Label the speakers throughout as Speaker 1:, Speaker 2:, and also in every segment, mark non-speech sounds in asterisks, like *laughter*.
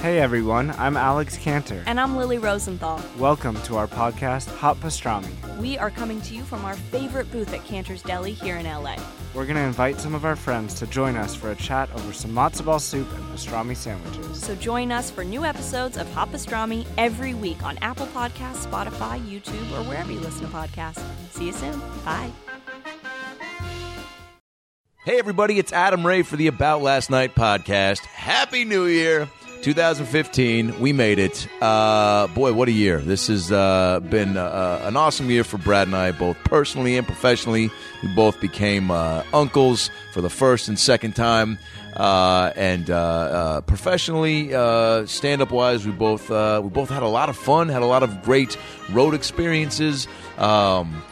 Speaker 1: Hey everyone, I'm Alex Cantor.
Speaker 2: And I'm Lily Rosenthal.
Speaker 1: Welcome to our podcast, Hot Pastrami.
Speaker 2: We are coming to you from our favorite booth at Cantor's Deli here in LA.
Speaker 1: We're going to invite some of our friends to join us for a chat over some matzo ball soup and pastrami sandwiches.
Speaker 2: So join us for new episodes of Hot Pastrami every week on Apple Podcasts, Spotify, YouTube, or wherever you listen to podcasts. See you soon. Bye.
Speaker 3: Hey, everybody, it's Adam Ray for the About Last Night podcast. Happy New Year 2015. We made it. Uh, boy, what a year. This has uh, been uh, an awesome year for Brad and I, both personally and professionally. We both became uh, uncles for the first and second time. Uh, and uh, uh, professionally, uh, stand-up wise, we both uh, we both had a lot of fun, had a lot of great road experiences. Um,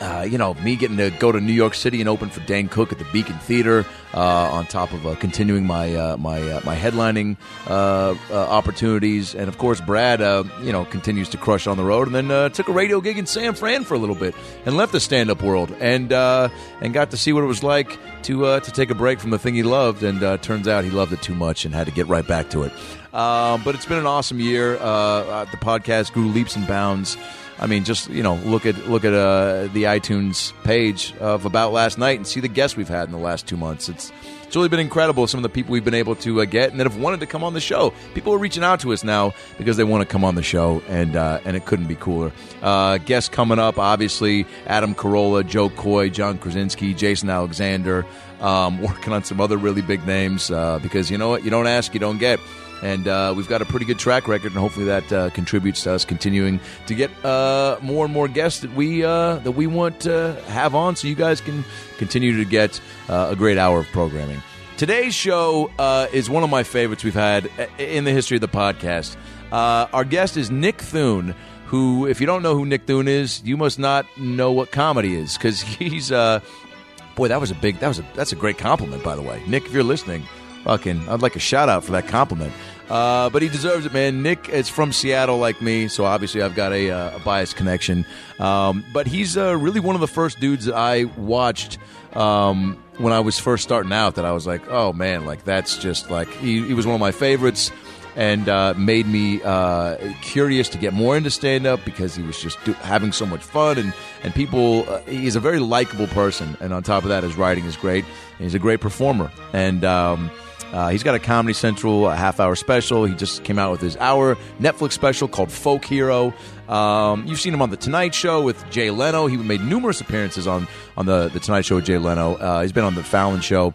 Speaker 3: uh, you know, me getting to go to New York City and open for Dan Cook at the Beacon Theater, uh, on top of uh, continuing my uh, my uh, my headlining uh, uh, opportunities, and of course, Brad, uh, you know, continues to crush on the road, and then uh, took a radio gig in San Fran for a little bit, and left the stand up world, and uh, and got to see what it was like to uh, to take a break from the thing he loved, and uh, turns out he loved it too much and had to get right back to it. Um, but it's been an awesome year. Uh, uh, the podcast grew leaps and bounds. I mean, just you know, look at look at uh, the iTunes page of about last night and see the guests we've had in the last two months. It's it's really been incredible. Some of the people we've been able to uh, get and that have wanted to come on the show. People are reaching out to us now because they want to come on the show, and uh, and it couldn't be cooler. Uh, guests coming up, obviously, Adam Carolla, Joe Coy, John Krasinski, Jason Alexander. Um, *laughs* working on some other really big names uh, because you know what, you don't ask, you don't get and uh, we've got a pretty good track record, and hopefully that uh, contributes to us continuing to get uh, more and more guests that we uh, that we want to have on, so you guys can continue to get uh, a great hour of programming. Today's show uh, is one of my favorites we've had i- in the history of the podcast. Uh, our guest is Nick Thune, who, if you don't know who Nick Thune is, you must not know what comedy is because *laughs* he's. Uh, Boy, that was a big. That was a. That's a great compliment, by the way, Nick. If you're listening, fucking, I'd like a shout out for that compliment. Uh, but he deserves it, man. Nick is from Seattle, like me, so obviously I've got a, uh, a biased connection. Um, but he's uh, really one of the first dudes that I watched um, when I was first starting out. That I was like, oh man, like that's just like he, he was one of my favorites and uh, made me uh, curious to get more into stand up because he was just do- having so much fun and and people uh, he's a very likable person and on top of that his writing is great and he's a great performer and um, uh, he's got a Comedy Central a half hour special he just came out with his hour Netflix special called Folk Hero um, you've seen him on the Tonight Show with Jay Leno he made numerous appearances on on the the Tonight Show with Jay Leno uh, he's been on the Fallon Show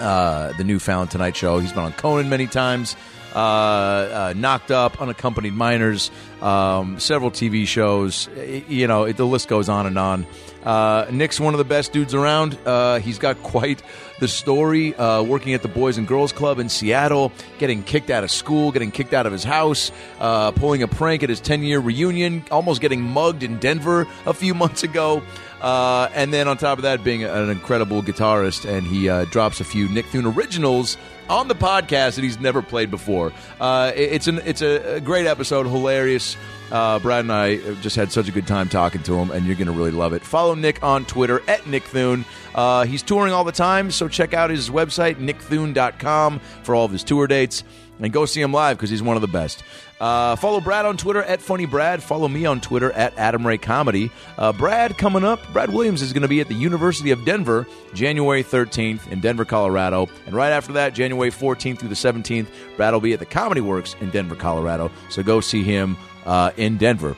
Speaker 3: uh, the new Fallon Tonight Show. He's been on Conan many times. Uh, uh, knocked up, unaccompanied minors, um, several TV shows. Y- You know, it, the list goes on and on. Uh, Nick's one of the best dudes around. Uh, he's got quite the story. Uh, working at the Boys and Girls Club in Seattle, getting kicked out of school, getting kicked out of his house, uh, pulling a prank at his 10 year reunion, almost getting mugged in Denver a few months ago. Uh, and then on top of that, being an incredible guitarist, and he uh, drops a few Nick Thune originals on the podcast that he's never played before. Uh, it- it's an it's a, a great episode, hilarious. Uh, Brad and I just had such a good time talking to him, and you're going to really love it. Follow Nick on Twitter at Nick Thune. Uh, he's touring all the time, so check out his website, nickthune.com, for all of his tour dates and go see him live because he's one of the best. Uh, follow Brad on Twitter at Funny Brad. Follow me on Twitter at Adam Ray Comedy. Uh, Brad coming up. Brad Williams is going to be at the University of Denver January 13th in Denver, Colorado, and right after that, January 14th through the 17th, Brad will be at the Comedy Works in Denver, Colorado. So go see him uh, in Denver.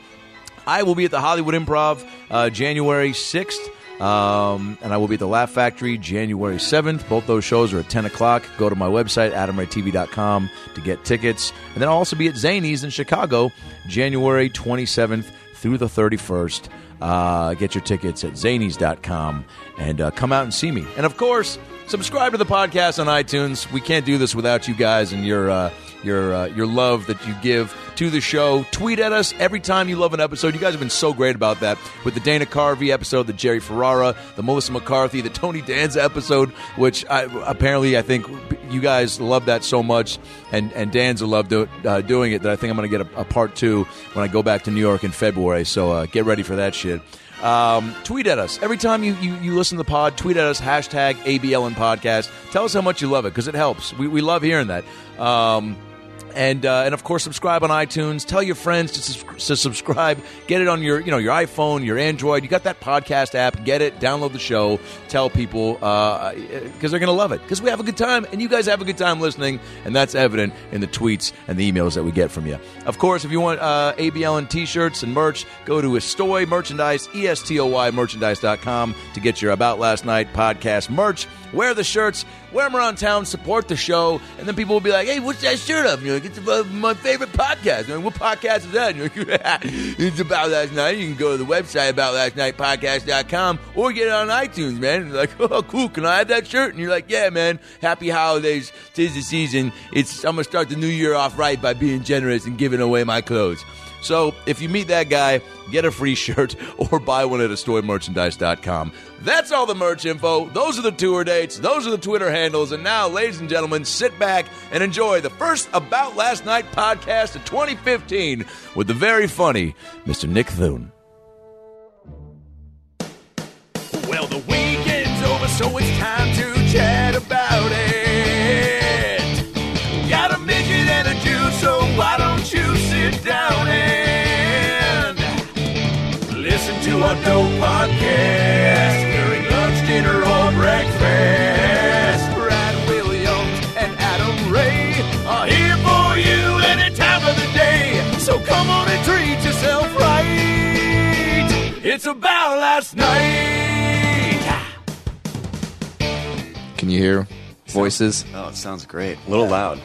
Speaker 3: I will be at the Hollywood Improv uh, January 6th. Um, and I will be at the Laugh Factory January 7th. Both those shows are at 10 o'clock. Go to my website, adamraytv.com, to get tickets. And then I'll also be at Zany's in Chicago January 27th through the 31st. Uh, get your tickets at zanies.com and uh, come out and see me. And of course, subscribe to the podcast on iTunes. We can't do this without you guys and your uh, your uh, your love that you give to the show. Tweet at us every time you love an episode. You guys have been so great about that with the Dana Carvey episode, the Jerry Ferrara, the Melissa McCarthy, the Tony Danza episode, which I, apparently I think you guys love that so much, and and Danza loved do, uh, doing it that I think I'm going to get a, a part two when I go back to New York in February. So uh, get ready for that shit. Um, tweet at us. Every time you, you, you listen to the pod, tweet at us, hashtag ABLN Podcast. Tell us how much you love it because it helps. We, we love hearing that. Um, and uh, and of course subscribe on iTunes. Tell your friends to, subs- to subscribe. Get it on your you know your iPhone, your Android. You got that podcast app? Get it. Download the show. Tell people because they're going to love it because we have a good time and you guys have a good time listening, and that's evident in the tweets and the emails that we get from you. Of course, if you want uh, ABL and T-shirts and merch, go to Estoy Merchandise, E S T O Y Merchandise.com to get your About Last Night podcast merch. Wear the shirts, wear them around town, support the show, and then people will be like, "Hey, what's that shirt of?" You know, it's about my favorite podcast. And what podcast is that? And you're like, *laughs* it's about last night. You can go to the website about last night podcast.com or get it on iTunes, man. And like, *laughs* oh, cool. Can I have that shirt? And you're like, yeah, man. Happy holidays. Tis the season. It's I'm gonna start the new year off right by being generous and giving away my clothes. So if you meet that guy, get a free *laughs* shirt or buy one at astoymerchandise.com. That's all the merch info. Those are the tour dates. Those are the Twitter handles. And now, ladies and gentlemen, sit back and enjoy the first About Last Night podcast of 2015 with the very funny Mr. Nick Thune. Well, the weekend's over, so it's time to chat about it. Got a midget and a Jew, so why don't you sit down and listen to our dope podcast during lunch, dinner, or breakfast? Brad Williams and Adam Ray are here for you any time of the day. So come on and treat yourself right. It's about last night.
Speaker 4: Can you hear voices?
Speaker 5: Oh, it sounds great. A little loud.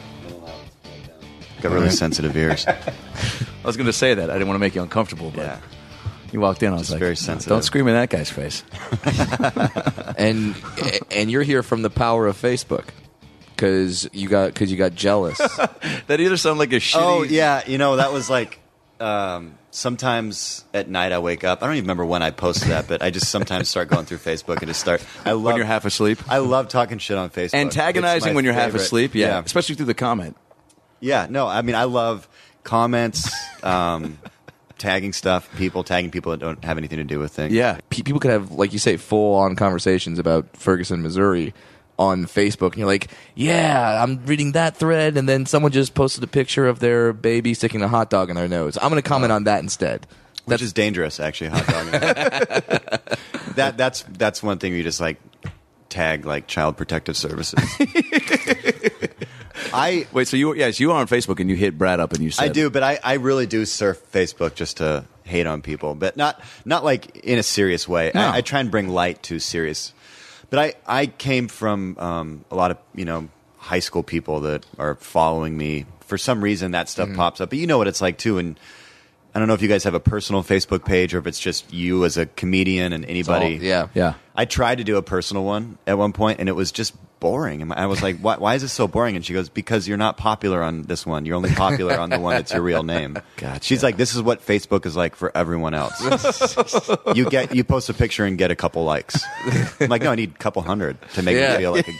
Speaker 5: Got really sensitive ears.
Speaker 3: I was going to say that. I didn't want to make you uncomfortable, but
Speaker 5: Yeah.
Speaker 3: you walked in. I was
Speaker 5: Just
Speaker 3: like,
Speaker 5: very
Speaker 3: "No, Don't
Speaker 5: sensitive."
Speaker 3: scream in that guy's face.
Speaker 4: *laughs* And and you're here from the power of Facebook cuz you got cuz you got jealous.
Speaker 3: *laughs* That either sounded like a shitty.
Speaker 5: Oh yeah, you know that was like. Um, sometimes at night I wake up. I don't even remember when I posted that, but I just sometimes start going through Facebook and just start. I love
Speaker 3: When you're half asleep.
Speaker 5: I love talking shit on Facebook. It's
Speaker 3: Antagonizing
Speaker 5: my
Speaker 3: when you're half
Speaker 5: favorite.
Speaker 3: asleep, yeah.
Speaker 5: yeah.
Speaker 3: Especially through the comment.
Speaker 5: Yeah, no, I mean, I love comments, um, tagging stuff, people tagging people that don't have anything to do with things.
Speaker 3: Yeah.
Speaker 4: Pe- People could have like you say full on conversations about Ferguson, Missouri on Facebook and you're like, "Yeah, I'm reading that thread." And then someone just posted a picture of their baby sticking a hot dog in their nose. I'm going to
Speaker 3: Uh.
Speaker 4: comment on that instead.
Speaker 5: which is dangerous, actually. Hot dog. that that's that's one thing where you just like tag like child protective services. I
Speaker 3: Wait, so you yes, you are on Facebook and you hit Brad up and you said
Speaker 5: I do, but I, I really do surf Facebook just to hate on people, but not not like in a serious way.
Speaker 3: No.
Speaker 5: I, I try and bring light to serious. But I I came from um, a lot of you know high school people that are following me. For some reason, that stuff
Speaker 3: Mm.
Speaker 5: pops up. But you know what it's like too, and. I don't know if you guys have a personal Facebook page or if it's just you as a comedian and anybody.
Speaker 4: Oh, yeah.
Speaker 3: Yeah.
Speaker 5: I tried to do a personal one at one point, and it was just boring. And I was like, why, why is this so boring? And she goes, because you're not popular on this one. You're only popular on the one that's your real name.
Speaker 3: Gotcha.
Speaker 5: She's like, this is what Facebook is like for everyone else. you get you post a picture and get a couple likes. I'm like, no, I need a couple hundred to make
Speaker 4: Yeah.
Speaker 5: me
Speaker 3: *laughs*
Speaker 5: feel like a,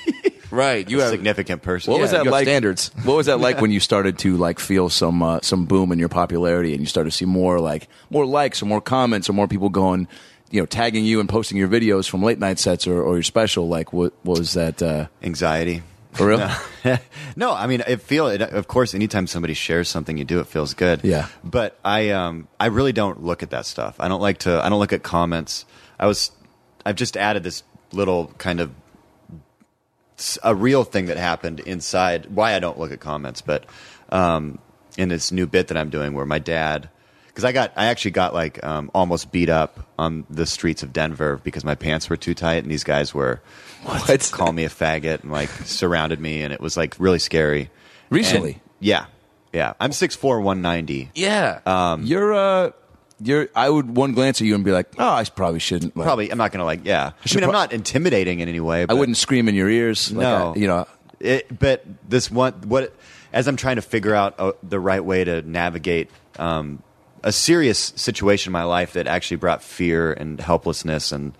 Speaker 4: Right. You
Speaker 5: a
Speaker 4: have
Speaker 5: significant person.
Speaker 3: What was
Speaker 4: Yeah,
Speaker 3: that
Speaker 4: you have
Speaker 3: like?
Speaker 4: standards.
Speaker 3: *laughs* What was that like when you started to like feel some uh, some boom in your popularity and you started to see more like more likes or more comments or more people going, you know, tagging you and posting your videos from late night sets or, or your special? Like, what, what was that? Uh,
Speaker 5: Anxiety.
Speaker 3: for real?
Speaker 5: no, I mean, it feel it, of course, anytime somebody shares something you do, it feels good.
Speaker 3: Yeah.
Speaker 5: But I, um, I really don't look at that stuff. I don't like to, I don't look at comments. I was, I've just added this little kind of, s- a real thing that happened inside why I don't look at comments, but, um, in this new bit that I'm doing where my dad, because I got, I actually got like um, almost beat up on the streets of Denver because my pants were too tight, and these guys were
Speaker 4: *laughs* What?
Speaker 5: call me a faggot
Speaker 3: *laughs*
Speaker 5: and like surrounded me and it was like really scary.
Speaker 3: Recently?
Speaker 5: And- yeah. Yeah. I'm 6'4", 190.
Speaker 4: Yeah.
Speaker 3: you're uh, you're. I would one glance at you and be like, oh, I probably shouldn't. Like,
Speaker 5: Probably I'm not gonna like yeah. I
Speaker 3: should
Speaker 5: mean I'm
Speaker 3: pro-
Speaker 5: not intimidating in any way.
Speaker 3: I
Speaker 5: But
Speaker 3: wouldn't scream in your ears. Like
Speaker 5: no,
Speaker 3: I- you know.
Speaker 5: It, but this one, what as I'm trying to figure out uh, the right way to navigate um, a serious situation in my life that actually brought fear and helplessness, and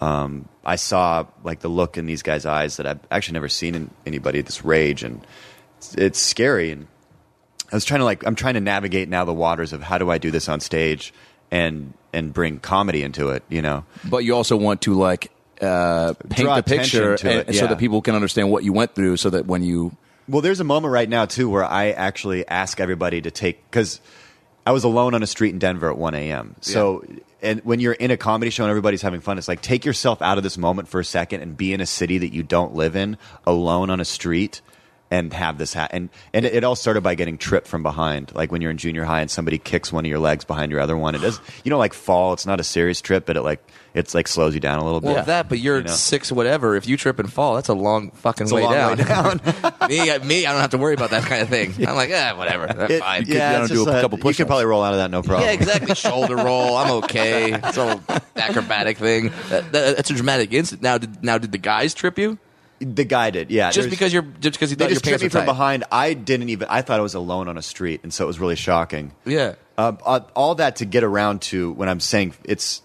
Speaker 5: um, I saw like the look in these guys' eyes that I've actually never seen in anybody. This rage and it's, it's scary. And I was trying to like I'm trying to navigate now the waters of how do I do this on stage and and bring comedy into it. You know.
Speaker 3: but you also want to like uh, paint
Speaker 5: Draw
Speaker 3: the picture
Speaker 5: attention to
Speaker 3: and-
Speaker 5: it,
Speaker 3: and so
Speaker 5: yeah.
Speaker 3: that people can understand what you went through so that when you
Speaker 5: Well, there's a moment right now too where I actually ask everybody to take because I was alone on a street in Denver at 1 a.m. So, and when you're in a comedy show and everybody's having fun, it's like take yourself out of this moment for a second and be in a city that you don't live in, alone on a street, and have this hat. And and it, it all started by getting tripped from behind, like when you're in junior high and somebody kicks one of your legs behind your other one. It does, you know, like fall. It's not a serious trip, but it like it's like slows you down a little
Speaker 4: Well,
Speaker 5: bit.
Speaker 4: that, but you're
Speaker 5: You know?
Speaker 4: six, whatever. If you trip and fall, Oh, that's a long fucking
Speaker 5: a
Speaker 4: way,
Speaker 5: long
Speaker 4: down.
Speaker 5: way down.
Speaker 4: *laughs* me, I- me, I don't have to worry about that kind of thing. I'm like, eh,
Speaker 3: *laughs*
Speaker 4: whatever. I'm
Speaker 5: It-
Speaker 4: fine.
Speaker 3: yeah, down
Speaker 5: it's
Speaker 3: and do
Speaker 5: just
Speaker 3: a couple
Speaker 5: You
Speaker 3: push-ups.
Speaker 5: could probably roll out of that no problem.
Speaker 4: Yeah, exactly. Shoulder roll. I'm okay. It's all acrobatic thing. That, that, that's a dramatic incident. Now, did, now, did the guys trip you?
Speaker 5: The guy did, yeah.
Speaker 4: Just
Speaker 5: There's-
Speaker 4: because you're just because you
Speaker 5: they
Speaker 4: thought your
Speaker 5: just tripped
Speaker 4: pants
Speaker 5: me from
Speaker 4: were tight.
Speaker 5: behind. I didn't even. I thought I was alone on a street, and so it was really shocking.
Speaker 4: Yeah.
Speaker 5: Uh, uh, all that to get around to when I'm saying it's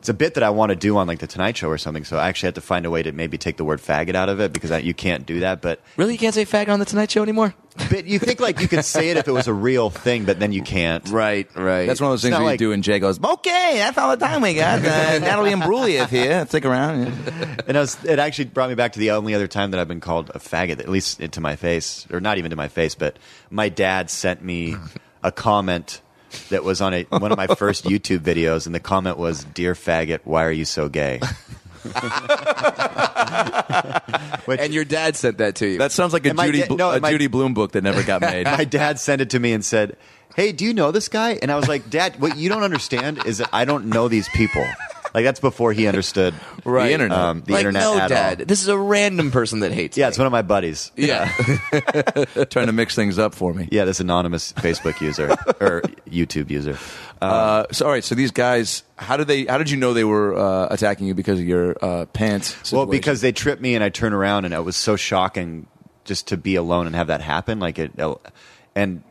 Speaker 5: it's a bit that I want to do on like the Tonight Show or something. So I actually had to find a way to maybe take the word faggot out of it because I, you can't do that. But
Speaker 4: Really, you can't say fag on the Tonight Show anymore?
Speaker 5: but you think like you could say it if it was a real thing, but then you can't.
Speaker 4: *laughs* Right, right.
Speaker 3: That's one of those things
Speaker 5: not
Speaker 3: where you
Speaker 5: like-
Speaker 3: do, and Jay goes, "Okay, that's all the time we got." Uh, Natalie Imbruglia is here. Stick around.
Speaker 5: And I was, it actually brought me back to the only other time that I've been called a faggot, at least to my face, or not even to my face, but my dad sent me a comment that was on a, one of my
Speaker 4: *laughs*
Speaker 5: first YouTube videos, and the comment was, "Dear faggot, why are you so gay?" Which
Speaker 4: and your dad sent that to you.
Speaker 3: That sounds like a
Speaker 5: Am I
Speaker 3: Judy,
Speaker 5: get-
Speaker 3: Bl-
Speaker 5: no,
Speaker 3: a
Speaker 5: am I-
Speaker 3: Judy Bloom book that never got *laughs* made.
Speaker 5: my dad sent it to me and said, "Hey, do you know this guy?" And I was like, "Dad, what you don't understand is that I don't know these people." Like that's before he
Speaker 4: *laughs*
Speaker 5: understood
Speaker 3: The internet.
Speaker 5: um, the
Speaker 4: like,
Speaker 5: internet
Speaker 4: No,
Speaker 5: at all.
Speaker 4: Dad. This is a random person that hates.
Speaker 5: Yeah,
Speaker 4: me.
Speaker 5: it's one of my buddies.
Speaker 3: *laughs*
Speaker 4: yeah.
Speaker 3: Trying to mix things up for me.
Speaker 5: Yeah, this anonymous Facebook user
Speaker 4: *laughs*
Speaker 5: or YouTube user.
Speaker 3: Uh, so, all right. So these guys, how did they? How did you know they were uh, attacking you because of your uh, pants?
Speaker 5: Well,
Speaker 3: situation?
Speaker 5: because they tripped me and I turned around and it was so shocking just to be alone and have that happen. Like it, and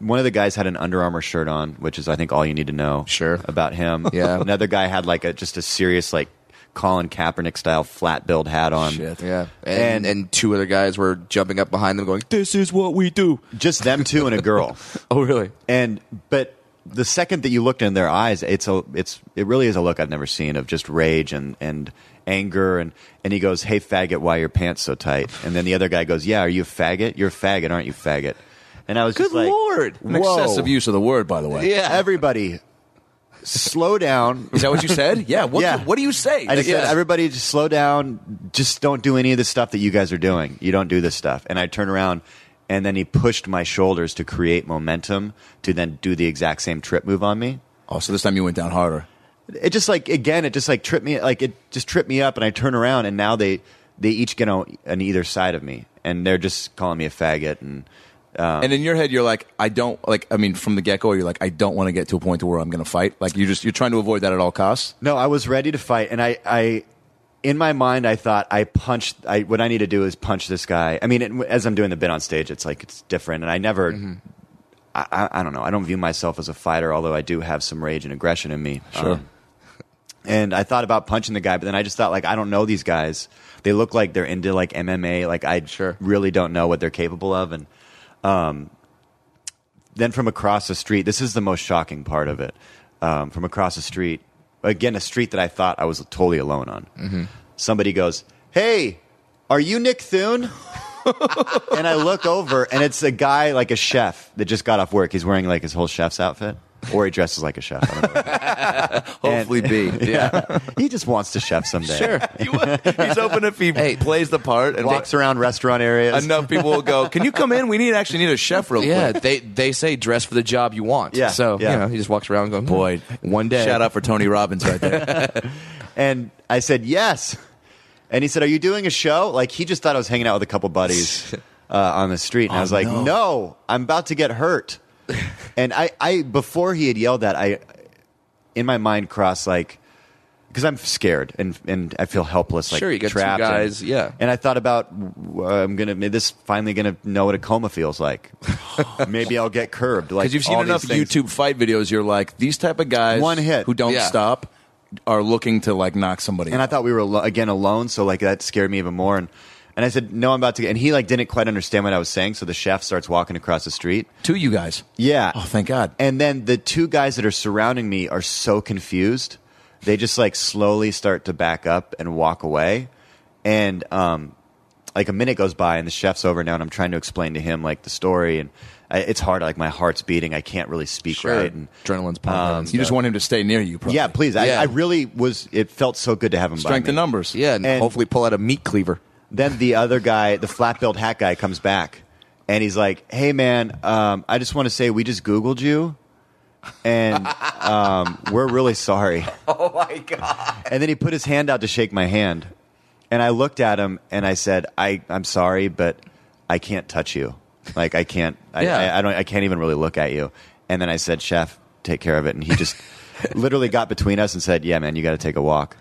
Speaker 5: one of the guys had an Under Armour shirt on, which is I think all you need to know.
Speaker 4: Sure.
Speaker 5: about him.
Speaker 4: *laughs* Yeah.
Speaker 5: Another guy had like a just a serious like Colin Kaepernick style flat billed hat on.
Speaker 3: Shit.
Speaker 4: Yeah, and, and
Speaker 5: And-
Speaker 4: two other guys were jumping up behind them, going, "This is what we do."
Speaker 5: Just them two and a
Speaker 4: *laughs*
Speaker 5: girl.
Speaker 4: Oh, really?
Speaker 5: And but the second that you looked in their eyes, it's a it's it really is a look I've never seen of just rage and and anger and and he goes, "Hey faggot, why are your pants so tight?" And then the other guy goes, "Yeah, are you a faggot? You're a faggot, aren't you, faggot?" And I was
Speaker 4: Good
Speaker 5: just like,
Speaker 4: lord!
Speaker 3: an excessive
Speaker 5: Whoa.
Speaker 3: use of the word, by the *laughs* way.
Speaker 5: Yeah, everybody, slow down.
Speaker 3: Is that what you
Speaker 4: *laughs*
Speaker 3: said? Yeah. What,
Speaker 5: Yeah.
Speaker 3: what do you say?
Speaker 5: I just
Speaker 3: Yeah.
Speaker 5: said, everybody, just slow down. Just don't do any of the stuff that you guys are doing. You don't do this stuff. And I turn around, and then he pushed my shoulders to create momentum to then do the exact same trip move on me.
Speaker 3: oh, so this time you went down harder.
Speaker 5: it just like again it just like tripped me like it just tripped me up and i turn around and now they they each get on, on either side of me and they're just calling me a faggot and
Speaker 3: and in your head, you're like, I don't like. I mean, from the get go, you're like, I don't want to get to a point to where I'm going to fight. Like you just you're trying to avoid that at all costs.
Speaker 5: no i was ready to fight and i i in my mind i thought i punched i what i need to do is punch this guy i mean it, as i'm doing the bit on stage it's like it's different and i never I, I i don't know i don't view myself as a fighter although i do have some rage and aggression in me Um,
Speaker 3: Sure.
Speaker 5: and I thought about punching the guy, but then I just thought like I don't know these guys. They look like they're into like MMA. Like I
Speaker 4: Sure.
Speaker 5: really don't know what they're capable of. And um, then from across the street, this is the most shocking part of it. Um, from across the street, again a street that I thought I was totally alone on. Somebody goes, "Hey, are you Nick Thune?" *laughs* and I look over, and it's a guy like a chef that just got off work. He's wearing like his whole chef's outfit, or he dresses like a chef. I don't know.
Speaker 3: Hopefully, B.
Speaker 5: *laughs* Yeah. he just wants to chef someday.
Speaker 4: Sure.
Speaker 3: *laughs* He's open if he
Speaker 4: Hey.
Speaker 3: plays the part and
Speaker 5: Walks around restaurant areas.
Speaker 3: Enough people will go. Can you come in? We need actually need a chef real
Speaker 4: Yeah,
Speaker 3: quick.
Speaker 4: they they say dress for the job you want.
Speaker 5: Yeah,
Speaker 4: so
Speaker 5: yeah.
Speaker 4: you know he just walks around going, "Hmm,
Speaker 3: Boy,
Speaker 4: one day."
Speaker 3: Shout out for Tony Robbins
Speaker 4: *laughs*
Speaker 3: right *laughs* there.
Speaker 5: And I said, yes. And he said, are you doing a show? Like, he just thought I was hanging out with a couple buddies uh, on the street. And I was like,
Speaker 3: no.
Speaker 5: no. I'm about to get hurt. and I, I, before he had yelled that, I, in my mind crossed like, because I'm scared and and I feel helpless, like
Speaker 4: Sure, you got two
Speaker 5: trapped. and-
Speaker 4: guys, yeah.
Speaker 5: And I thought about w- I'm gonna this finally gonna know what a coma feels like. Maybe I'll get curbed. Like
Speaker 3: Because you've seen
Speaker 5: all these
Speaker 3: enough
Speaker 5: things.
Speaker 3: YouTube fight videos, you're like these type of guys.
Speaker 5: One hit.
Speaker 3: who don't
Speaker 4: Yeah.
Speaker 3: stop are looking to like knock somebody.
Speaker 5: and I
Speaker 3: out.
Speaker 5: thought we were alo- again alone, so like that scared me even more. And and I said, "No, I'm about to." get And he like didn't quite understand what I was saying, so the chef starts walking across the street.
Speaker 3: two of you guys.
Speaker 5: Yeah.
Speaker 3: Oh, thank God.
Speaker 5: And then the two guys that are surrounding me are so confused. They just like slowly start to back up and walk away. And um, like a minute goes by and the chef's over now, and I'm trying to explain to him like the story, and I, it's hard. Like my heart's beating, I can't really speak right. And
Speaker 4: Adrenaline's pumping. and
Speaker 3: You just
Speaker 4: stuff.
Speaker 3: want him to stay near you, probably.
Speaker 5: yeah, please, I,
Speaker 4: Yeah.
Speaker 5: I really was. It felt so good to have him. by
Speaker 3: Strength
Speaker 5: me.
Speaker 3: in numbers.
Speaker 4: yeah, and,
Speaker 5: and-
Speaker 4: hopefully pull out a meat cleaver.
Speaker 5: Then the other guy, the flat billed hat guy, comes back and he's like, "Hey man, um, I just want to say we just Googled you, *laughs* and um, we're really sorry." *laughs* Oh my god! And then he put his hand out to shake my hand, and I looked at him and I said, "I I'm sorry, but I can't touch you. Like I can't. I,
Speaker 4: Yeah.
Speaker 5: I, I don't. I can't even really look at you." And then I said, "Chef, take care of it." And he *laughs* just literally got between us and said, "Yeah, man, you got to take a walk."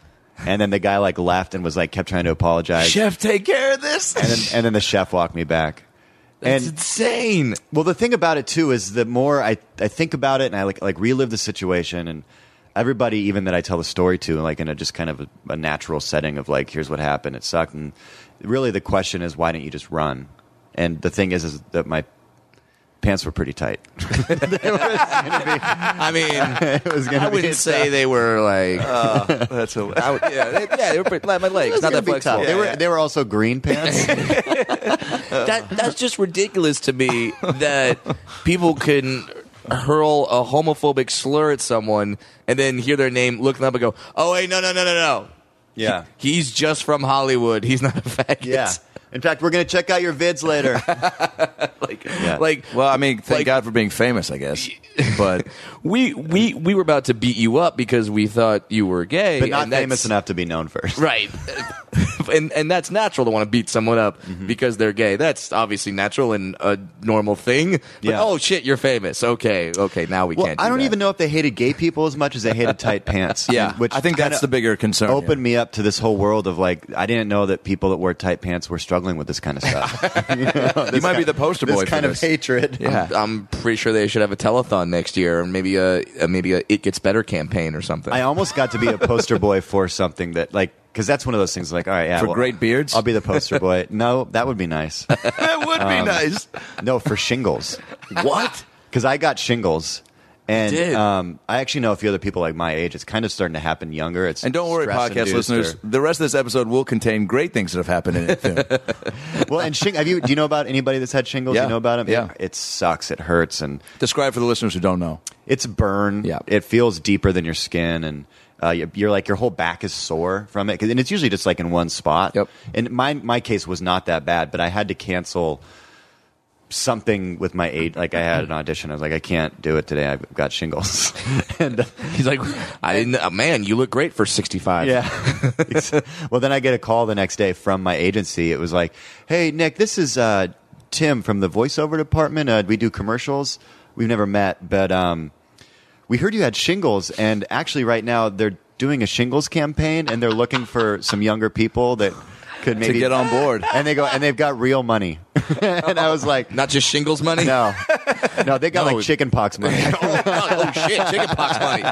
Speaker 5: And then the guy like laughed and was like kept trying to apologize
Speaker 4: Chef, take care of this.
Speaker 5: and then, and then the chef walked me back.
Speaker 4: That's
Speaker 5: and
Speaker 4: insane.
Speaker 5: well, the thing about it too is the more I, I think about it and I like like relive the situation and everybody even that I tell the story to like in a just kind of a, a natural setting of like here's what happened it sucked and really the question is why didn't you just run and the thing is is that my pants were pretty tight *laughs*
Speaker 4: *laughs* I mean,
Speaker 5: it was
Speaker 4: I
Speaker 5: gonna be
Speaker 4: wouldn't say they were like.
Speaker 3: uh, *laughs* That's a,
Speaker 4: I would, *laughs* yeah, they, yeah, they were pretty, like, my legs, not that flexible.
Speaker 5: they were they were also green
Speaker 4: *laughs*
Speaker 5: pants
Speaker 4: that that's just ridiculous to me that people can hurl a homophobic slur at someone and then hear their name, look them up, and go, "Oh, hey, no, no, no, no, no."
Speaker 5: yeah
Speaker 4: He's just from Hollywood. He's not a *laughs* faggot.
Speaker 5: yeah in fact we're gonna check out your vids later
Speaker 4: *laughs* like,
Speaker 5: Yeah.
Speaker 4: like
Speaker 3: well, I mean, thank
Speaker 4: Like-
Speaker 3: God for being famous, I guess. But
Speaker 4: we we we were about to beat you up because we thought you were gay,
Speaker 5: but not
Speaker 4: and that's-
Speaker 5: famous enough to be known first
Speaker 4: right? *laughs* and and that's natural to want to beat someone up
Speaker 5: Mm-hmm.
Speaker 4: because they're gay. That's obviously natural and a normal thing. But
Speaker 5: Yeah.
Speaker 4: oh shit, you're famous. Okay, okay, now we
Speaker 5: Well,
Speaker 4: can't. Do
Speaker 5: I don't
Speaker 4: that.
Speaker 5: even know if they hated gay people as much as they
Speaker 3: *laughs*
Speaker 5: hated tight pants.
Speaker 4: Yeah,
Speaker 5: which
Speaker 3: I think that's
Speaker 5: kinda
Speaker 3: the bigger concern. here.
Speaker 5: opened me up to this whole world of like I didn't know that people that wore tight pants were struggling with this kind
Speaker 3: *laughs*
Speaker 5: of stuff. *laughs* you
Speaker 3: You might be the poster boy
Speaker 5: This
Speaker 3: for
Speaker 5: kind
Speaker 3: this.
Speaker 5: of hatred.
Speaker 3: Yeah.
Speaker 4: I'm pretty sure they should have a telethon next year, and maybe a a- maybe a it gets better campaign or something.
Speaker 5: I almost got to be a poster boy for something that like because that's one of those things like all right yeah
Speaker 3: For
Speaker 5: well,
Speaker 3: great beards?
Speaker 5: I'll be the
Speaker 3: *laughs*
Speaker 5: poster boy. no, that would be nice.
Speaker 3: that would be nice.
Speaker 5: No,
Speaker 3: *laughs*
Speaker 5: for shingles.
Speaker 4: what?
Speaker 5: because I got shingles. And
Speaker 4: You did.
Speaker 5: um, I actually know a few other people like my age. It's kind of starting to happen younger. It's
Speaker 3: And don't worry,
Speaker 5: stress
Speaker 3: podcast
Speaker 5: induced
Speaker 3: listeners,
Speaker 5: or-
Speaker 3: the rest of this episode will contain great things that have happened in it. *laughs* Too.
Speaker 5: Well, and shing- have you? Do you know about anybody that's had shingles?
Speaker 3: Yeah.
Speaker 5: You know about them?
Speaker 3: Yeah.
Speaker 5: It, it sucks. It hurts, and
Speaker 3: Describe for the listeners who don't know.
Speaker 5: it's a burn.
Speaker 3: Yeah.
Speaker 5: It feels deeper than your skin, and uh, you- you're like your whole back is sore from it. 'Cause- And it's usually just like in one spot.
Speaker 4: Yep.
Speaker 5: And my my case was not that bad, but I had to cancel something with my aid. Like I had an audition. I was like, I can't do it today. I've got shingles. *laughs* and uh,
Speaker 4: *laughs* He's like, I didn't. Uh, man, you look great for *laughs* 65.
Speaker 5: Yeah. *laughs* well, then I get a call the next day from my agency. It was like, "Hey, Nick, this is uh, Tim from the voiceover department. Uh, we do commercials. We've never met, but um, we heard you had shingles, and actually, right now they're doing a shingles campaign, and they're looking for some younger people that could maybe
Speaker 3: get on board.
Speaker 5: *laughs* And they go, and they've got real money. *laughs* and I
Speaker 3: *laughs*
Speaker 5: was like,
Speaker 4: Not just shingles money.
Speaker 5: no, no, they got
Speaker 4: No.
Speaker 5: like chicken pox
Speaker 3: *laughs*
Speaker 5: money.
Speaker 4: *laughs* oh, oh, shit, chickenpox money.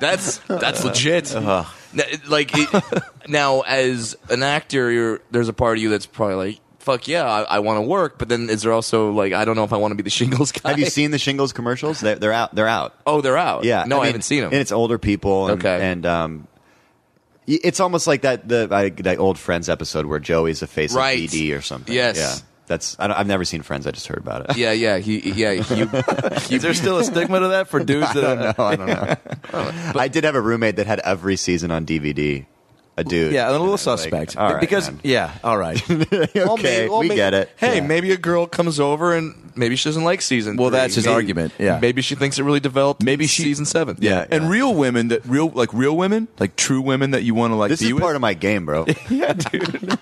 Speaker 4: That's that's legit.
Speaker 5: Uh-huh.
Speaker 4: Now, Like it- *laughs* now, as an actor, you're, there's a part of you that's probably like, "Fuck yeah, I, I want to work." But then, is there also like, I don't know if I want to be the shingles *laughs* guy?
Speaker 5: Have you seen the shingles commercials? They're, they're out. They're out.
Speaker 4: Oh, they're out.
Speaker 5: Yeah,
Speaker 4: no, I,
Speaker 5: mean,
Speaker 4: haven't seen them.
Speaker 5: And it's older people. And,
Speaker 4: Okay.
Speaker 5: and um, y- it's almost like that the I, that old Friends episode where Joey's the face
Speaker 4: Right.
Speaker 5: of BD or something.
Speaker 4: Yes.
Speaker 5: yeah, that's I don't, I've never seen Friends. I just heard about it.
Speaker 4: yeah, yeah, he, yeah, he,
Speaker 3: Is there still a stigma to
Speaker 4: *laughs*
Speaker 3: that for dudes that are
Speaker 5: no, I don't know. *laughs* I did have a roommate that had every season on DVD. A dude,
Speaker 3: Yeah, and a little
Speaker 5: Like,
Speaker 3: suspect.
Speaker 5: all right,
Speaker 3: because
Speaker 5: man.
Speaker 3: *laughs*
Speaker 5: *laughs*
Speaker 3: yeah, all right.
Speaker 4: Well,
Speaker 5: Okay,
Speaker 4: maybe- well,
Speaker 5: we
Speaker 4: maybe-
Speaker 5: get it.
Speaker 4: Hey,
Speaker 5: Yeah.
Speaker 4: maybe a girl comes over and maybe she doesn't like season.
Speaker 3: Well,
Speaker 4: three.
Speaker 3: that's his
Speaker 4: Maybe-
Speaker 3: argument, yeah.
Speaker 4: maybe she thinks it really developed.
Speaker 3: Maybe
Speaker 4: in
Speaker 3: she-
Speaker 4: season seven.
Speaker 3: Yeah,
Speaker 5: yeah.
Speaker 3: and real women that real like real women, like true women that you want to like.
Speaker 5: this
Speaker 3: be
Speaker 5: is
Speaker 3: with.
Speaker 5: part of my game,
Speaker 4: *laughs*
Speaker 5: bro.
Speaker 3: yeah, dude.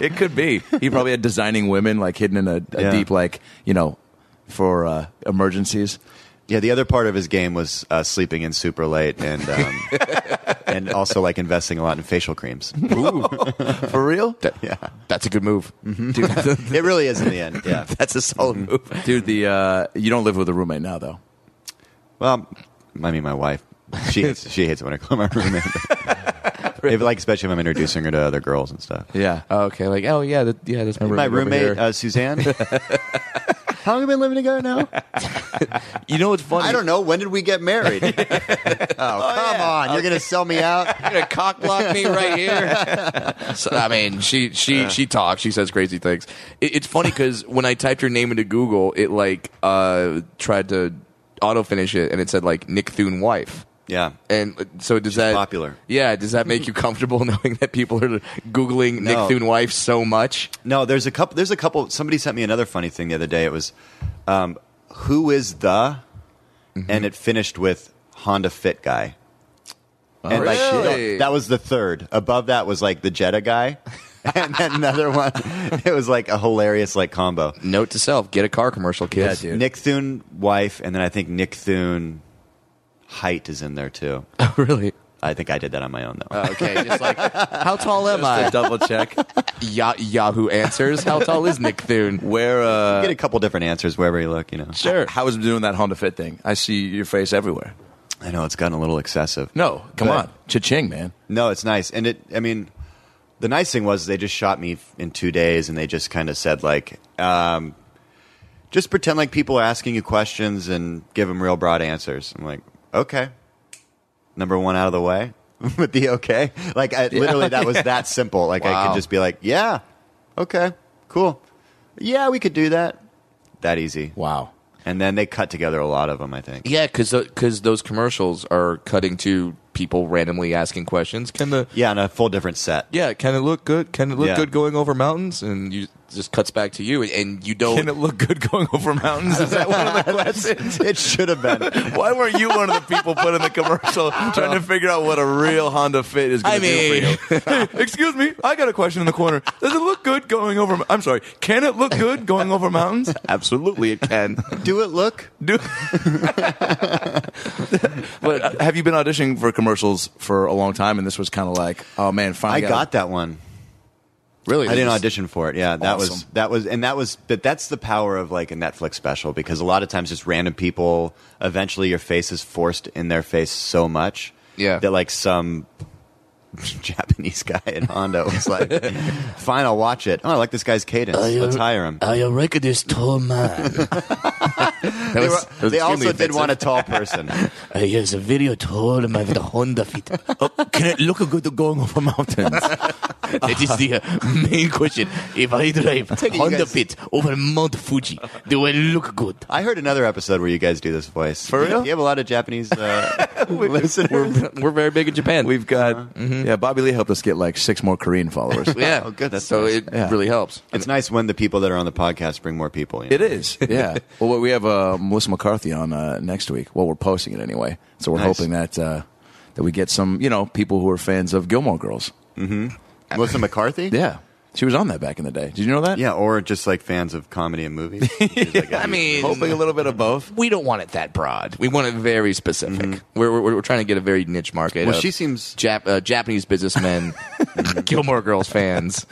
Speaker 3: it could be. He probably had designing women like hidden in a, a
Speaker 5: Yeah.
Speaker 3: deep like you know for uh, emergencies.
Speaker 5: Yeah, the other part of his game was uh, sleeping in super late and
Speaker 4: *laughs*
Speaker 5: um, and also like investing a lot in facial creams.
Speaker 3: *laughs*
Speaker 5: *laughs*
Speaker 3: For real,
Speaker 4: *laughs*
Speaker 5: Yeah,
Speaker 4: That's a good move. *laughs*
Speaker 5: it really is in the end. Yeah,
Speaker 4: That's a solid move.
Speaker 3: dude. The uh, you don't live with a roommate now though.
Speaker 5: Well, I mean, my wife. She hates, she hates it when I call my roommate. if, like, especially if I'm introducing her to other girls and stuff.
Speaker 3: Yeah,
Speaker 4: Okay, like oh yeah, that, yeah, that's my roommate.
Speaker 5: My uh,
Speaker 4: over
Speaker 5: roommate,
Speaker 4: here.
Speaker 5: uh, Suzanne. How long have we been living together now?
Speaker 4: you know what's funny?
Speaker 5: I don't know. When did we get married? oh, come on. You're going to sell me
Speaker 4: *laughs*
Speaker 5: out?
Speaker 4: You're gonna cock block me right here. *laughs* So, I mean, she she she talks. She says crazy things. It, it's funny because when I typed your name into Google, it like uh tried to auto finish it, and it said like Nick Thune wife.
Speaker 5: Yeah.
Speaker 4: And uh, so does that
Speaker 5: popular.
Speaker 4: Yeah, does that make you comfortable *laughs* knowing that people are googling
Speaker 5: No.
Speaker 4: Nick Thune wife so much?
Speaker 5: No, there's a couple. There's a couple. Somebody sent me another funny thing the other day. It was, um, who is the,
Speaker 3: Mm-hmm.
Speaker 5: and it finished with Honda Fit guy. and like
Speaker 4: really?
Speaker 5: that was the third. Above that was like the
Speaker 3: *laughs*
Speaker 5: Jetta guy, and then another one. *laughs* It was like a hilarious like combo.
Speaker 4: Note to self: get a car commercial, kids. *laughs*
Speaker 3: Yeah, dude.
Speaker 5: Nick Thune wife, and then I think Nick Thune height is in there too.
Speaker 4: Oh, really.
Speaker 5: I think I did that on my own
Speaker 3: Uh,
Speaker 5: though.
Speaker 4: Okay, just like how tall am
Speaker 3: *laughs*
Speaker 4: I?
Speaker 3: double check.
Speaker 4: Ya- Yahoo answers. How tall is Nick Thune?
Speaker 3: Where *laughs* uh,
Speaker 5: get a couple different answers wherever you look. You know,
Speaker 4: Sure.
Speaker 3: how is doing that Honda Fit thing? I see your face everywhere.
Speaker 5: I know it's gotten a little excessive.
Speaker 3: No, come
Speaker 5: But-
Speaker 3: on, cha-ching, man.
Speaker 5: No, it's nice. And it, I mean, the nice thing was they just shot me in two days and they just kind of said, like, um, just pretend like people are asking you questions and give them real broad answers. I'm like, okay. Number one out of the way *laughs* with the okay. Like, I, literally, that
Speaker 4: *laughs*
Speaker 5: was that simple. Like, I
Speaker 4: Wow.
Speaker 5: could just be like, yeah, okay, cool. Yeah, we could do that. That easy.
Speaker 3: Wow.
Speaker 5: And then they cut together a lot of them, I think.
Speaker 4: Yeah, because those commercials are cutting to people randomly asking questions. Can the
Speaker 5: Yeah, and a full different set.
Speaker 4: *laughs* yeah, can it look good? Can it look
Speaker 5: Yeah.
Speaker 4: good going over mountains? And you just cuts back to you, and, and you don't.
Speaker 3: Can it look good going over *laughs* mountains? Is that one of the questions?
Speaker 5: *laughs* It should have been.
Speaker 3: Why weren't you one of the people put in the commercial trying to figure out what a real Honda Fit is
Speaker 4: I
Speaker 3: going to do for you? *laughs* Hey, excuse me, I got a question in the corner. Does it look good going over? I'm sorry, can it look good going over mountains? Absolutely, it can.
Speaker 5: Do it look?
Speaker 3: Do- but uh, have you been auditioning for commercials for a long time? And this was kind of like, oh man,
Speaker 5: I
Speaker 3: finally
Speaker 5: got that one.
Speaker 4: really,
Speaker 5: I didn't audition for it. Yeah, that was
Speaker 3: Awesome.
Speaker 5: that was and that was but that's the power of like a Netflix special because a lot of times just random people eventually your face is forced in their face so much.
Speaker 4: Yeah.
Speaker 5: That like some *laughs* Japanese guy at Honda
Speaker 3: *laughs*
Speaker 5: was like, "Fine, I'll watch it. Oh, I like this guy's cadence.
Speaker 4: Uh,
Speaker 5: Let's hire him."
Speaker 4: I reckon this tall man. that
Speaker 5: They,
Speaker 4: was,
Speaker 5: were-
Speaker 4: that was
Speaker 5: they also
Speaker 4: extremely
Speaker 5: did
Speaker 4: offensive.
Speaker 5: want a
Speaker 4: *laughs*
Speaker 5: tall person.
Speaker 4: Uh, here's a video tall man with a Honda Fit.
Speaker 3: Can it look good going over mountains?
Speaker 4: *laughs* that is the uh, main question. If I drive
Speaker 5: you guys-
Speaker 4: over Mount Fuji, do I look good?
Speaker 5: I heard another episode where you guys do this voice.
Speaker 3: For real?
Speaker 5: You have a lot of
Speaker 3: *laughs*
Speaker 5: Japanese uh, listeners.
Speaker 4: *laughs* We're very big in Japan.
Speaker 3: We've got yeah. Bobby Lee helped us get like six more Korean followers.
Speaker 4: *laughs* yeah,
Speaker 5: Oh, good, that's
Speaker 4: so
Speaker 5: nice.
Speaker 4: it
Speaker 3: Yeah.
Speaker 4: really helps.
Speaker 5: it's nice when the people that are on the podcast bring more people. You know?
Speaker 3: It is, *laughs* yeah. well, we have uh, Melissa McCarthy on uh, next week. Well, we're posting it anyway, so we're
Speaker 5: Nice.
Speaker 3: hoping that uh, that we get some, you know, people who are fans of Gilmore Girls.
Speaker 5: Melissa McCarthy.
Speaker 3: Yeah, she was on that back in the day. Did you know that?
Speaker 5: Yeah, or just like fans of comedy and
Speaker 3: *laughs*
Speaker 5: movies. She's like a-
Speaker 4: I mean,
Speaker 3: hoping a little bit of both.
Speaker 4: we don't want it that broad. We want it very specific. We're, we're we're trying to get a very niche market.
Speaker 5: well,
Speaker 4: of
Speaker 5: she seems.
Speaker 4: Jap- uh, Japanese *laughs* businessmen, Gilmore Girls fans.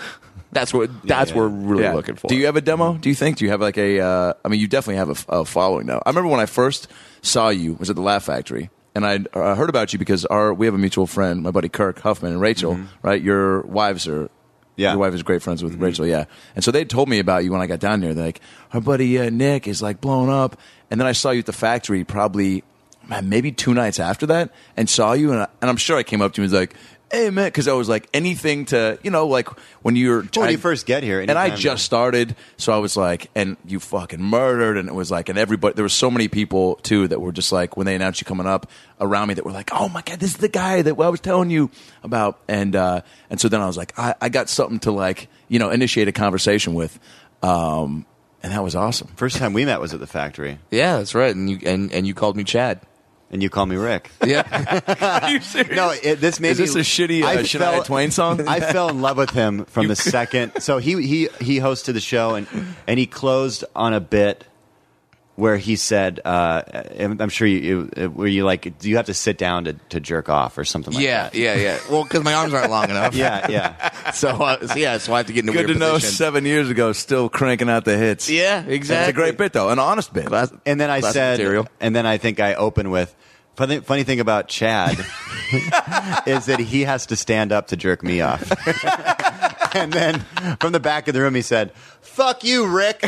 Speaker 4: That's what that's
Speaker 5: yeah.
Speaker 4: what we're really
Speaker 3: Yeah.
Speaker 4: looking for.
Speaker 3: Do you have a demo? Do you think? Do you have like a? Uh, I mean, you definitely have a f- a, following now. I remember when I first saw you was at the Laugh Factory, and I uh, heard about you because our we have a mutual friend, my buddy Kirk Huffman and Rachel.
Speaker 4: Mm-hmm.
Speaker 3: Right, your wives are.
Speaker 5: Yeah.
Speaker 3: Your wife is great friends with Rachel, yeah. And so they told me about you when I got down there. They're like, our buddy uh, Nick is like blown up. And then I saw you at the factory probably, man, maybe two nights after that and saw you. And, I, and I'm sure I came up to you and was like, hey, man, because I was like, anything to, you know, like when you're.
Speaker 5: When
Speaker 3: I-
Speaker 5: you first get here,
Speaker 3: and I
Speaker 5: anytime-
Speaker 3: just started, so I was like, and you fucking murdered, and it was like, and everybody, there were so many people too that were just like, when they announced you coming up around me, that were like, oh my god, this is the guy that I was telling you about, and uh, and so then I was like, I, I got something to like, you know, initiate a conversation with, um, and that was awesome.
Speaker 5: First time we met was at the factory,
Speaker 4: Yeah, that's right. And you and, and you called me Chad.
Speaker 5: and you call
Speaker 3: *laughs*
Speaker 5: me Rick.
Speaker 4: Yeah,
Speaker 3: Are you serious?
Speaker 5: No, it, this made
Speaker 3: Is this
Speaker 5: me-
Speaker 3: a shitty uh,
Speaker 5: I
Speaker 3: Shania
Speaker 5: fell-
Speaker 3: Twain song?
Speaker 5: *laughs* I fell in love with him from the second. So he he he hosted the show and and he closed on a bit where he said, uh, and "I'm sure you, you were you like, do you have to sit down to, to jerk off or something like
Speaker 4: *laughs* yeah,
Speaker 5: that?"
Speaker 4: yeah, yeah. Well, because my arms aren't long enough.
Speaker 5: Yeah,
Speaker 3: *laughs*
Speaker 5: yeah.
Speaker 4: So, uh, so yeah, so I have to get in a
Speaker 3: Good
Speaker 4: weird
Speaker 3: to know.
Speaker 4: position.
Speaker 3: Seven years ago, still cranking out the hits.
Speaker 4: Yeah,
Speaker 3: It's a
Speaker 4: exactly.
Speaker 3: great bit though, an honest bit.
Speaker 5: And then I
Speaker 4: Classic
Speaker 5: said,
Speaker 4: material.
Speaker 5: and then I think I open with funny, funny thing about Chad
Speaker 3: *laughs*
Speaker 5: is that he has to stand up to jerk
Speaker 3: *laughs*
Speaker 5: me off.
Speaker 3: *laughs*
Speaker 5: and then from the back of the room, he said, "Fuck you, Rick."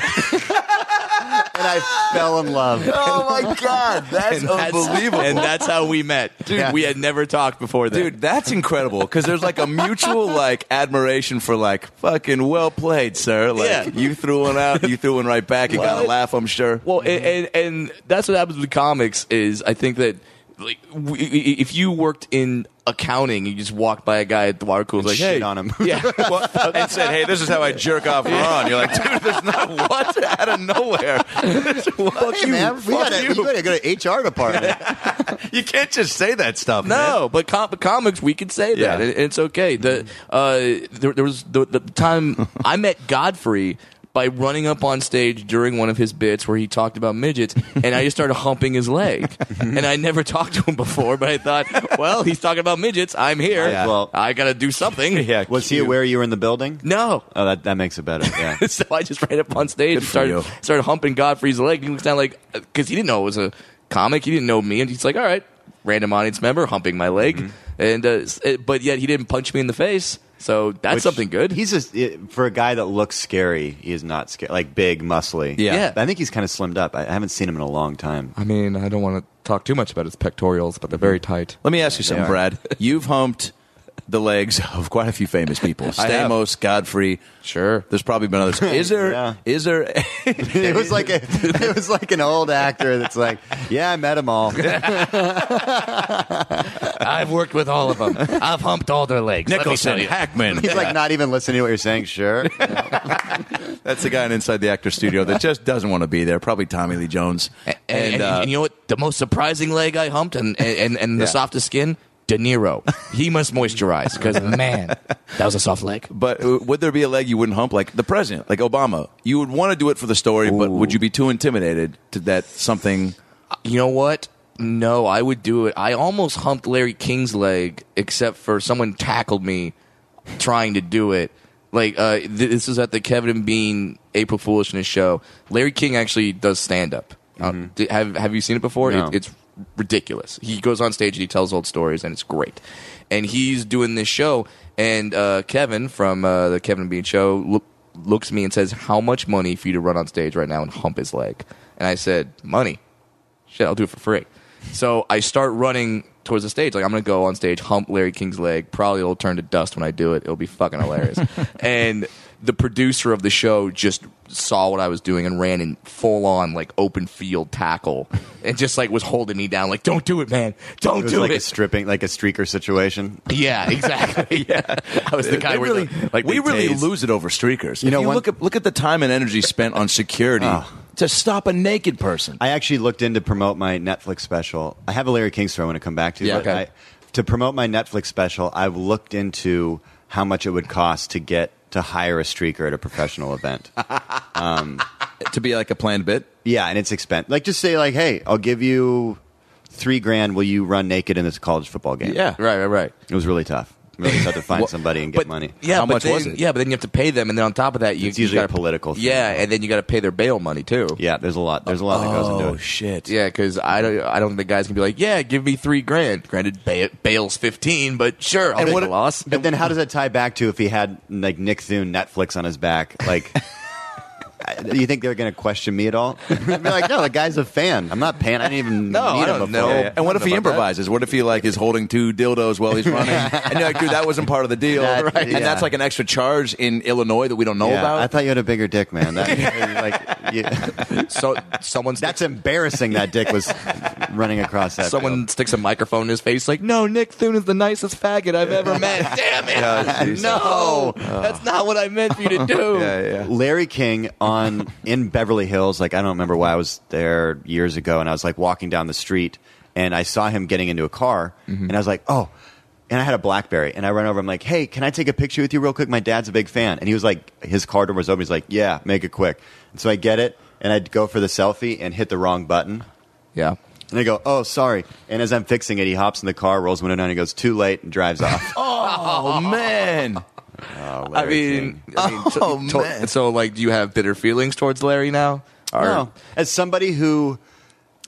Speaker 5: and I fell in love.
Speaker 3: Oh my god, that's
Speaker 4: And that's-
Speaker 3: unbelievable.
Speaker 4: and that's how we met, dude.
Speaker 5: Yeah.
Speaker 4: We had never talked before that.
Speaker 3: Dude, that's incredible because there's like a mutual like admiration for like fucking well played, sir. Like
Speaker 4: Yeah.
Speaker 3: you threw one out, you threw one right back. You got a
Speaker 4: What?
Speaker 3: laugh, I'm sure.
Speaker 4: Well, and, and and that's what happens with comics is I think that like w- if you worked in accounting, you just walked by a guy at the water cooler like,
Speaker 5: shit
Speaker 4: hey,
Speaker 5: on him.
Speaker 4: *laughs* yeah,
Speaker 3: *laughs* Well, and said, "Hey, this is how I jerk off Ron." You're like, "Dude, there's no what out
Speaker 5: *laughs*
Speaker 3: of nowhere.
Speaker 5: Fuck you, man. We gotta, you. gotta go to HR department.
Speaker 3: *laughs* You can't just say that stuff." man.
Speaker 4: No, but, com- but comics, we could say that,
Speaker 3: Yeah.
Speaker 4: and, and it's okay. The
Speaker 5: Mm-hmm.
Speaker 4: uh, there, there was the,
Speaker 5: *laughs*
Speaker 4: the time I met Godfrey by running up on stage during one of his bits where he talked about midgets, and I just started humping his leg,
Speaker 5: *laughs*
Speaker 4: and I never talked to him before, but I thought, well, he's talking about midgets. I'm here.
Speaker 5: Yeah. Well-
Speaker 4: I got to
Speaker 5: *laughs*
Speaker 4: do something.
Speaker 3: Yeah.
Speaker 5: Was he aware you were in the building?
Speaker 4: No.
Speaker 5: Oh, that, that makes it better. Yeah.
Speaker 4: *laughs* so I just ran up on stage and
Speaker 3: for
Speaker 4: started
Speaker 3: you.
Speaker 4: started humping Godfrey's leg. He was down like because he didn't know it was a comic. He didn't know me, and he's like, "All right, random audience member humping my leg," and uh, s- uh, but yet he didn't punch me in the face. So that's
Speaker 5: Which-
Speaker 4: something good.
Speaker 5: He's just it, for a guy that looks scary. He is not scary, like big, muscly.
Speaker 3: Yeah.
Speaker 4: Yeah.
Speaker 5: I think he's kind of slimmed up. I I haven't seen him in a long
Speaker 4: *laughs*
Speaker 5: time.
Speaker 4: I mean, I don't want to talk too much about his pectorials, but they're very tight.
Speaker 3: Let me ask you something,
Speaker 4: are.
Speaker 3: Brad. You've humped the legs of quite a few famous
Speaker 5: *laughs*
Speaker 3: people:
Speaker 4: have.
Speaker 3: Stamos, Godfrey.
Speaker 4: Sure.
Speaker 3: There's probably been others. Is there? Is
Speaker 5: Yeah.
Speaker 3: there?
Speaker 5: *laughs* It was like a, *laughs* it was like an old actor that's like, yeah, I met him
Speaker 4: *laughs*
Speaker 5: all.
Speaker 4: I've worked with all of them. I've humped all their legs. Let me
Speaker 3: *laughs*
Speaker 4: tell
Speaker 3: Nicholson,
Speaker 4: you.
Speaker 3: Hackman.
Speaker 5: He's like not even listening to what you're saying.
Speaker 4: *laughs*
Speaker 5: Sure.
Speaker 3: That's the guy in inside the actor studio that just doesn't want to be there. Probably Tommy Lee Jones.
Speaker 4: And, and, and you know what? The most surprising leg I humped, and and, and, and the
Speaker 3: uh, Yeah.
Speaker 4: softest skin, De Niro. He must moisturize because man, *laughs* that was a soft leg.
Speaker 3: But uh, would there be a leg you wouldn't hump, like the president, like Obama? You would want to do it for the story, but would you be too intimidated to that something?
Speaker 4: You know what? No, I would do it. I almost humped Larry King's leg, except for someone tackled me trying to do it. Like uh, th- this is at the Kevin and Bean April Foolishness show. Larry King actually does stand up. Uh, d- have Have you seen it before?
Speaker 5: No.
Speaker 4: It, it's ridiculous. He goes on stage and he tells old stories, and it's great. And he's doing this show, and uh, Kevin from uh, the Kevin and Bean show look, looks at me and says, "How much money for you to run on stage right now and hump his leg?" And I said, "Money." shit, I'll do it for free. So I start running towards the stage. Like, I'm going to go on stage, hump Larry King's leg. Probably it'll turn to dust when I do it. It'll be fucking *laughs* hilarious. and the producer of the show just saw what I was doing and ran in full on, like, open field tackle and just, like, was holding me down, like, don't do it, man. Don't
Speaker 5: It was
Speaker 4: do
Speaker 5: like
Speaker 4: it.
Speaker 5: a stripping, like a streaker situation.
Speaker 4: yeah, exactly. *laughs* yeah. I was the guy
Speaker 3: They
Speaker 4: where the-
Speaker 3: really,
Speaker 4: like,
Speaker 3: we
Speaker 4: they
Speaker 3: really
Speaker 4: tased.
Speaker 3: lose it over streakers.
Speaker 5: You
Speaker 3: You
Speaker 5: know,
Speaker 3: know, Ah. you
Speaker 5: one-
Speaker 3: look at look at the time and energy spent on security
Speaker 5: Oh.
Speaker 3: to stop a naked person.
Speaker 5: I actually looked in to promote my Netflix special. I have a Larry King story I want to come back to.
Speaker 4: Yeah,
Speaker 5: but
Speaker 4: okay.
Speaker 5: I, to promote my Netflix special, I've looked into how much it would cost to get to hire a streaker at a professional event.
Speaker 3: to be like a planned bit.
Speaker 5: yeah, and it's expensive. Like, just say like, "Hey, I'll give you three grand. Will you run naked in this college football game?"
Speaker 3: Yeah.
Speaker 4: Right, right, right.
Speaker 5: it was really tough. Really tough
Speaker 3: *laughs*
Speaker 5: to find
Speaker 4: Well,
Speaker 5: somebody and get
Speaker 4: but-
Speaker 5: money.
Speaker 4: Yeah,
Speaker 3: How
Speaker 4: but
Speaker 3: much
Speaker 4: then-
Speaker 3: was it?
Speaker 4: Yeah, but then you have to pay them, and then on top of that, you
Speaker 5: It's usually
Speaker 4: you
Speaker 5: a
Speaker 4: gotta,
Speaker 5: political thing.
Speaker 4: Yeah, and then you got to pay their bail money too.
Speaker 5: Yeah, there's a lot. There's a lot that goes into
Speaker 3: Oh
Speaker 5: it.
Speaker 3: shit!
Speaker 4: Yeah, because I don't, I don't think the guys can be like, yeah, give me three grand. Granted, ba- bail's fifteen, but sure, I'll
Speaker 5: And
Speaker 4: take
Speaker 5: what-
Speaker 4: the loss.
Speaker 5: But then, how does that tie back to if he had like Nick Thune Netflix on his back?
Speaker 3: *laughs*
Speaker 5: Like, I- do you think they're going to question me at all? I'd be like, no, the guy's a fan. I'm not paying. I didn't even
Speaker 3: No, I
Speaker 5: need him
Speaker 3: don't know.
Speaker 5: before.
Speaker 3: And what if he
Speaker 5: about that.
Speaker 3: improvises? What if he like is holding two dildos while he's *laughs* running? and you're like, dude, that wasn't part of the deal,
Speaker 5: That-
Speaker 3: and
Speaker 5: yeah.
Speaker 3: that's like an extra charge in Illinois that we don't know
Speaker 5: Yeah,
Speaker 3: about.
Speaker 5: I thought you had a bigger dick,
Speaker 3: *laughs*
Speaker 5: man. That, like, you,
Speaker 4: So someone
Speaker 5: that's
Speaker 4: sticks,
Speaker 5: embarrassing. That dick was running across that.
Speaker 4: someone
Speaker 5: field.
Speaker 4: sticks a microphone in his face, like, no, Nick Thune is the nicest faggot I've ever met. Damn it! *laughs* no, that's not what I meant for you to do.
Speaker 5: Larry King on in Beverly Hills. Like I don't remember why I was there years ago, and I was like walking down the street, and I saw him getting into a car, and I was like, oh. And I had a BlackBerry, and I ran over. I'm like, "Hey, can I take a picture with you real quick? My dad's a big fan." And he was like, his car door was open. He's like, "Yeah, make it quick." And so I get it, and I'd go for the selfie and hit the wrong button.
Speaker 4: Yeah.
Speaker 5: And I go, "Oh, sorry." And as I'm fixing it, he hops in the car, rolls window down, and goes, "Too late," and drives off.
Speaker 3: oh man!
Speaker 5: Oh,
Speaker 4: I
Speaker 5: Larry
Speaker 4: mean,
Speaker 5: King.
Speaker 4: I mean t-
Speaker 3: Oh,
Speaker 4: t-
Speaker 3: man.
Speaker 4: so like, do you have bitter feelings towards Larry now? Or-
Speaker 5: No. As somebody who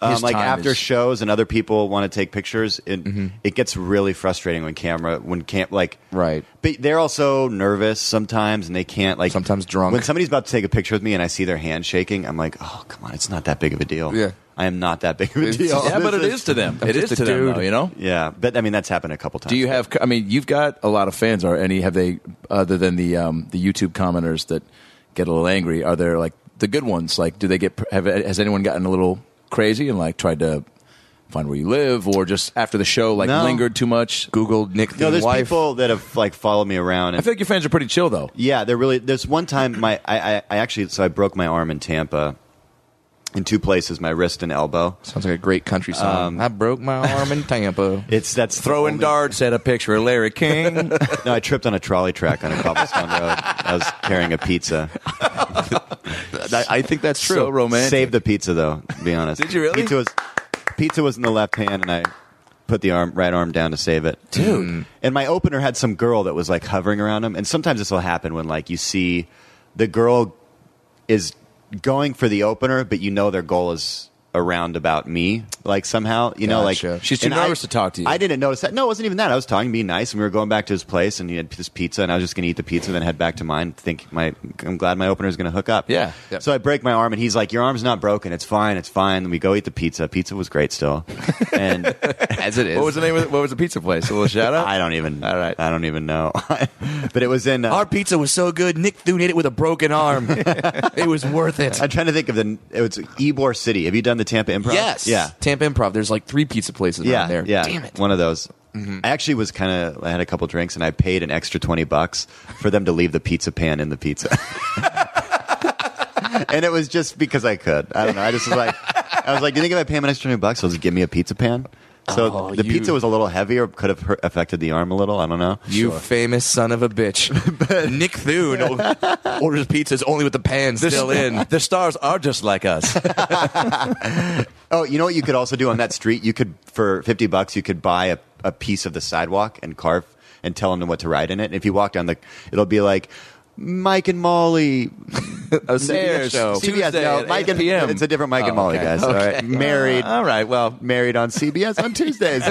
Speaker 5: Um,
Speaker 3: His
Speaker 5: like
Speaker 3: time
Speaker 5: after
Speaker 3: is- Mm-hmm.
Speaker 5: shows and other people want to take pictures, it it gets really frustrating when camera when camp like
Speaker 4: Right.
Speaker 5: But they're also nervous sometimes, and they can't like
Speaker 4: Sometimes drunk.
Speaker 5: When somebody's about to take a picture with me and I see their hand shaking, I'm like, oh come on, it's not that big of a deal.
Speaker 4: Yeah.
Speaker 5: I am not that big of a
Speaker 4: It's-
Speaker 5: deal.
Speaker 3: yeah, but
Speaker 5: This
Speaker 3: it is to them.
Speaker 4: I'm
Speaker 3: It is
Speaker 4: just
Speaker 3: to
Speaker 4: a
Speaker 3: them,
Speaker 4: dude.
Speaker 3: though, you know.
Speaker 5: Yeah, but I mean that's happened a couple times.
Speaker 3: Do you have? I mean, you've got a lot of fans. Are any have they other than the um, the YouTube commenters that get a little angry? Are there like the good ones? Like, do they get? Have has anyone gotten a little crazy and like tried to find where you live, or just after the show like
Speaker 5: No.
Speaker 3: lingered too much?
Speaker 4: Google Nick
Speaker 5: No,
Speaker 4: the
Speaker 5: there's
Speaker 4: wife.
Speaker 5: people that have like followed me around.
Speaker 3: I
Speaker 5: And,
Speaker 3: feel like your fans are pretty chill though.
Speaker 5: yeah, they're really. There's one time my I, I I actually so I broke my arm in Tampa, in two places, my wrist and elbow.
Speaker 4: Sounds like a great country song. I broke my arm in Tampa.
Speaker 5: It's that's the
Speaker 3: Throwing
Speaker 5: only-
Speaker 3: darts at a picture of Larry *laughs* King.
Speaker 5: No, I tripped on a trolley track on a cobblestone road. I was carrying a pizza.
Speaker 4: I, I think that's
Speaker 3: *laughs*
Speaker 4: true.
Speaker 3: So romantic.
Speaker 5: Saved the pizza though. To be honest,
Speaker 3: Did you really?
Speaker 5: Pizza was pizza was in the left hand, and I put the arm right arm down to save it, dude. And my opener had some girl that was like hovering around him, and sometimes this will happen when like you see the girl is going for the opener, but you know their goal is around about me, like somehow, you know,
Speaker 4: Gotcha.
Speaker 5: like
Speaker 3: She's too
Speaker 5: and
Speaker 3: nervous to talk to you.
Speaker 5: I didn't notice that. No, it wasn't even that. I was talking, being nice, and we were going back to his place, and he had this pizza, and I was just going to eat the pizza, and then head back to mine. Think my, I'm glad my opener is going to hook up.
Speaker 3: Yeah.
Speaker 4: Yep.
Speaker 5: So I break my arm, and he's like, "Your arm's not broken. It's fine. It's fine." And we go eat the pizza. Pizza was
Speaker 3: *laughs*
Speaker 5: great still, and
Speaker 4: *laughs* As it is.
Speaker 3: what was the name? Of the, what was the pizza
Speaker 4: *laughs*
Speaker 3: place? A little shout out.
Speaker 5: I don't even.
Speaker 3: All right.
Speaker 5: I don't even know. *laughs* but it was in. Uh,
Speaker 4: Our pizza was so good. Nick Thune ate it with a broken arm. it was worth it.
Speaker 5: I'm trying to think of the. It was Ybor City. Have you done the Tampa Improv?
Speaker 4: Yes.
Speaker 5: Yeah.
Speaker 4: Tampa Improv. There's like three pizza places
Speaker 5: yeah,
Speaker 4: around there.
Speaker 5: Yeah,
Speaker 4: Damn it. Mm-hmm.
Speaker 5: One of those. I actually was kind of. I had a couple drinks and I paid an extra twenty bucks for them to leave the pizza pan in the pizza. *laughs* and it was just because I could. I don't know. I just was like, I was like, do you think if I pay him an extra twenty bucks, he'll just give me a pizza pan? So
Speaker 4: Oh,
Speaker 5: the
Speaker 4: you-
Speaker 5: pizza was a little heavier, could have hurt, affected the arm a little. I don't know.
Speaker 4: You famous son of a bitch. Nick Thune o- orders pizzas only with the pan still in.
Speaker 3: The stars are just like us.
Speaker 5: Oh, you know what you could also do on that street? You could for fifty bucks you could buy a, a piece of the sidewalk and carve and tell them what to write in it. And if you walk down the it'll be like Mike and Molly.
Speaker 3: A Sayers
Speaker 5: CBS, CBS
Speaker 3: Tuesday
Speaker 5: no,
Speaker 3: at 8
Speaker 5: Mike and
Speaker 3: PM.
Speaker 5: It's a different Mike and
Speaker 3: Oh,
Speaker 5: Molly
Speaker 3: okay.
Speaker 5: guys. All right. Married
Speaker 3: All right. Well,
Speaker 5: married on CBS
Speaker 3: *laughs*
Speaker 5: on Tuesdays.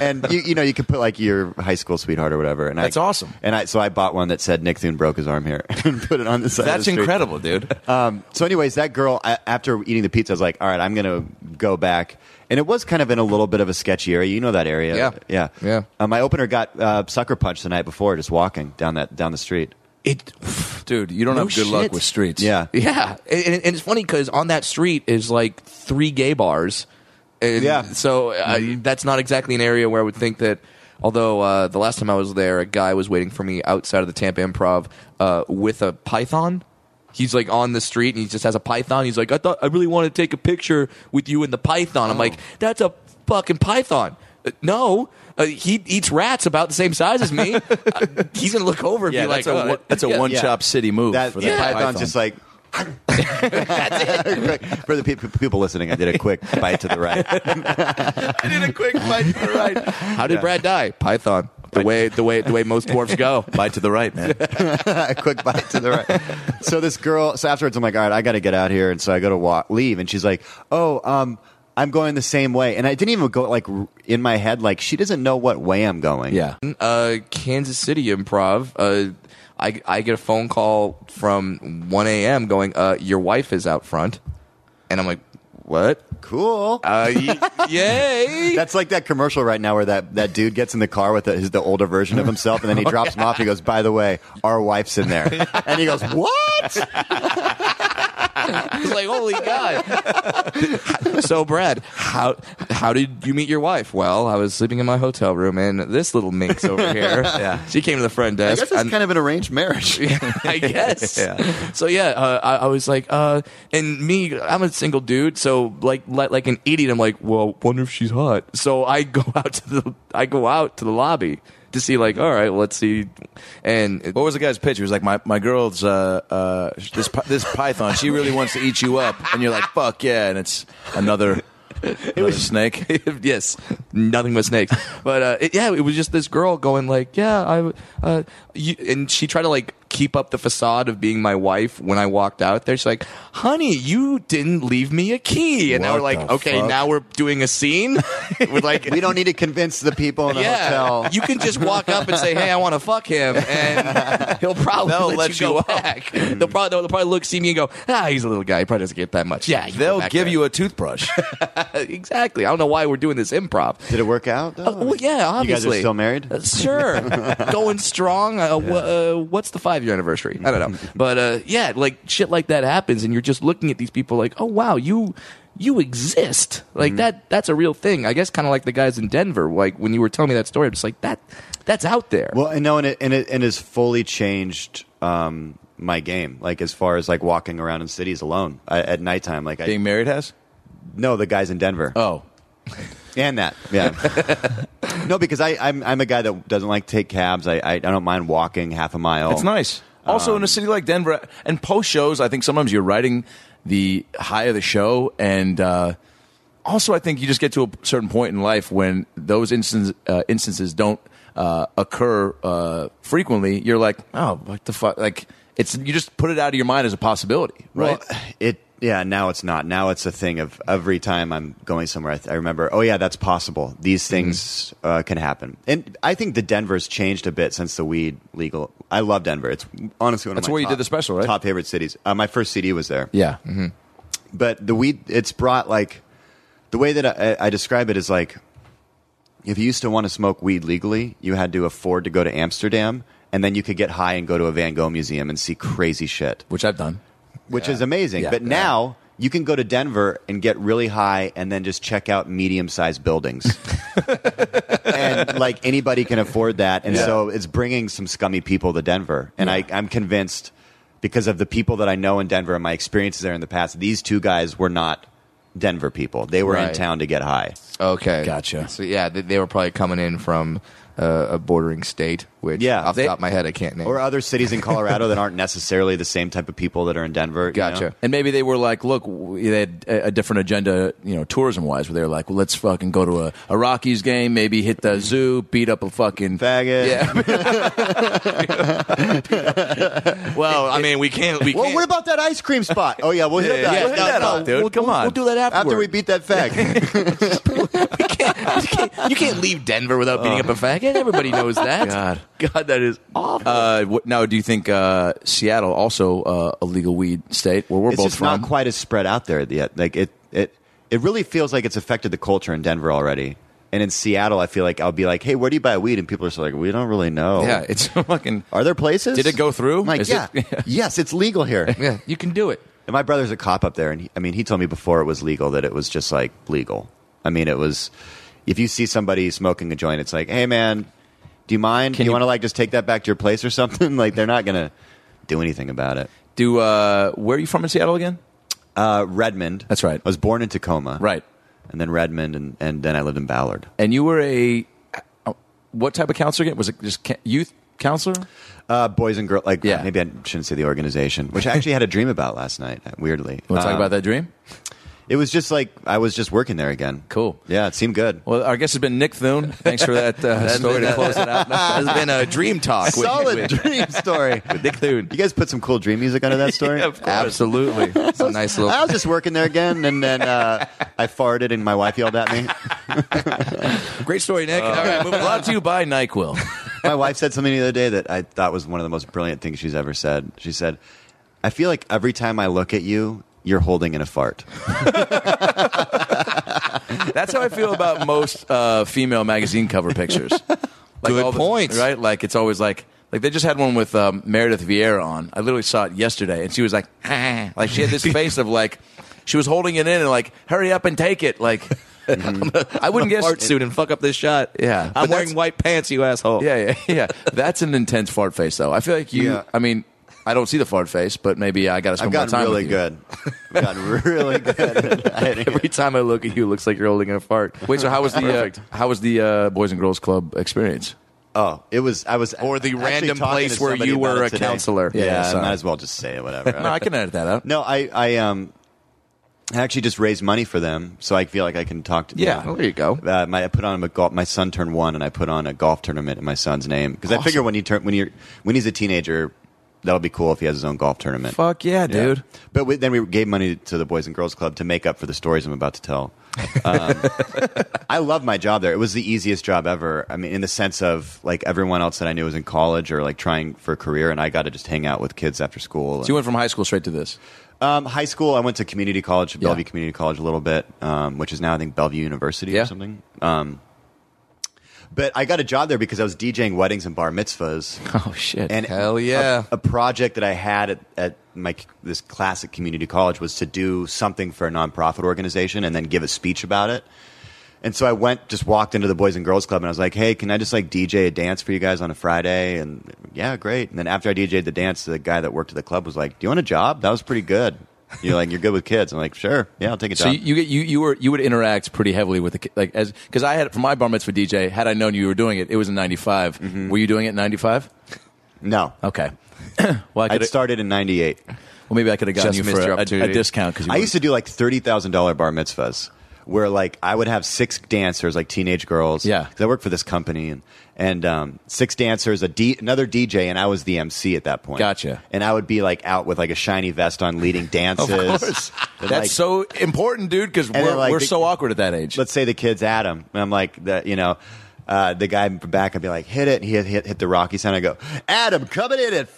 Speaker 5: and you, you know, you could put like your high school sweetheart or whatever. And
Speaker 3: That's
Speaker 5: I,
Speaker 3: awesome.
Speaker 5: And I so I bought one that said Nick Thune broke his arm here *laughs* and put it on the side. of the
Speaker 3: that's
Speaker 5: street.
Speaker 3: incredible, dude.
Speaker 5: Um, so, anyways, that girl a- after eating the pizza, I was like, "All right, I'm gonna go back." And it was kind of in a little bit of a sketchy area. You know that area,
Speaker 4: Yeah.
Speaker 5: yeah,
Speaker 4: Yeah.
Speaker 5: Uh, my opener got uh, sucker punched the night before, just walking down that down the street.
Speaker 4: It,
Speaker 3: Dude, you don't
Speaker 4: No
Speaker 3: have good luck
Speaker 4: shit.
Speaker 3: with streets.
Speaker 5: Yeah,
Speaker 4: yeah. And, and it's funny because on that street is like three gay bars. And
Speaker 5: Yeah.
Speaker 4: So uh,
Speaker 3: Mm-hmm.
Speaker 4: that's not exactly an area where I would think that. Although uh, the last time I was there, a guy was waiting for me outside of the Tampa Improv uh, with a python. He's like on the street and he just has a python. He's like, I thought I really wanted to take a picture with you and the python. I'm like,
Speaker 3: Oh.
Speaker 4: that's a fucking python. Uh, no, uh, he eats rats about the same size
Speaker 3: *laughs*
Speaker 4: as me. Uh, he's gonna look over and
Speaker 3: Yeah,
Speaker 4: be like,
Speaker 3: that's a,
Speaker 4: "Oh,
Speaker 3: one- that's a
Speaker 4: yeah."
Speaker 3: one
Speaker 5: yeah.
Speaker 3: chop city move.
Speaker 5: that,
Speaker 3: for
Speaker 5: for
Speaker 3: that
Speaker 5: python's
Speaker 3: python.
Speaker 5: just like. *laughs* for the pe- people listening, I did a quick bite to the right.
Speaker 3: I did a quick bite to the right.
Speaker 4: How did Brad die? Python. The way the way the way most dwarves go.
Speaker 3: Bite to the right, man.
Speaker 5: *laughs* a quick bite to the right. So this girl. So afterwards, I'm like, all right, I got to get out here, and so I go to walk, leave, and she's like, oh, um, I'm going the same way, and I didn't even go like r- in my head, like she doesn't know what way I'm
Speaker 3: *laughs*
Speaker 5: going.
Speaker 3: Yeah.
Speaker 4: *laughs* Uh, Kansas City Improv. Uh, I I get a phone call from 1 a.m. going, uh, your wife is out front, and I'm like, what?
Speaker 5: cool.
Speaker 4: Uh, y- *laughs* yay!
Speaker 5: That's like that commercial right now where that, that dude gets in the car with the, his, the older version of himself,
Speaker 4: *laughs*
Speaker 5: and then he drops him off. And he goes, "By the way, our wife's in there," and he goes, "What?"
Speaker 4: It's like, holy god! *laughs* so, Brad, how how did you meet your wife? Well, I was sleeping in my hotel room, and this little minx over *laughs* here,
Speaker 5: Yeah.
Speaker 4: she came to the front
Speaker 5: I
Speaker 4: desk.
Speaker 5: guess it's
Speaker 4: and-
Speaker 5: kind of an arranged
Speaker 4: *laughs*
Speaker 5: marriage.
Speaker 4: I
Speaker 5: *laughs*
Speaker 4: guess.
Speaker 5: Yeah.
Speaker 4: So yeah, uh, I, I was like, uh, and me, I'm a single dude, so like, like, like an idiot, I'm like, well, wonder if she's hot. So I go *laughs* out to the, I go out to the lobby to see, like, all right, let's see, and *laughs* it-
Speaker 3: What was the guy's pitch? He was like, "My my girl's uh, uh, this pi- this python. She really wants to eat you up," and you're like, "Fuck yeah!" And it's another another *laughs* snake.
Speaker 4: yes, nothing
Speaker 5: *laughs*
Speaker 4: but snakes. But uh, it, yeah, it was just this girl going like, yeah, I, uh, you, and she tried to like keep up the facade of being my wife when I walked out there. She's like, honey, you didn't leave me a key. And now
Speaker 5: What
Speaker 4: we're like,
Speaker 5: the
Speaker 4: okay,
Speaker 5: fuck?
Speaker 4: now we're doing a
Speaker 5: *laughs*
Speaker 4: scene. we're like,
Speaker 5: We don't need to convince the people in the
Speaker 4: yeah,
Speaker 5: hotel.
Speaker 4: you can just walk up and say, "Hey, I want to fuck
Speaker 3: *laughs*
Speaker 4: him," and he'll probably
Speaker 3: They'll
Speaker 4: let,
Speaker 3: let
Speaker 4: you,
Speaker 3: you
Speaker 4: go
Speaker 3: up.
Speaker 4: back. They'll probably they'll probably look, see me, and go, "Ah, he's a little guy. He probably doesn't get that much." Yeah,
Speaker 3: They'll give you a toothbrush.
Speaker 4: a- Uh, exactly. I don't know why we're doing this improv.
Speaker 5: Did it work out?
Speaker 4: Uh, well, yeah,
Speaker 5: You guys are
Speaker 4: obviously.
Speaker 5: still married? *laughs*
Speaker 4: Uh, sure, going strong. Uh, wh- uh, what's the five year anniversary?
Speaker 5: *laughs*
Speaker 4: I don't know, but uh, yeah, like shit like that happens, and you're just looking at these people like, oh wow, you you exist. Like
Speaker 5: Mm-hmm.
Speaker 4: that that's a real thing. I guess kind of like the guys in Denver. Like when you were telling me that story, I'm just like that that's out there.
Speaker 5: Well, and no, and it and it and has fully changed um, my game. Like as far as like walking around in cities alone I, at nighttime. Like I
Speaker 3: Being married has?
Speaker 5: no, the guys in Denver
Speaker 3: Oh.
Speaker 5: and that. Yeah. no, because I I'm, I'm a guy that doesn't like take cabs. I, I I don't mind walking half a mile.
Speaker 3: That's nice. Also, in a city like Denver, and post shows, I think sometimes you're writing the high of the show, and uh, also I think you just get to a certain point in life when those instance, uh, instances don't uh, occur uh, frequently. You're like, oh, what the fuck? Like it's you just put it out of your mind as a possibility, right?
Speaker 5: Well, it yeah. Now it's not. Now it's a thing of every time I'm going somewhere. I, th- I remember. Oh yeah, that's possible.
Speaker 3: Mm-hmm.
Speaker 5: These things uh, can happen. And I think the Denver's changed a bit since the weed legal. I love Denver. It's honestly one of
Speaker 3: That's
Speaker 5: my
Speaker 3: where you
Speaker 5: top,
Speaker 3: did the special, right?
Speaker 5: Top favorite cities. Uh, my first CD was there.
Speaker 3: yeah. mm-hmm.
Speaker 5: But the weed, it's brought like the way that I, I describe it is like if you used to want to smoke weed legally, you had to afford to go to Amsterdam. And then you could get high and go to a Van Gogh museum and see crazy shit
Speaker 3: Which I've done.
Speaker 5: which is amazing.
Speaker 3: Yeah.
Speaker 5: but
Speaker 3: Yeah.
Speaker 5: now you can go to Denver and get really high and then just check out medium sized
Speaker 3: *laughs*
Speaker 5: buildings. and like anybody can afford that. And so it's bringing some scummy people to Denver. And I, I'm convinced because of the people that I know in Denver and my experiences there in the past, these two guys were not Denver people. They were in
Speaker 4: Right.
Speaker 5: town to get high.
Speaker 4: Okay,
Speaker 3: Gotcha.
Speaker 4: So yeah, they, they were probably coming in from uh, a bordering state, which
Speaker 5: Yeah,
Speaker 4: off
Speaker 5: they-
Speaker 4: the top of my head I can't name.
Speaker 5: Or other cities in Colorado that aren't necessarily the same type of people that are in Denver. you
Speaker 4: Gotcha.
Speaker 5: know?
Speaker 3: And maybe they were like, look, w- they had a a different agenda, you know, tourism wise, where they were like, well, let's fucking go to a, a Rockies game, maybe hit the zoo, beat up a fucking.
Speaker 5: Faggot.
Speaker 4: yeah. *laughs* well, I mean, we can't. We
Speaker 5: Well,
Speaker 4: can't.
Speaker 5: what about that ice cream spot? Oh yeah, we'll hit
Speaker 3: yeah,
Speaker 5: that.
Speaker 3: yeah,
Speaker 5: We'll hit
Speaker 3: no,
Speaker 5: that
Speaker 3: no,
Speaker 5: up.
Speaker 3: dude,
Speaker 4: we'll,
Speaker 3: come
Speaker 4: we'll-
Speaker 3: on.
Speaker 4: We'll do that afterward.
Speaker 5: after we beat
Speaker 3: *laughs*
Speaker 5: that fag.
Speaker 4: you, can't, you can't leave Denver without beating up a faggot. Everybody
Speaker 3: *laughs*
Speaker 4: knows that.
Speaker 3: God.
Speaker 4: God, that is awful.
Speaker 3: Uh, what, now, do you think uh, Seattle also uh, a legal weed state where we're
Speaker 5: it's
Speaker 3: both
Speaker 5: just
Speaker 3: from?
Speaker 5: not quite as spread out there yet. Like it, it, it really feels like it's affected the culture in Denver already. And in Seattle, I feel like I'll be like, "Hey, where do you buy weed?" And people are just like, "We don't really know."
Speaker 3: yeah, it's *laughs* fucking.
Speaker 5: Are there places?
Speaker 3: Did it go through?
Speaker 5: I'm like,
Speaker 3: Is
Speaker 5: yeah,
Speaker 3: *laughs* it-
Speaker 5: yes, it's
Speaker 3: *laughs*
Speaker 5: legal here. and
Speaker 4: yeah, you can do it.
Speaker 5: my brother's a cop up there, and he, I mean, he told me before it was legal that it was just like legal. I mean, it was. If you see somebody smoking a joint, it's like, "Hey, man, do you mind? do you,
Speaker 3: you-
Speaker 5: want to like just take that back to your place or something?" *laughs* like, they're not gonna do anything about it.
Speaker 3: Do uh, where are you from in Seattle again?
Speaker 5: Uh, Redmond.
Speaker 3: That's right.
Speaker 5: I was born in Tacoma.
Speaker 3: Right,
Speaker 5: and then Redmond, and, and then I lived in Ballard.
Speaker 3: and you were a uh, what type of counselor again? Was it just ca- youth counselor?
Speaker 5: Uh, boys and girls, like
Speaker 3: Yeah.
Speaker 5: maybe I shouldn't say the organization, which I
Speaker 3: *laughs*
Speaker 5: actually had a dream about last night. Weirdly,
Speaker 3: Want to talk
Speaker 5: Um,
Speaker 3: about that dream?
Speaker 5: It was just like I was just working there again.
Speaker 3: Cool.
Speaker 5: Yeah, it seemed good.
Speaker 3: Well, *laughs* our guest has been Nick Thune. Thanks for that
Speaker 4: *laughs*
Speaker 3: uh, story to close it out.
Speaker 4: This has been a dream talk. with-
Speaker 3: *laughs*
Speaker 5: Solid
Speaker 4: with
Speaker 5: dream story.
Speaker 4: Nick Thune.
Speaker 5: You guys put some cool dream
Speaker 3: *laughs*
Speaker 5: music under that story.
Speaker 4: Absolutely. It's a nice little.
Speaker 5: I was just working there again, and then uh, I farted, and my wife yelled at me.
Speaker 4: Great story, Nick.
Speaker 3: All right, moving on. Brought to you by NyQuil.
Speaker 5: My wife said something the other day that I thought was one of the most brilliant things she's ever said. She said, "I feel like every time I look at you, you're holding in a
Speaker 4: *laughs*
Speaker 5: fart."
Speaker 3: That's how I feel about most uh, female magazine cover
Speaker 4: *laughs*
Speaker 3: pictures. Like
Speaker 4: Good
Speaker 3: all the-
Speaker 4: point.
Speaker 3: right? Like it's always like like they just had one with um, Meredith Vieira on. I literally saw it yesterday, and she was like, "Ah." like she had
Speaker 4: *laughs*
Speaker 3: this face of like she was holding it in and like, hurry up and take it. Like I wouldn't guess
Speaker 4: Mm-hmm. Fart suit and fuck up this shot.
Speaker 3: Yeah. But
Speaker 4: I'm
Speaker 3: that's-
Speaker 4: wearing white pants, you asshole.
Speaker 3: Yeah, yeah, yeah. That's an intense fart face, though. I feel like you.
Speaker 5: Yeah.
Speaker 3: I mean, I don't see the fart face, but maybe I got to
Speaker 5: I've
Speaker 3: spend more
Speaker 5: gotten
Speaker 3: time
Speaker 5: really
Speaker 3: with you.
Speaker 5: good. I've
Speaker 4: *laughs*
Speaker 5: gotten really good. at *laughs* hiding it.
Speaker 4: Every time I look at you, it looks like you're holding in a fart.
Speaker 3: Wait, so how was the uh,
Speaker 4: Perfect.
Speaker 3: how was the uh, Boys and Girls Club experience?
Speaker 5: Oh, it was. I was.
Speaker 4: Or the
Speaker 5: actually
Speaker 4: random
Speaker 5: talking
Speaker 4: place
Speaker 5: to
Speaker 4: where
Speaker 5: somebody
Speaker 4: you
Speaker 5: about
Speaker 4: were
Speaker 5: it
Speaker 4: a
Speaker 5: today.
Speaker 4: counselor.
Speaker 5: Yeah,
Speaker 3: Yeah,
Speaker 5: I
Speaker 3: sorry.
Speaker 5: might as well just say it.
Speaker 4: *laughs*
Speaker 5: Whatever.
Speaker 3: No, I can edit that out.
Speaker 5: no, I, I, um, I actually just raised money for them, so I feel like I can talk to.
Speaker 3: Yeah.
Speaker 4: Well,
Speaker 5: Them.
Speaker 4: there you go.
Speaker 5: Uh, my, I put on a golf. My son turned one, and I put on a golf tournament in my son's name because I figure when he turn when he when he's a teenager, that'll be cool if he has his own golf tournament.
Speaker 4: Fuck yeah,
Speaker 5: Yeah.
Speaker 4: dude.
Speaker 5: But we, then we gave money to the Boys and Girls Club to make up for the stories I'm about to tell. Um,
Speaker 4: *laughs*
Speaker 5: I love my job there. It was the easiest job ever. I mean, in the sense of like everyone else that I knew was in college or like trying for a career, and I got to just hang out with kids after school.
Speaker 3: So you went from high school straight to this.
Speaker 5: um, high school, I went to community college, Bellevue
Speaker 3: Yeah.
Speaker 5: Community College, a little bit, um, which is now I think Bellevue University
Speaker 3: Yeah.
Speaker 5: or something. Um, but I got a job there because I was DJing weddings and bar mitzvahs
Speaker 3: Oh shit!
Speaker 5: and
Speaker 4: Hell
Speaker 5: a-
Speaker 4: yeah.
Speaker 5: a, project that I had at, at my this classic community college was to do something for a nonprofit organization and then give a speech about it. And so I went, just walked into the Boys and Girls Club, and I was like, "Hey, can I just like DJ a dance for you guys on a Friday?" And yeah, great. And then after I DJ'd the dance, the guy that worked at the club was like, "Do you want a job? That was pretty good." You're like, "You're good with kids." I'm like, "Sure, yeah, I'll take a
Speaker 3: So
Speaker 5: job."
Speaker 3: you, you get you you were you would interact pretty heavily with the ki- like as because I had for my bar mitzvah DJ had I known you were doing it it was in '95
Speaker 4: Mm-hmm.
Speaker 3: were you doing it in '95
Speaker 5: no,
Speaker 3: okay *coughs* well I
Speaker 5: I
Speaker 3: could
Speaker 5: started in '98.
Speaker 3: well maybe I could have gotten
Speaker 4: Just
Speaker 3: you
Speaker 4: missed
Speaker 3: for
Speaker 4: your
Speaker 3: a, a,
Speaker 4: opportunity.
Speaker 3: discount because
Speaker 5: I used to do like thirty thousand dollar bar mitzvahs, where like I would have six dancers, like teenage girls.
Speaker 3: Yeah.
Speaker 5: 'Cause I work for this company, and and um, six dancers, a D, another DJ, and I was the MC at that point.
Speaker 3: Gotcha.
Speaker 5: And I would be like out with like a shiny vest on,
Speaker 3: *laughs*
Speaker 5: leading dances.
Speaker 3: that's
Speaker 5: And, like,
Speaker 3: so important dude because
Speaker 5: then,
Speaker 3: we're
Speaker 5: like,
Speaker 3: we're
Speaker 5: the-
Speaker 3: so awkward at that age
Speaker 5: Let's say the kid's Adam, and I'm like the you know. Uh, the guy from back, I'd be like, hit it. And he hit, hit, hit the Rocky sound. I go, Adam coming in at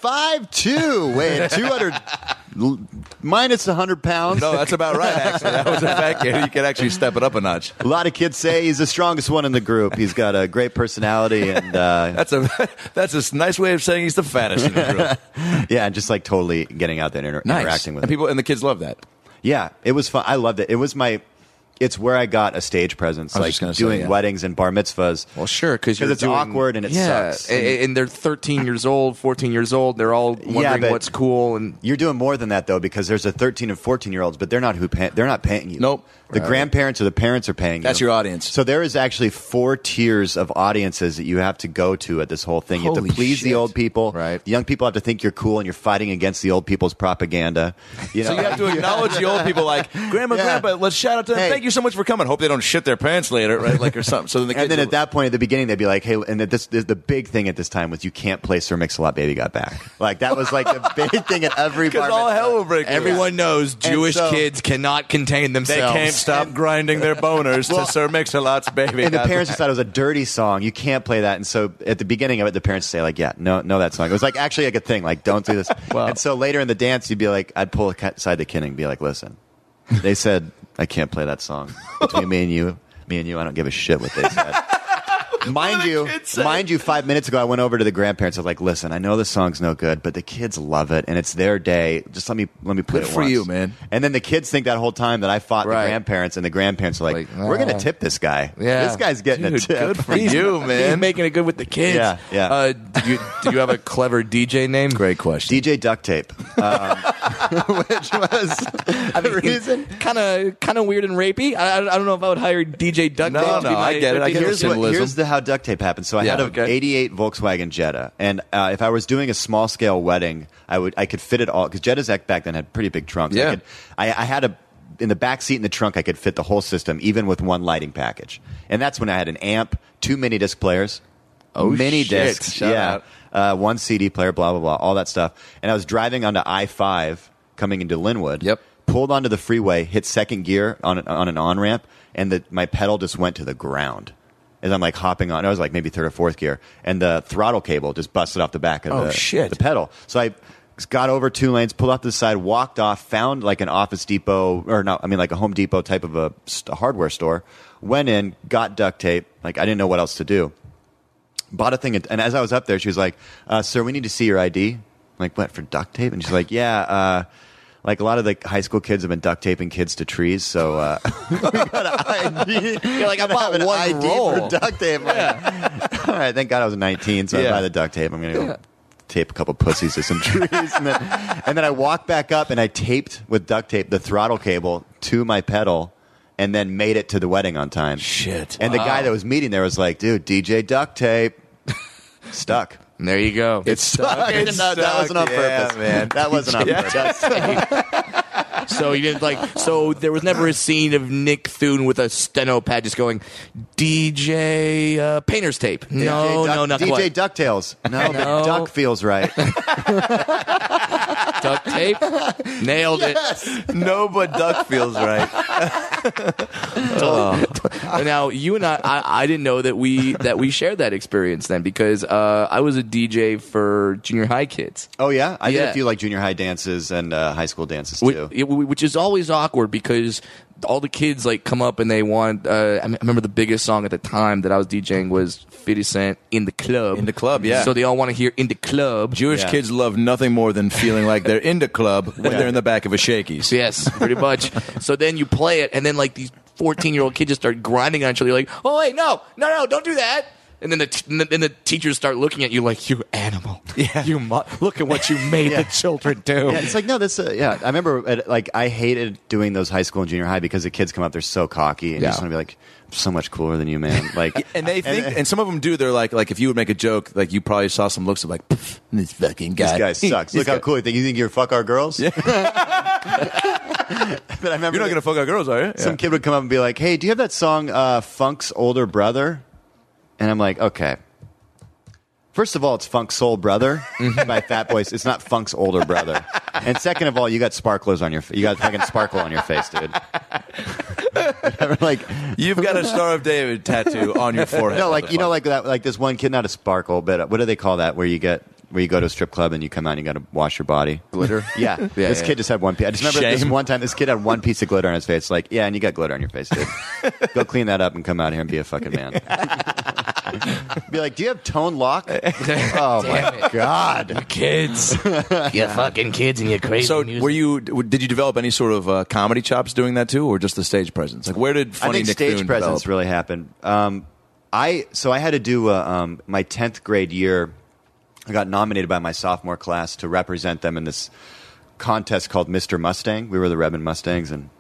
Speaker 5: 5'2, weighing 200, *laughs* l- minus 100
Speaker 3: *laughs*
Speaker 5: pounds.
Speaker 3: no that's about
Speaker 5: *laughs*
Speaker 3: right actually that was a fact kid you could actually step it up a notch
Speaker 5: A lot of kids say he's the strongest one in the group. He's got a great personality and uh,
Speaker 3: that's a *laughs* that's a nice way of saying he's the fattest in the group
Speaker 5: yeah, and just like totally getting out there and inter-
Speaker 3: nice
Speaker 5: *laughs* interacting with
Speaker 3: and
Speaker 5: him.
Speaker 3: people and the kids love that
Speaker 5: Yeah, it was fun. I loved it. It was my. It's where I got a stage presence,
Speaker 3: was
Speaker 5: like
Speaker 3: just gonna say,
Speaker 5: doing
Speaker 3: yeah.
Speaker 5: weddings and bar mitzvahs.
Speaker 4: Well, sure, because
Speaker 5: it's awkward and it
Speaker 4: yeah,
Speaker 5: sucks.
Speaker 4: a- a- And, they're 13 years old, 14 years old. They're all wondering
Speaker 5: but-
Speaker 4: what's cool. And
Speaker 5: You're doing more than that though, because there's a 13 and 14 year olds, but they're not who pay- they're not paying you.
Speaker 3: Nope.
Speaker 5: the grandparents or the parents are paying.
Speaker 3: That's
Speaker 5: you.
Speaker 3: your audience.
Speaker 5: So there is actually four tiers of audiences that you have to go to at this whole thing. you have
Speaker 3: Holy
Speaker 5: to please the
Speaker 3: shit.
Speaker 5: old people.
Speaker 4: Right.
Speaker 5: The young people have to think you're cool, and you're fighting against the old people's propaganda. You
Speaker 3: *laughs*
Speaker 5: know,
Speaker 3: So you
Speaker 5: *laughs*
Speaker 3: have to acknowledge the old people, like grandma,
Speaker 5: Yeah.
Speaker 3: grandpa. Let's shout out to them.
Speaker 5: Hey.
Speaker 3: Thank you so much for coming. Hope they don't shit their pants later, right? Like or something. So then the kids
Speaker 5: and then
Speaker 3: are-
Speaker 5: at that point, at the beginning, they'd be like, "Hey!" And that this, this the big thing at this time was you can't play Sir Mix-a-Lot Baby Got Back. Like that was like the big thing
Speaker 3: *laughs*
Speaker 5: at every.
Speaker 3: because
Speaker 5: bar
Speaker 3: all
Speaker 5: mitzvah.
Speaker 3: hell will break loose.
Speaker 4: everyone knows Jewish
Speaker 5: so-
Speaker 4: kids cannot contain
Speaker 3: They
Speaker 4: themselves.
Speaker 3: can't stop grinding their boners to Sir Mix-a-Lot's baby.
Speaker 5: and the
Speaker 3: God.
Speaker 5: parents just thought it was a dirty song. You can't play that. And so at the beginning of it, the parents say like, "Yeah, no, no, that song." It was like actually like a thing, like "Don't do
Speaker 3: *laughs*
Speaker 5: this." And so later in the dance, you'd be like, I'd pull aside the kid and be like, "Listen, they said I can't play that song between me and you. Me and you, I don't give a shit what
Speaker 3: *laughs*
Speaker 5: they said." Mind you, mind you, five minutes ago, I went over to the grandparents. I was like, "Listen, I know the song's no good, but the kids love it, and it's their day. Just let me let me play
Speaker 3: Good
Speaker 5: it
Speaker 3: for
Speaker 5: once.
Speaker 3: you, man.
Speaker 5: And then the kids think that whole time that I fought
Speaker 4: Right.
Speaker 5: the grandparents, and the grandparents are like,
Speaker 4: Like,
Speaker 5: "We're
Speaker 4: nah."
Speaker 3: uh-huh.
Speaker 5: gonna tip this guy.
Speaker 4: Yeah.
Speaker 5: This guy's getting a
Speaker 3: Dude,
Speaker 5: tip.
Speaker 3: good for
Speaker 4: *laughs*
Speaker 3: you,
Speaker 4: He's
Speaker 3: man.
Speaker 4: making it good with the kids.
Speaker 5: Yeah, yeah.
Speaker 4: Uh, do, you, do you have a clever DJ name?
Speaker 3: Great question.
Speaker 5: DJ Duct Tape, um, which was
Speaker 3: *laughs*
Speaker 5: the reason.
Speaker 4: Kind of, kind of weird and rapey. I, I don't know if I would hire DJ Duck.
Speaker 3: No, no, I get it, I get it.
Speaker 5: Here's, what,
Speaker 3: Journalism.
Speaker 5: here's the how duct tape happened. So I
Speaker 3: Yeah,
Speaker 5: had a
Speaker 3: okay.
Speaker 5: 88 Volkswagen Jetta, and uh, if I was doing a small scale wedding, I would I could fit it all because Jettas ac- back then had pretty big trunks.
Speaker 3: Yeah.
Speaker 5: I, could, I, I had a in the back seat in the trunk, I could fit the whole system, even with one lighting package. And that's when I had an amp, two mini disc players, oh, mini
Speaker 3: shit.
Speaker 5: discs,
Speaker 3: Shout
Speaker 5: yeah,
Speaker 3: out.
Speaker 5: Uh, one CD player, blah blah blah, all that stuff. And I was driving onto I five coming into Linwood.
Speaker 3: Yep.
Speaker 5: Pulled onto the freeway, hit second gear on on an on ramp, and the, my pedal just went to the ground. As I'm like hopping on, I was like maybe third or fourth gear, and the throttle cable just busted off the back of
Speaker 3: Oh,
Speaker 5: the,
Speaker 3: shit.
Speaker 5: the pedal. So I got over two lanes, pulled off to the side, walked off, found like an Office Depot or no, I mean like a Home Depot type of a, st- hardware store. Went in, got duct tape. Like I didn't know what else to do bought a thing, and and as I was up there, she was like, uh, "Sir, we need to see your ID." I'm like, what for duct tape? And she's like, "Yeah, uh, like a lot of the high school kids have been duct taping kids to trees, so uh, *laughs* we got an ID. You're
Speaker 4: like, I
Speaker 5: Gotta
Speaker 4: bought
Speaker 5: have an
Speaker 4: one
Speaker 5: ID
Speaker 4: roll.
Speaker 5: for duct tape. *laughs* All right, thank God I was 19, so
Speaker 3: Yeah.
Speaker 5: I buy the duct tape. I'm gonna go." Tape a couple pussies to some trees, and then, and then I walked back up and I taped with duct tape the throttle cable to my pedal, and then made it to the wedding on time.
Speaker 3: Shit.
Speaker 5: And the guy that was meeting there was like, dude, DJ duct tape. Stuck.
Speaker 4: There you go.
Speaker 5: It stuck. It
Speaker 3: It
Speaker 5: no, That wasn't on
Speaker 3: stuck. Yeah,
Speaker 5: purpose.
Speaker 3: man.
Speaker 5: That wasn't on purpose.
Speaker 4: So you didn't like. So there was never a scene of Nick Thune with a steno pad just going DJ uh, painter's tape. No,
Speaker 5: DJ Duck-
Speaker 4: no, not
Speaker 5: DJ
Speaker 4: quite.
Speaker 5: Ducktales. No,
Speaker 4: No.
Speaker 5: but Duck feels right.
Speaker 3: *laughs*
Speaker 4: duct tape. Nailed it.
Speaker 3: no, but Duck feels *laughs* right.
Speaker 4: now you and I, I, I didn't know that we that we shared that experience then because uh, I was a DJ for junior high kids,
Speaker 5: Oh yeah, I did
Speaker 4: Yeah.
Speaker 5: a few like junior high dances and uh, high school dances
Speaker 4: which, *laughs*
Speaker 5: too.
Speaker 4: it- which is always awkward because all the kids like come up and they want. Uh, I m- I remember the biggest song at the time that I was DJing was Fifty Cent in the club.
Speaker 3: In the Club, yeah.
Speaker 4: So they all want to hear in the club.
Speaker 3: Jewish
Speaker 5: Yeah.
Speaker 3: kids love nothing more than feeling like they're in the club when they're in the back of a Shakey's.
Speaker 4: Yes, pretty *laughs* much. so then you play it, and then like these fourteen-year-old kids just start grinding on each other. You're like, "Oh wait, no, no, no, don't do that." And then the t- and then the teachers start looking at you like, "You animal, yeah. you mu- look at what you *laughs* made the children do."
Speaker 5: Yeah, it's like no, this. Uh, yeah, I remember. At, like I hated doing those high school and junior high because the kids come up, they're so cocky and
Speaker 4: Yeah.
Speaker 5: you just want to be like, "I'm so much cooler than you, man. Like,
Speaker 3: And they think, and, some of them do. They're like, like if you would make a joke, like you probably saw some looks of like, "Pff, this fucking guy,
Speaker 5: this guy sucks.
Speaker 3: This
Speaker 5: Look how
Speaker 3: guy-
Speaker 5: cool you think. You think you're fuck our girls? Yeah. *laughs* but I remember
Speaker 3: You're not gonna fuck our girls, are you?
Speaker 5: some kid would come up and be like, "Hey, do you have that song uh, Funk's Older Brother?" And I'm like, "Okay." First of all, it's Funk Soul Brother by Fat Boys. It's not Funk's older brother. And second of all, you got sparklers on your fa- you got fucking sparkle on your face, dude. *laughs* like
Speaker 3: You've got a Star of David tattoo on your forehead.
Speaker 5: no, like you know, like that, like this one kid, not a sparkle, but uh, what do they call that? Where you get where you go to a strip club and you come out and you got to wash your body.
Speaker 4: Glitter.
Speaker 5: *laughs* Yeah, this
Speaker 4: yeah.
Speaker 5: kid just had one. piece. I just remember this
Speaker 3: Shame.
Speaker 5: one time. This kid had one piece of glitter on his face. Like, yeah, and you got glitter on your face, *laughs* dude. Go clean that up and come out here and be a fucking *laughs* man. be like, do you have tone lock? *laughs* oh my god!
Speaker 4: *laughs* kids, you fucking kids, and you crazy.
Speaker 3: So
Speaker 4: music.
Speaker 3: were you? Did you develop any sort of uh, comedy chops doing that too, or just the stage presence? Like where did funny
Speaker 5: I think
Speaker 3: Nick
Speaker 5: stage
Speaker 3: Thune
Speaker 5: presence
Speaker 3: develop?
Speaker 5: really happened. Um, I so I had to do uh, um, my tenth grade year. I got nominated by my sophomore class to represent them in this contest called Mr. Mustang. We were the Rebin Mustangs, and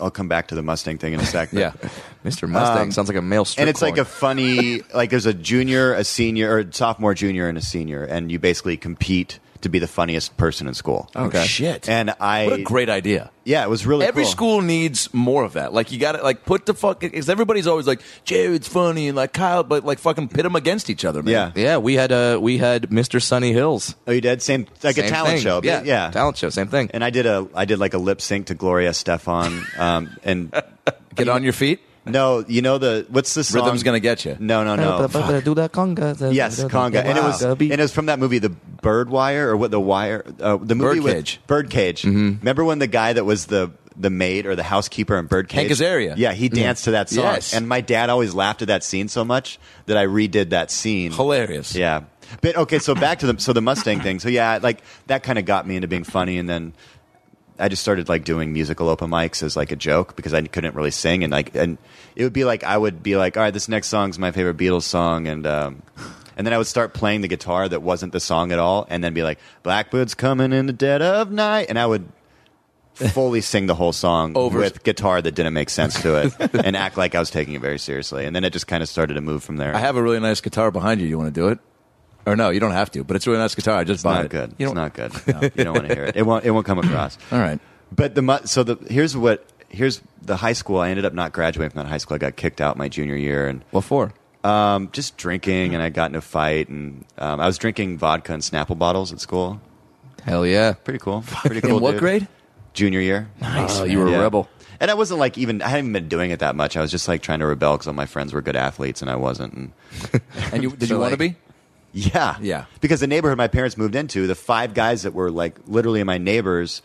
Speaker 5: I'll come back to the Mustang thing in a sec. but-
Speaker 3: *laughs*
Speaker 4: *laughs*
Speaker 3: yeah,
Speaker 4: Mr. Mustang
Speaker 5: Um,
Speaker 4: sounds like a male strip
Speaker 5: and it's like a
Speaker 4: club.
Speaker 5: funny like there's a junior a senior or sophomore junior and a senior and you basically compete to be the funniest person in school
Speaker 3: Okay. Oh, shit.
Speaker 5: and i
Speaker 3: what a great idea.
Speaker 5: yeah it was really
Speaker 3: Every
Speaker 5: cool.
Speaker 3: school needs more of that. Like you got to like put the fuck because everybody's always like Jared's funny and like Kyle, but like fucking pit them against each other, man.
Speaker 5: yeah
Speaker 4: yeah, we had uh, we had Mr. Sunny Hills,
Speaker 5: oh you did same like a
Speaker 4: Same
Speaker 5: talent
Speaker 4: thing.
Speaker 5: show
Speaker 4: Yeah,
Speaker 5: but- yeah
Speaker 4: talent show, same thing.
Speaker 5: and i did a i did like a lip sync to gloria stefan um and
Speaker 3: Get on your feet.
Speaker 5: no you know the what's the song
Speaker 3: Rhythm's gonna get you.
Speaker 5: no no no Fuck.
Speaker 4: Do that conga.
Speaker 5: Yes, conga, and it was and it was from that movie, The Bird Wire, or what? The Wire, uh, the movie
Speaker 3: Birdcage. Mm-hmm.
Speaker 5: with Birdcage. Remember when the guy that was the the maid or the housekeeper in Birdcage,
Speaker 3: Hank Azaria. Mm-hmm.
Speaker 5: Yeah, he danced to that song,
Speaker 3: Yes.
Speaker 5: and my dad always laughed at that scene so much that I redid that scene.
Speaker 3: Hilarious.
Speaker 5: Yeah, but okay, so back to the so the Mustang thing. So yeah, like that kind of got me into being funny, and then. I just started like doing musical open mics as like a joke because I couldn't really sing and like and it would be like I would be like all right this next song's my favorite Beatles song and um and then I would start playing the guitar that wasn't the song at all and then be like Blackbird's coming in the dead of night and I would fully sing the whole song
Speaker 3: *laughs* Over-
Speaker 5: with guitar that didn't make sense to it and act like I was taking it very seriously and then it just kind of started to move from there.
Speaker 3: I have a really nice guitar behind you. You want to do it? Or no, you don't have to. But it's a really nice guitar. I just
Speaker 5: it's
Speaker 3: bought
Speaker 5: not
Speaker 3: it.
Speaker 5: good.
Speaker 3: You don't-
Speaker 5: It's not good. *laughs* No, you don't want to hear it. It won't it won't come across.
Speaker 3: All right.
Speaker 5: But the mu- so the here's what here's the high school. I ended up not graduating from that high school. I got kicked out my junior year and
Speaker 4: what for?
Speaker 5: um, just drinking, and I got in a fight, and um, I was drinking vodka and Snapple bottles at school.
Speaker 4: Hell yeah!
Speaker 5: Pretty cool. Pretty cool.
Speaker 4: in what
Speaker 5: dude.
Speaker 4: grade?
Speaker 5: Junior year.
Speaker 4: Nice. Uh, you were
Speaker 5: Yeah.
Speaker 4: a rebel.
Speaker 5: And I wasn't like even I hadn't been doing it that much. I was just like trying to rebel because all my friends were good athletes and I wasn't. And
Speaker 3: And you, did
Speaker 4: So,
Speaker 3: you want to be?
Speaker 4: like-
Speaker 5: Yeah.
Speaker 3: Yeah.
Speaker 5: Because the neighborhood my parents moved into, the five guys that were like literally my neighbors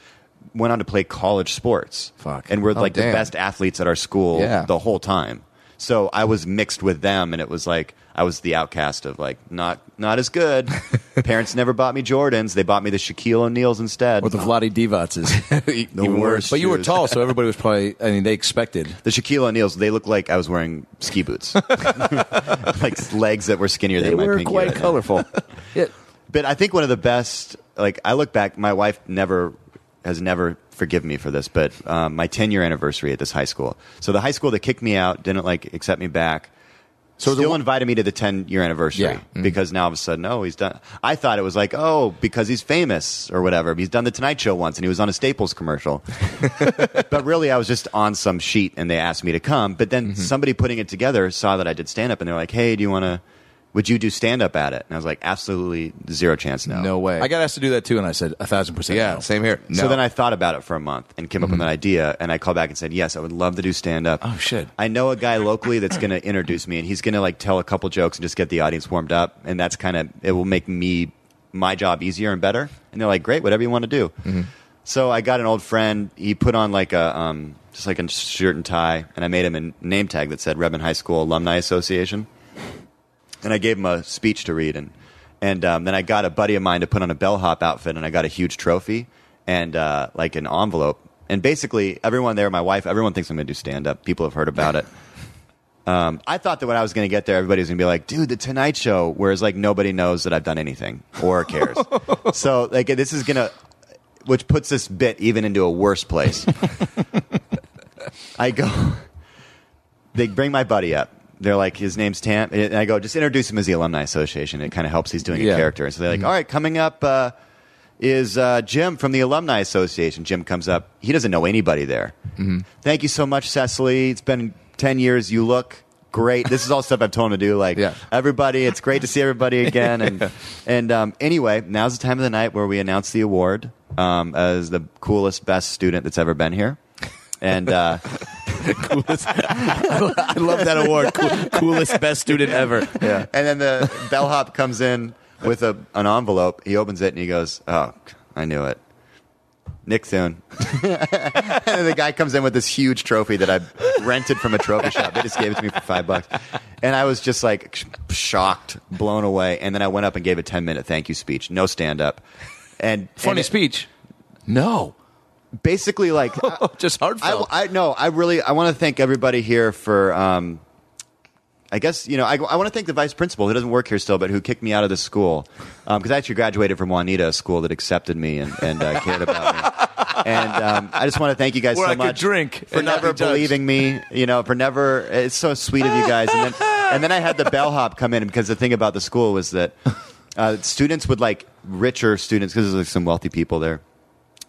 Speaker 5: went on to play college sports.
Speaker 3: Fuck.
Speaker 5: And were
Speaker 4: Oh,
Speaker 5: like
Speaker 4: damn.
Speaker 5: the best athletes at our school
Speaker 4: Yeah.
Speaker 5: the whole time. So I was mixed with them and it was like I was the outcast of like not not
Speaker 3: *laughs*
Speaker 5: as good. parents never bought me Jordans. They bought me the Shaquille O'Neal's instead. Uh-huh.
Speaker 3: Or the Vladi *laughs* Divacs?
Speaker 5: The worst
Speaker 3: But you were
Speaker 5: shoes.
Speaker 3: tall, so everybody was probably. I mean, they expected.
Speaker 5: The Shaquille O'Neal's, they looked like I was wearing ski boots. *laughs* like legs that were skinnier than my pinky. right now. *laughs*
Speaker 4: colorful. yeah.
Speaker 5: But I think one of the best, like I look back, my wife never has never forgiven me for this, but um, my 10 year anniversary at this high school. So the high school that kicked me out didn't like accept me back. So
Speaker 4: So the
Speaker 5: still mm-hmm.
Speaker 4: one-
Speaker 5: invited me to the 10 year anniversary
Speaker 4: Yeah. Mhm.
Speaker 5: because now all of a sudden, oh, he's done. I thought it was like, oh, because he's famous or whatever. He's done the Tonight Show once and he was on a Staples *laughs* commercial. but really, I was just on some sheet and they asked me to come. But then somebody putting it together saw that I did stand up and they're like, hey, do you want to? Would you do stand up at it? And I was like, absolutely zero chance. No,
Speaker 4: No way.
Speaker 3: I got asked to do that too, and I said a thousand percent.
Speaker 4: yeah,
Speaker 3: no. Mm-hmm.
Speaker 4: same here. No.
Speaker 3: *laughs*
Speaker 5: So then I thought about it for a month and came up with an idea, and I called back and said, "Yes, I would love to do stand up."
Speaker 3: Oh, shit.
Speaker 5: I know a guy locally that's going to introduce me, and he's going to like tell a couple jokes and just get the audience warmed up, and that's kind of it will make me my job easier and better. And they're like, "Great, whatever you want to do."
Speaker 3: Mm-hmm.
Speaker 5: So I got an old friend. He put on like a um, just like a shirt and tie, and I made him a name tag that said Redmond High School Alumni Association and I gave him a speech to read, and and um, then I got a buddy of mine to put on a bellhop outfit, and I got a huge trophy and uh, like an envelope, and basically everyone there, my wife, everyone thinks I'm going to do stand up. People have heard about it. Um, I thought that when I was going to get there, everybody was going to be like, "Dude, the Tonight Show," whereas like nobody knows that I've done anything or cares. so like this is going to, which puts this bit even into a worse place. I go. They bring my buddy up. They're like, his name's Tam, and I go, just introduce him as the Alumni Association. It kind of helps. He's doing a
Speaker 4: Yeah. Mm-hmm.
Speaker 5: character, and so they're like, "All right, coming up uh, is uh, Jim from the Alumni Association." Jim comes up. He doesn't know anybody there.
Speaker 4: Mm-hmm.
Speaker 5: Thank you so much, Cecily. It's been ten years. You look great. This is all stuff I've told him to do. Like
Speaker 4: Yeah.
Speaker 5: everybody, it's great to see
Speaker 4: *laughs*
Speaker 5: everybody again. And and um, anyway, now's the time of the night where we announce the award um, as the coolest, best student that's ever been here. And uh,
Speaker 4: *laughs* I love that award.
Speaker 5: *laughs*
Speaker 4: Cool, coolest best student ever.
Speaker 5: yeah. And then the bellhop comes in with a, an envelope. He opens it and he goes, "Oh, I knew it." Nick Thune. *laughs* and then the guy comes in with this huge trophy that I rented from a trophy shop. They just gave it to me for five bucks, and I was just like sh- shocked, blown away. And then I went up and gave a ten minute thank you speech, no stand up, and
Speaker 3: Funny
Speaker 5: and it-
Speaker 3: speech. No,
Speaker 5: Basically, like I-
Speaker 3: *laughs* just
Speaker 5: I,
Speaker 3: heartfelt.
Speaker 5: I no, I really I want to thank everybody here for. Um, I guess you know I, I want to thank the vice principal who doesn't work here still, but who kicked me out of the school because I actually graduated from Juanita, a school that accepted me and, and uh, cared about me. And um, I just want to thank you guys
Speaker 3: Where
Speaker 5: so
Speaker 3: I could
Speaker 5: much
Speaker 3: drink
Speaker 5: for
Speaker 3: and not
Speaker 5: never
Speaker 3: be judged.
Speaker 5: believing me. You know, for never. It's so sweet of you guys.
Speaker 3: *laughs*
Speaker 5: And then, and then I had the bellhop come in because the thing about the school was that uh, students would like richer students because there's like some wealthy people there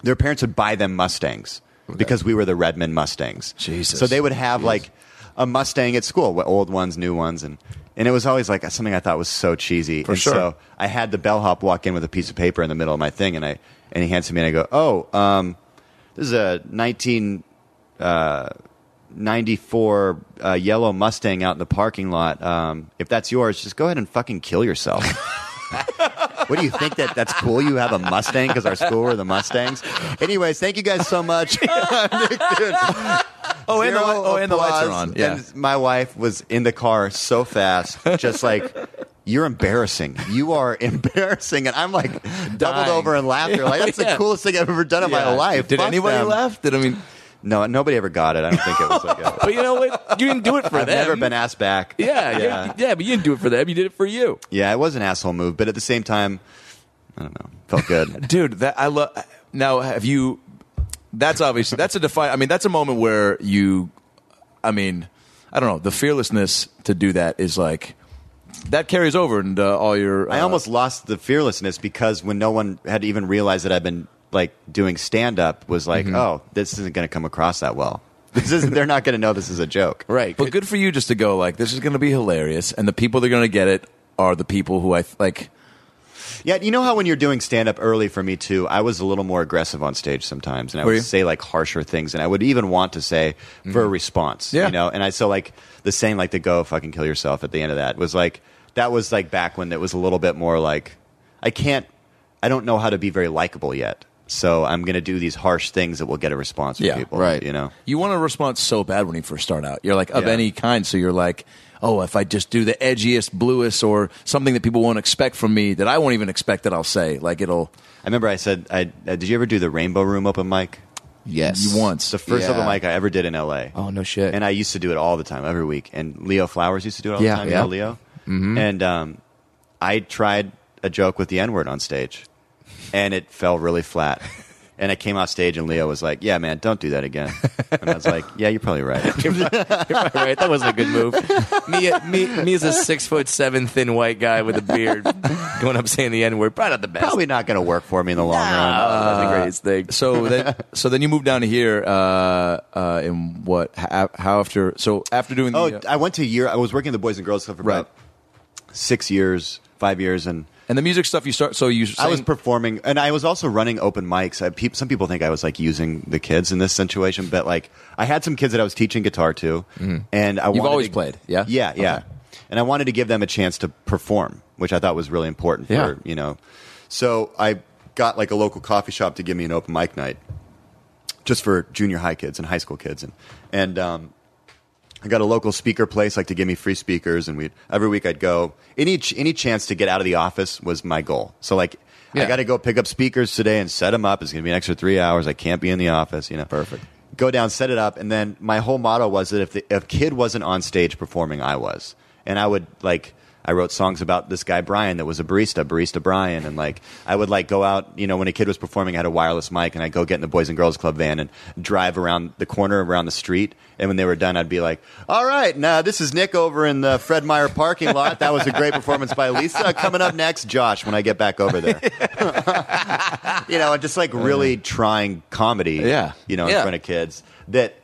Speaker 5: their parents would buy them Mustangs because we were the Redmond Mustangs.
Speaker 3: Jesus.
Speaker 5: So they would have like a Mustang at school, wh- old ones, new ones, and and it was always like something I thought was so cheesy. For and
Speaker 4: sure.
Speaker 5: So I had the bellhop walk in with a piece of paper in the middle of my thing, and I and he hands it to me, and I go, "Oh, um, this is a 19." Uh, 94 uh, yellow Mustang out in the parking lot. Um, if that's yours, just go ahead and fucking
Speaker 3: *laughs*
Speaker 5: kill yourself. What do you think that that's cool? You have a Mustang because our school were the Mustangs. Anyways, thank you guys
Speaker 3: *laughs*
Speaker 5: so much. *laughs*
Speaker 3: oh, and the, li-
Speaker 5: Zero
Speaker 3: oh, and the lights are
Speaker 5: applause.
Speaker 3: on. Yeah.
Speaker 5: And my wife was in the car so fast,
Speaker 3: *laughs*
Speaker 5: just like. You're embarrassing. You are embarrassing, and I'm like doubled
Speaker 4: Dying.
Speaker 5: over in laughter. Like that's the
Speaker 3: Yeah.
Speaker 5: coolest thing I've ever done in my
Speaker 3: Yeah.
Speaker 5: life.
Speaker 3: Did
Speaker 5: Fuck
Speaker 3: anybody
Speaker 5: them.
Speaker 3: laugh? Did I mean?
Speaker 5: No, nobody ever got it. I don't think it was like a,
Speaker 3: But you know what? You didn't do it *laughs* for
Speaker 5: I've
Speaker 3: them.
Speaker 5: never been asked back.
Speaker 3: Yeah, yeah,
Speaker 5: yeah,
Speaker 3: yeah. But you didn't do it for them. You did it for you.
Speaker 5: yeah. It was an asshole move, but at the same time, I don't know.
Speaker 3: *laughs*
Speaker 5: Felt good.
Speaker 3: dude that i love now have you that's obviously that's a define i mean that's a moment where you i mean i don't know the fearlessness to do that is like that carries over into all your
Speaker 5: I
Speaker 3: uh,
Speaker 5: almost lost the fearlessness because when no one had even realized that I'd been like doing stand up was like, oh, this isn't going to come across that well. *laughs* This is they're not going to know this is a joke.
Speaker 4: Right.
Speaker 3: but good for you just to go like this is going to be hilarious and the people that are going to get it are the people who i th- like
Speaker 5: Yeah, you know how when you're doing stand up early for me too, I was a little more aggressive on stage sometimes and I
Speaker 3: Were
Speaker 5: would
Speaker 3: you? Mm-hmm.
Speaker 5: say like harsher things and I would even want to say for a response,
Speaker 3: Yeah.
Speaker 5: you know. And I so like the saying like the go fucking kill yourself at the end of that was like that was like back when it was a little bit more like I can't I don't know how to be very likable yet. So I'm going to do these harsh things that will get a response from
Speaker 3: Yeah,
Speaker 5: people,
Speaker 4: right.
Speaker 5: you know.
Speaker 3: you want a response so bad when you first start out you're like of
Speaker 5: Yeah.
Speaker 3: any kind so you're like oh if i just do the edgiest bluest or something that people won't expect from me that i won't even expect that i'll say like it'll
Speaker 5: I remember I said I uh, did you ever do the Rainbow Room open mic?
Speaker 4: Yes.
Speaker 3: you once
Speaker 5: It's the first
Speaker 4: Yeah.
Speaker 5: open mic I ever did in LA.
Speaker 4: Oh, no shit.
Speaker 5: And I used to do it all the time, every week. And Leo Flowers used to do it all
Speaker 4: Yeah,
Speaker 5: the time.
Speaker 4: yeah. Mm-hmm.
Speaker 5: You know Leo. And um,
Speaker 4: *laughs*
Speaker 5: I tried a joke with the N word on stage, and it fell really flat. And I came off stage, and Leo was like, "Yeah, man, don't do that again." And I was like, "Yeah, you're probably
Speaker 4: *laughs*
Speaker 5: right."
Speaker 4: right, that wasn't a good
Speaker 5: *laughs*
Speaker 4: move. me, me, me as a six foot seven thin white guy with a beard going up saying the n word. Probably not the best. Uh,
Speaker 5: probably not going to work for me in the long run. Uh,
Speaker 4: not Oh, the greatest thing.
Speaker 5: *laughs*
Speaker 3: So then, so then you moved down to here. Uh, uh, in what? How, how after? So after doing the
Speaker 5: Oh,
Speaker 3: uh,
Speaker 5: I went to Europe. I was working at the Boys and Girls Club for
Speaker 3: Right.
Speaker 5: about six years, five years, and
Speaker 3: and the music stuff, you start. So you.
Speaker 5: I was
Speaker 3: sang-
Speaker 5: performing, and I was also running open mics. I, peop some people think I was like using the kids in this situation, but like I had some kids that I was teaching guitar to, and I
Speaker 3: Mm-hmm. You've
Speaker 5: wanted
Speaker 3: always
Speaker 5: to-
Speaker 3: played, yeah?
Speaker 5: yeah, yeah,
Speaker 3: Okay.
Speaker 5: and I wanted to give them a chance to perform, which I thought was really important. For,
Speaker 3: Yeah.
Speaker 5: you know, so I got like a local coffee shop to give me an open mic night, just for junior high kids and high school kids, and and um, I got a local speaker place like to give me free speakers, and we would every week I'd go. Any ch- any chance to get out of the office was my goal. So like,
Speaker 4: Yeah.
Speaker 5: I got to go pick up speakers today and set them up. It's going to be an extra three hours. I can't be in the office. You know,
Speaker 4: Perfect.
Speaker 5: Go down, set it up, and then my whole motto was that if the, if kid wasn't on stage performing, I was, and I would like. I wrote songs about this guy Brian that was a barista, barista Brian, and like I would like go out, you know, when a kid was performing, I had a wireless mic, and I'd go get in the Boys and Girls Club van and drive around the corner, around the street, and when they were done, I'd be like, "All right, now this is Nick over in the Fred Meyer parking lot. That was a great performance by Lisa. Coming up next, Josh, when I get back over there, *laughs* you know, and just like really trying comedy,
Speaker 3: Yeah.
Speaker 5: you know, in
Speaker 4: Yeah.
Speaker 5: front of kids that."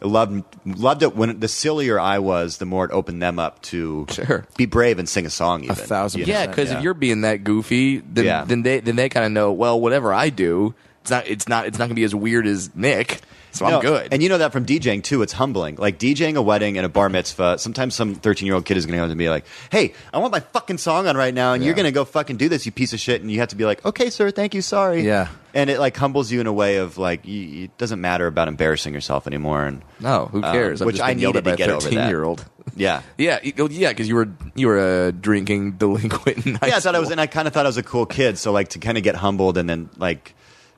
Speaker 5: Loved loved it when the sillier I was, the more it opened them up to
Speaker 4: Sure.
Speaker 5: be brave and sing a song. Even
Speaker 3: thousand
Speaker 5: you know?
Speaker 4: Yeah, because if you're being that goofy, then,
Speaker 5: Yeah.
Speaker 4: then they then they kind of know. Well, whatever I do, it's not it's not it's not gonna be as weird as Nick. So
Speaker 5: No,
Speaker 4: I'm good.
Speaker 5: And you know that from DJing too. It's humbling. Like DJing a wedding and a bar mitzvah. Sometimes some thirteen-year-old kid is going to come to me like, "Hey, I want my fucking song on right now," and you're going to go fucking do this, you piece of shit. And you have to be like, "Okay, sir, thank you, sorry."
Speaker 3: Yeah.
Speaker 5: And it like humbles you in a way of like, you, it doesn't matter about embarrassing yourself anymore. And
Speaker 4: no, who
Speaker 5: um,
Speaker 4: cares? I'm
Speaker 5: which
Speaker 4: just
Speaker 5: I
Speaker 4: getting yelled
Speaker 5: needed
Speaker 4: at by
Speaker 5: to
Speaker 4: a
Speaker 5: get over that.
Speaker 4: year old.
Speaker 5: yeah.
Speaker 4: Yeah, you- well, yeah, because you were you were a drinking delinquent. In
Speaker 5: *laughs*
Speaker 4: high
Speaker 5: yeah, I thought I was,
Speaker 4: school.
Speaker 5: and I kind of thought I was a cool kid. So like to kind of get humbled and then like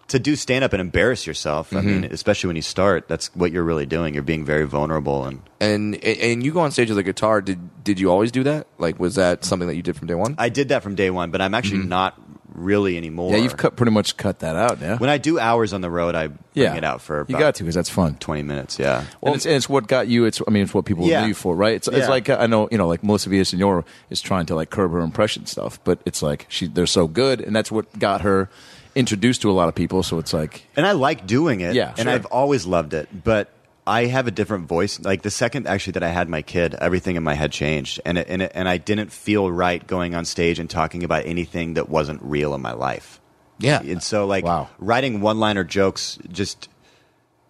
Speaker 5: to do stand up and embarrass yourself. I mean,
Speaker 3: Mm-hmm.
Speaker 5: especially when you start, that's what you're really doing. You're being very vulnerable and.
Speaker 4: and and you go on stage with a guitar. Did did you always do that? Like, was that something that you did from day one?
Speaker 5: I did that from day one, but I'm actually not really anymore.
Speaker 3: Mm-hmm. Yeah, you've cut pretty much cut that out. Yeah.
Speaker 5: When I do hours on the road, I bring
Speaker 3: yeah.
Speaker 5: it out for about
Speaker 3: you got to because that's fun.
Speaker 5: 20 minutes. Yeah.
Speaker 3: and, it's, and it's what got you. It's I mean, it's what people
Speaker 5: Yeah.
Speaker 3: knew you for, right? It's, it's
Speaker 5: Yeah.
Speaker 3: like uh, I know you know, like Melissa Villaseñor is trying to like curb her impression stuff, but it's like she they're so good, and that's what got her introduced to a lot of people. So it's like
Speaker 5: And I like doing it.
Speaker 3: Yeah,
Speaker 5: And
Speaker 3: sure.
Speaker 5: I've always loved it, but I have a different voice. Like the second actually that I had my kid, everything in my head changed, and it, and it, and I didn't feel right going on stage and talking about anything that wasn't real in my life.
Speaker 4: yeah,
Speaker 5: *laughs* And so like
Speaker 3: Wow.
Speaker 5: writing one-liner jokes just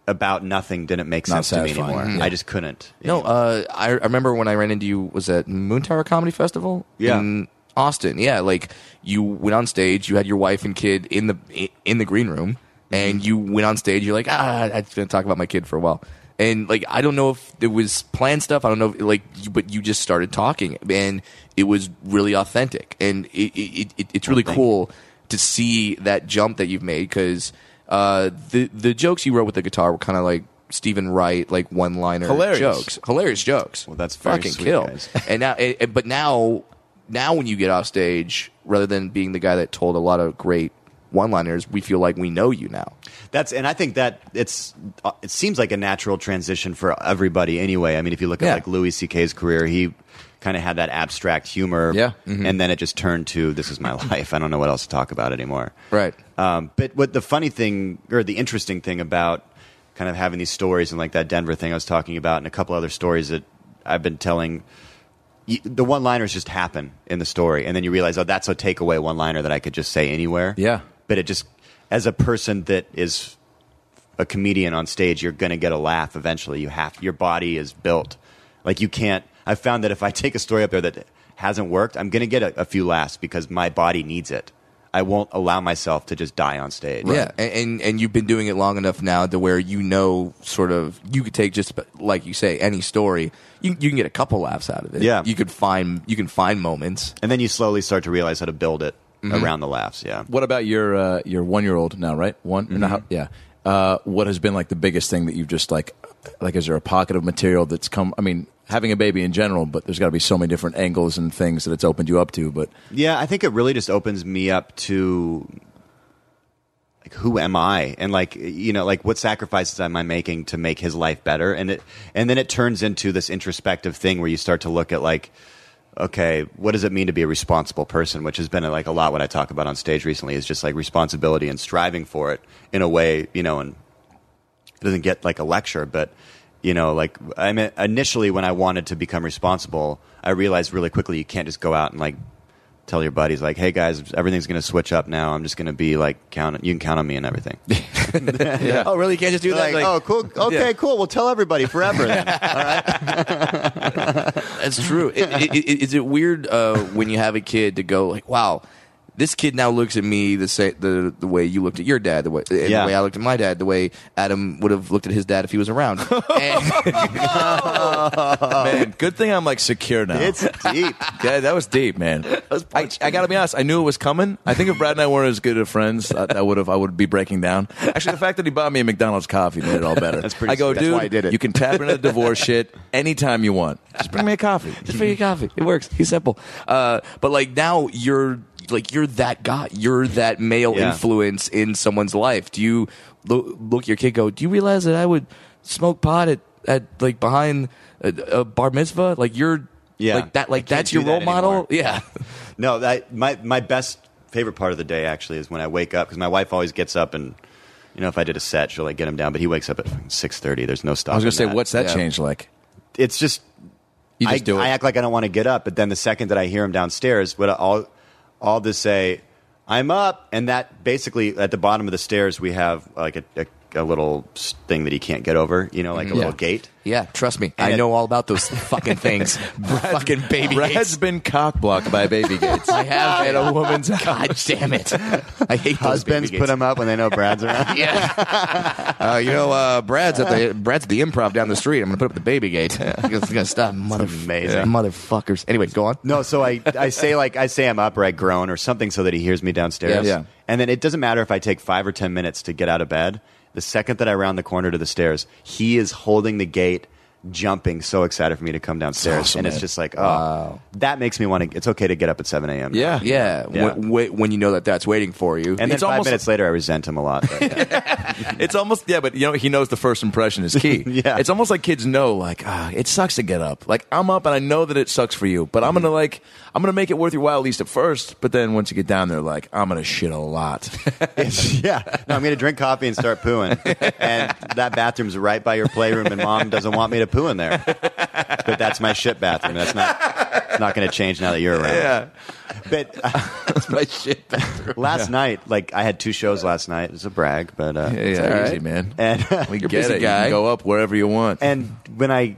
Speaker 5: about nothing didn't make
Speaker 3: Not
Speaker 5: sense to me
Speaker 3: satisfying.
Speaker 5: anymore.
Speaker 3: Mhm.
Speaker 5: I just couldn't.
Speaker 4: No, uh, I, I remember when I ran into you was at Moon Tower Comedy Festival
Speaker 5: Yeah.
Speaker 4: in Austin. Yeah, like you went on stage, you had your wife and kid in the in the green room,
Speaker 5: Mm-hmm.
Speaker 4: and you went on stage. You're like, ah, I'm just gonna talk about my kid for a while. And like, I don't know if it was planned stuff. I don't know, if, like, you, but you just started talking, and it was really authentic, and it, it, it it's really
Speaker 5: thank you.
Speaker 4: cool to see that jump that you've made because uh, the the jokes you wrote with the guitar were kind of like Stephen Wright, like one liner
Speaker 3: Hilarious.
Speaker 4: jokes, hilarious jokes.
Speaker 5: Well, that's very
Speaker 4: fucking
Speaker 5: sweet,
Speaker 4: kill.
Speaker 5: guys.
Speaker 4: *laughs* and now, and- and- but now, now when you get off stage, rather than being the guy that told a lot of great one liners, we feel like we know you now.
Speaker 5: That's and I think that it's uh, it seems like a natural transition for everybody anyway. I mean, if you look
Speaker 4: Yeah.
Speaker 5: at like Louis C.K.'s career, he kind of had that abstract humor,
Speaker 3: Yeah. Mm-hmm.
Speaker 5: and then it just turned to this is my *laughs* life. I don't know what else to talk about anymore.
Speaker 4: Right.
Speaker 5: Um, but what the funny thing or the interesting thing about kind of having these stories and like that Denver thing I was talking about, and a couple other stories that I've been telling you, the one liners just happen in the story, and then you realize, oh, that's a takeaway one liner that I could just say anywhere.
Speaker 3: Yeah.
Speaker 5: But it just, as a person that is a comedian on stage, you're going to get a laugh eventually. You have your body is built. Like you can't. I found that if I *laughs* take a story up there that hasn't worked, I'm going to get a, a few laughs because my body needs it. I won't allow myself to just die on stage.
Speaker 4: Yeah, and, and and you've been doing it long enough now to where you know sort of you could take just about- like you say any story, you you can get a couple laughs out of it.
Speaker 5: Yeah.
Speaker 4: you could find you can find moments.
Speaker 5: And then you slowly start to realize how to build it around the laughs. Yeah.
Speaker 3: What about your uh, your one year old now? Right, one. No,
Speaker 5: Mm-hmm.
Speaker 3: how- yeah. Uh, what has been like the biggest thing that you've just like like is there a pocket of material that's come? I mean, having a baby in general, but there's got to be so many different angles and things that it's opened you up to. But
Speaker 5: Yeah, I think it really just opens me up to like, who am I? And like, you know, like what sacrifices am I making to make his life better? And it, and then it turns into this introspective thing where you start to look at like, okay, what does it mean to be a responsible person? Which has been like a lot what I talk about on stage recently is just like responsibility and striving for it in a way, you know, and it doesn't get like a lecture, but you know, like I mean, initially when I wanted to become responsible, I realized really quickly you can't just go out and like tell your buddies like, "Hey guys, everything's going to switch up now. I'm just going to be like count. You can count on me and
Speaker 3: *laughs*
Speaker 5: everything."
Speaker 4: Oh, really? You can't just do
Speaker 5: like,
Speaker 4: that? Like,
Speaker 5: oh, cool. Okay, cool. Well, tell everybody forever. Then.
Speaker 4: That's true. It- it- it- is it weird uh, when you have a kid to go like, "Wow, this kid now looks at me the sa- the the way you looked at your dad, the way and
Speaker 5: Yeah.
Speaker 4: the way I looked at my dad, the way Adam would have looked at his dad if he
Speaker 5: *laughs*
Speaker 4: was around." And- *laughs*
Speaker 3: man, good thing I'm like secure now.
Speaker 5: Oh. it's deep.
Speaker 3: *laughs* yeah, that was deep,
Speaker 5: *laughs*
Speaker 3: man. I, I gotta be honest. I knew it was coming. I think if Brad and I weren't as good of friends, I, I would have. I would be breaking down. Actually, the fact that he bought me a McDonald's coffee made it all better.
Speaker 5: *laughs* That's pretty
Speaker 3: I go,
Speaker 5: sweet. That's
Speaker 3: dude.
Speaker 5: why I did it."
Speaker 3: You can tap into the divorce shit anytime you want. Just bring me a coffee.
Speaker 4: just for your coffee. It works. He's simple. Uh, but like now you're like you're that guy. You're that male
Speaker 5: Yeah.
Speaker 4: influence in someone's life. Do you lo- look at your kid and go? Do you realize that I would smoke pot at, at like behind a, a bar mitzvah? Like you're
Speaker 5: Yeah.
Speaker 4: like that.
Speaker 5: I
Speaker 4: Like
Speaker 5: can't
Speaker 4: that's
Speaker 5: do
Speaker 4: your role
Speaker 5: that
Speaker 4: model.
Speaker 5: anymore.
Speaker 4: Yeah. *laughs*
Speaker 5: No, that my my best favorite part of the day actually is when I wake up because my wife always gets up and you know if I did a set she'll like get him down, but he wakes up at six thirty. There's no stop.
Speaker 3: I was gonna say,
Speaker 5: that.
Speaker 3: what's that
Speaker 4: Yeah.
Speaker 3: change like?
Speaker 5: It's just
Speaker 3: You just
Speaker 5: I,
Speaker 3: do it.
Speaker 5: I act like I don't want to get up, but then the second that I hear him downstairs, what all all to say, I'm up, and that basically at the bottom of the stairs we have like a, a, a little s- thing that he can't get over, you know, like
Speaker 3: Mm-hmm.
Speaker 5: a little
Speaker 4: Yeah.
Speaker 5: gate.
Speaker 4: Yeah, trust me.
Speaker 5: And
Speaker 4: I
Speaker 5: it-
Speaker 4: know all about those *laughs* fucking things. fucking baby
Speaker 3: Brad's
Speaker 4: gates.
Speaker 3: been cockblocked by baby gates.
Speaker 4: I have at a woman's God damn it. I hate those baby
Speaker 5: Husbands
Speaker 4: gates.
Speaker 5: put him up when they know Brad's around.
Speaker 4: Yeah. *laughs* Uh, you know, uh, Brad's at the Brad's at the improv down the street. I'm gonna put up the baby gate. *laughs* It's gonna stop. Mother,
Speaker 5: amazing.
Speaker 4: yeah. motherfuckers. Anyways, go on.
Speaker 5: *laughs* No, so I, I say like I say I'm up or I groan or something so that he hears me downstairs.
Speaker 3: Yeah. Yeah.
Speaker 5: And then it doesn't matter if I take five or ten minutes to get out of bed. The second that I round the corner to the stairs, he is holding the gate, jumping, so excited for me to come downstairs.
Speaker 3: awesome,
Speaker 5: and it's
Speaker 3: man.
Speaker 5: just like, oh, that makes me want to. It's okay to get up at seven a.m.
Speaker 3: Yeah.
Speaker 4: Yeah,
Speaker 5: Yeah.
Speaker 4: When, wait- when you know that that's waiting for you.
Speaker 5: And then
Speaker 3: It's
Speaker 5: five
Speaker 3: almost-
Speaker 5: minutes later, I resent him a lot. but, *laughs* yeah.
Speaker 3: It's almost yeah, but you know he knows the first impression is *laughs* key.
Speaker 5: Yeah.
Speaker 3: it's almost like kids know like ah, it sucks to get up. Like I'm up and I know that it sucks for you, but I'm gonna like I'm gonna make it worth your while at least at first. But then once you get down there, like I'm gonna shit a lot. *laughs*
Speaker 5: yeah. No, I'm going to drink coffee and start pooing. and that bathroom's right by your playroom, and mom doesn't want me to poo in there. But that's my shit bathroom. That's not it's not going to change now that you're around. Yeah. But uh,
Speaker 3: my *laughs* shit.
Speaker 5: last night, like I had two shows last night. It's a brag, but uh,
Speaker 3: Yeah,
Speaker 5: it's all
Speaker 3: yeah,
Speaker 5: right.
Speaker 3: easy man.
Speaker 5: And *laughs*
Speaker 3: we
Speaker 4: You're
Speaker 3: get
Speaker 4: a busy
Speaker 3: it. You can
Speaker 4: guy.
Speaker 3: go up wherever you want.
Speaker 5: and when I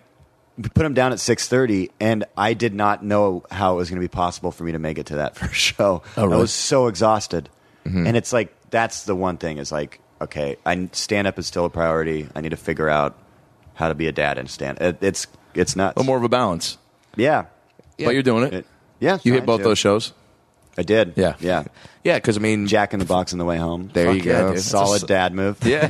Speaker 5: put him down at 6:30 and I did not know how it was going to be possible for me to make it to that *laughs* first show.
Speaker 3: Oh, really? Mm-hmm.
Speaker 5: I was so exhausted. And it's like that's the one thing is like okay, I stand up is still a priority. I need to figure out how to be a dad and stand. It, it's it's nuts.
Speaker 3: Or more of a balance,
Speaker 5: yeah.
Speaker 3: but you're doing it.
Speaker 5: It- yeah.
Speaker 3: you
Speaker 5: trying
Speaker 3: hit both
Speaker 5: to.
Speaker 3: those shows.
Speaker 5: I did.
Speaker 3: Yeah.
Speaker 5: Yeah.
Speaker 4: yeah, because I mean,
Speaker 5: Jack in the box on the way home.
Speaker 4: There
Speaker 5: Fuck
Speaker 4: you go.
Speaker 5: yeah, dude. Solid dad move.
Speaker 3: Yeah,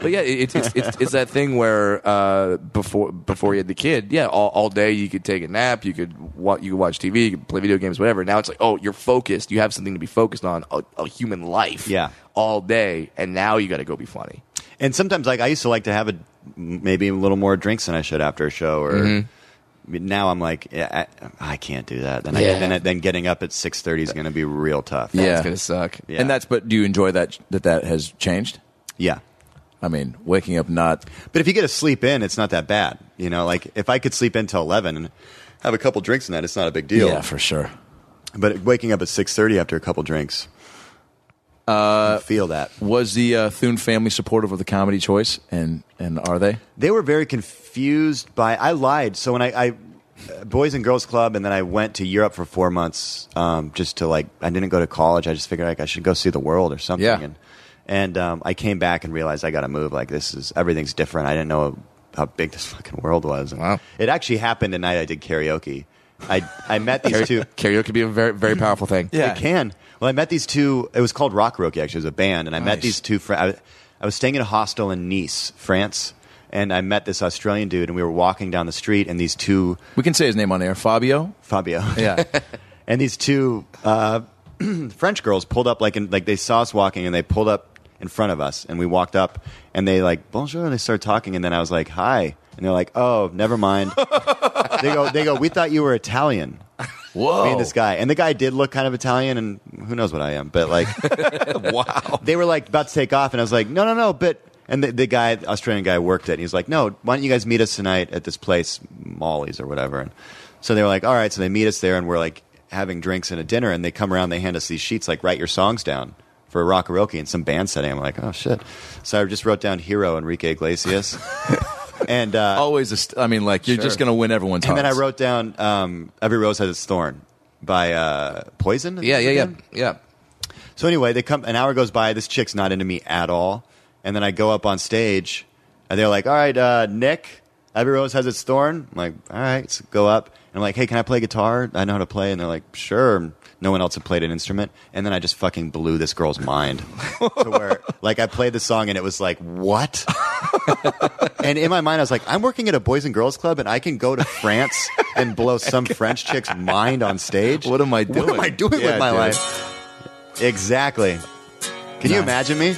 Speaker 4: but yeah, it, it's, it's it's that thing where uh, before before you had the kid, yeah, all, all day you could take a nap, you could wa- you could watch TV, you could play video games, whatever. Now it's like, oh, you're focused. You have something to be focused on, a, a human life,
Speaker 5: Yeah.
Speaker 4: all day, and now you got to go be funny.
Speaker 5: And sometimes, like I used to like to have a maybe a little more drinks than I should after a show, or I
Speaker 3: Mm-hmm.
Speaker 5: mean, now I'm like, yeah, I, I can't do that. Then,
Speaker 4: Yeah.
Speaker 5: I, then, then getting up at six thirty is going to be real tough.
Speaker 3: Yeah.
Speaker 4: it's gonna suck.
Speaker 5: Yeah.
Speaker 3: and that's. But do you enjoy that? That that has changed.
Speaker 5: yeah.
Speaker 3: I mean, waking up not
Speaker 5: But if you get to sleep in, it's not that bad. You know, like if I could sleep in till eleven and have a couple drinks in that, it's not a big deal.
Speaker 3: yeah for sure.
Speaker 5: But waking up at six thirty after a couple drinks, uh, feel that.
Speaker 3: Was the uh, Thune family supportive of the comedy choice, and and are they?
Speaker 5: they were very confused by i lied so when i, I boys and girls club and then i went to europe for four months um, just to like i didn't go to college i just figured like i should go see the world or something
Speaker 3: Yeah.
Speaker 5: and, and um, i came back and realized i gotta move like this is everything's different i didn't know how big this *laughs* fucking world was and
Speaker 4: Wow.
Speaker 5: it actually happened the night i did karaoke i, I met these two
Speaker 4: Karaoke could be a very very powerful thing.
Speaker 3: Yeah.
Speaker 5: it can. Well, I met these two. It was called Rock Rocky, actually. It was a band. And I
Speaker 3: Nice.
Speaker 5: met these two. Fr- I, I was staying in a hostel in Nice, France. And I met this Australian dude. And we were walking down the street. And these two, *laughs*
Speaker 3: We can say his name on air, Fabio.
Speaker 5: Fabio.
Speaker 3: Yeah,
Speaker 5: and these two uh, *clears throat* French girls pulled up like in, like they saw us walking and they pulled up in front of us and we walked up and they like bonjour and they started talking and then I was like hi and they're like oh
Speaker 3: *laughs*
Speaker 5: never mind they go they go we thought you were Italian
Speaker 3: Whoa.
Speaker 5: me and this guy and the guy did look kind of Italian and who knows what I am but like
Speaker 3: *laughs* Wow.
Speaker 5: they were like about to take off, and I was like, no, no, no, but. And the, the guy, the Australian guy, worked it. And he was like, no, why don't you guys meet us tonight at this place, Molly's or whatever? And so they were like, all right. So they meet us there, and we're like having drinks and a dinner. And they come around, they hand us these sheets, like write your songs down for a rockaroke and some band setting. I'm like, oh shit. So I just wrote down Hero
Speaker 3: *laughs*
Speaker 5: Enrique Iglesias, and uh,
Speaker 3: *laughs* Always, a st- I mean, like you're just going to win everyone's
Speaker 5: and then
Speaker 3: *laughs*
Speaker 5: I
Speaker 3: hearts.
Speaker 5: wrote down um, Every Rose Has Its Thorn by uh, Poison.
Speaker 4: Yeah, yeah, yeah,
Speaker 5: Again?
Speaker 4: yeah.
Speaker 5: So anyway, they come. An hour goes by. This chick's not into me at all. And then I go up on stage, and they're like, "All right, uh, Nick, every rose has its thorn." I'm like, "All right, so go up." And I'm like, "Hey, can I play guitar? I know how to play." And they're like, "Sure." And No one else had played an instrument, and then I just fucking blew this
Speaker 3: *laughs*
Speaker 5: girl's mind to where, like, I played the song and it was
Speaker 3: *laughs*
Speaker 5: like, "What?" and in my mind, I was like, "I'm working at a boys and girls club, and I can go to France and
Speaker 3: *laughs*
Speaker 5: blow some French chick's mind on stage.
Speaker 3: What am I doing?
Speaker 5: What am I doing
Speaker 3: Yeah,
Speaker 5: with my
Speaker 3: dude.
Speaker 5: life? Exactly. Can you imagine me?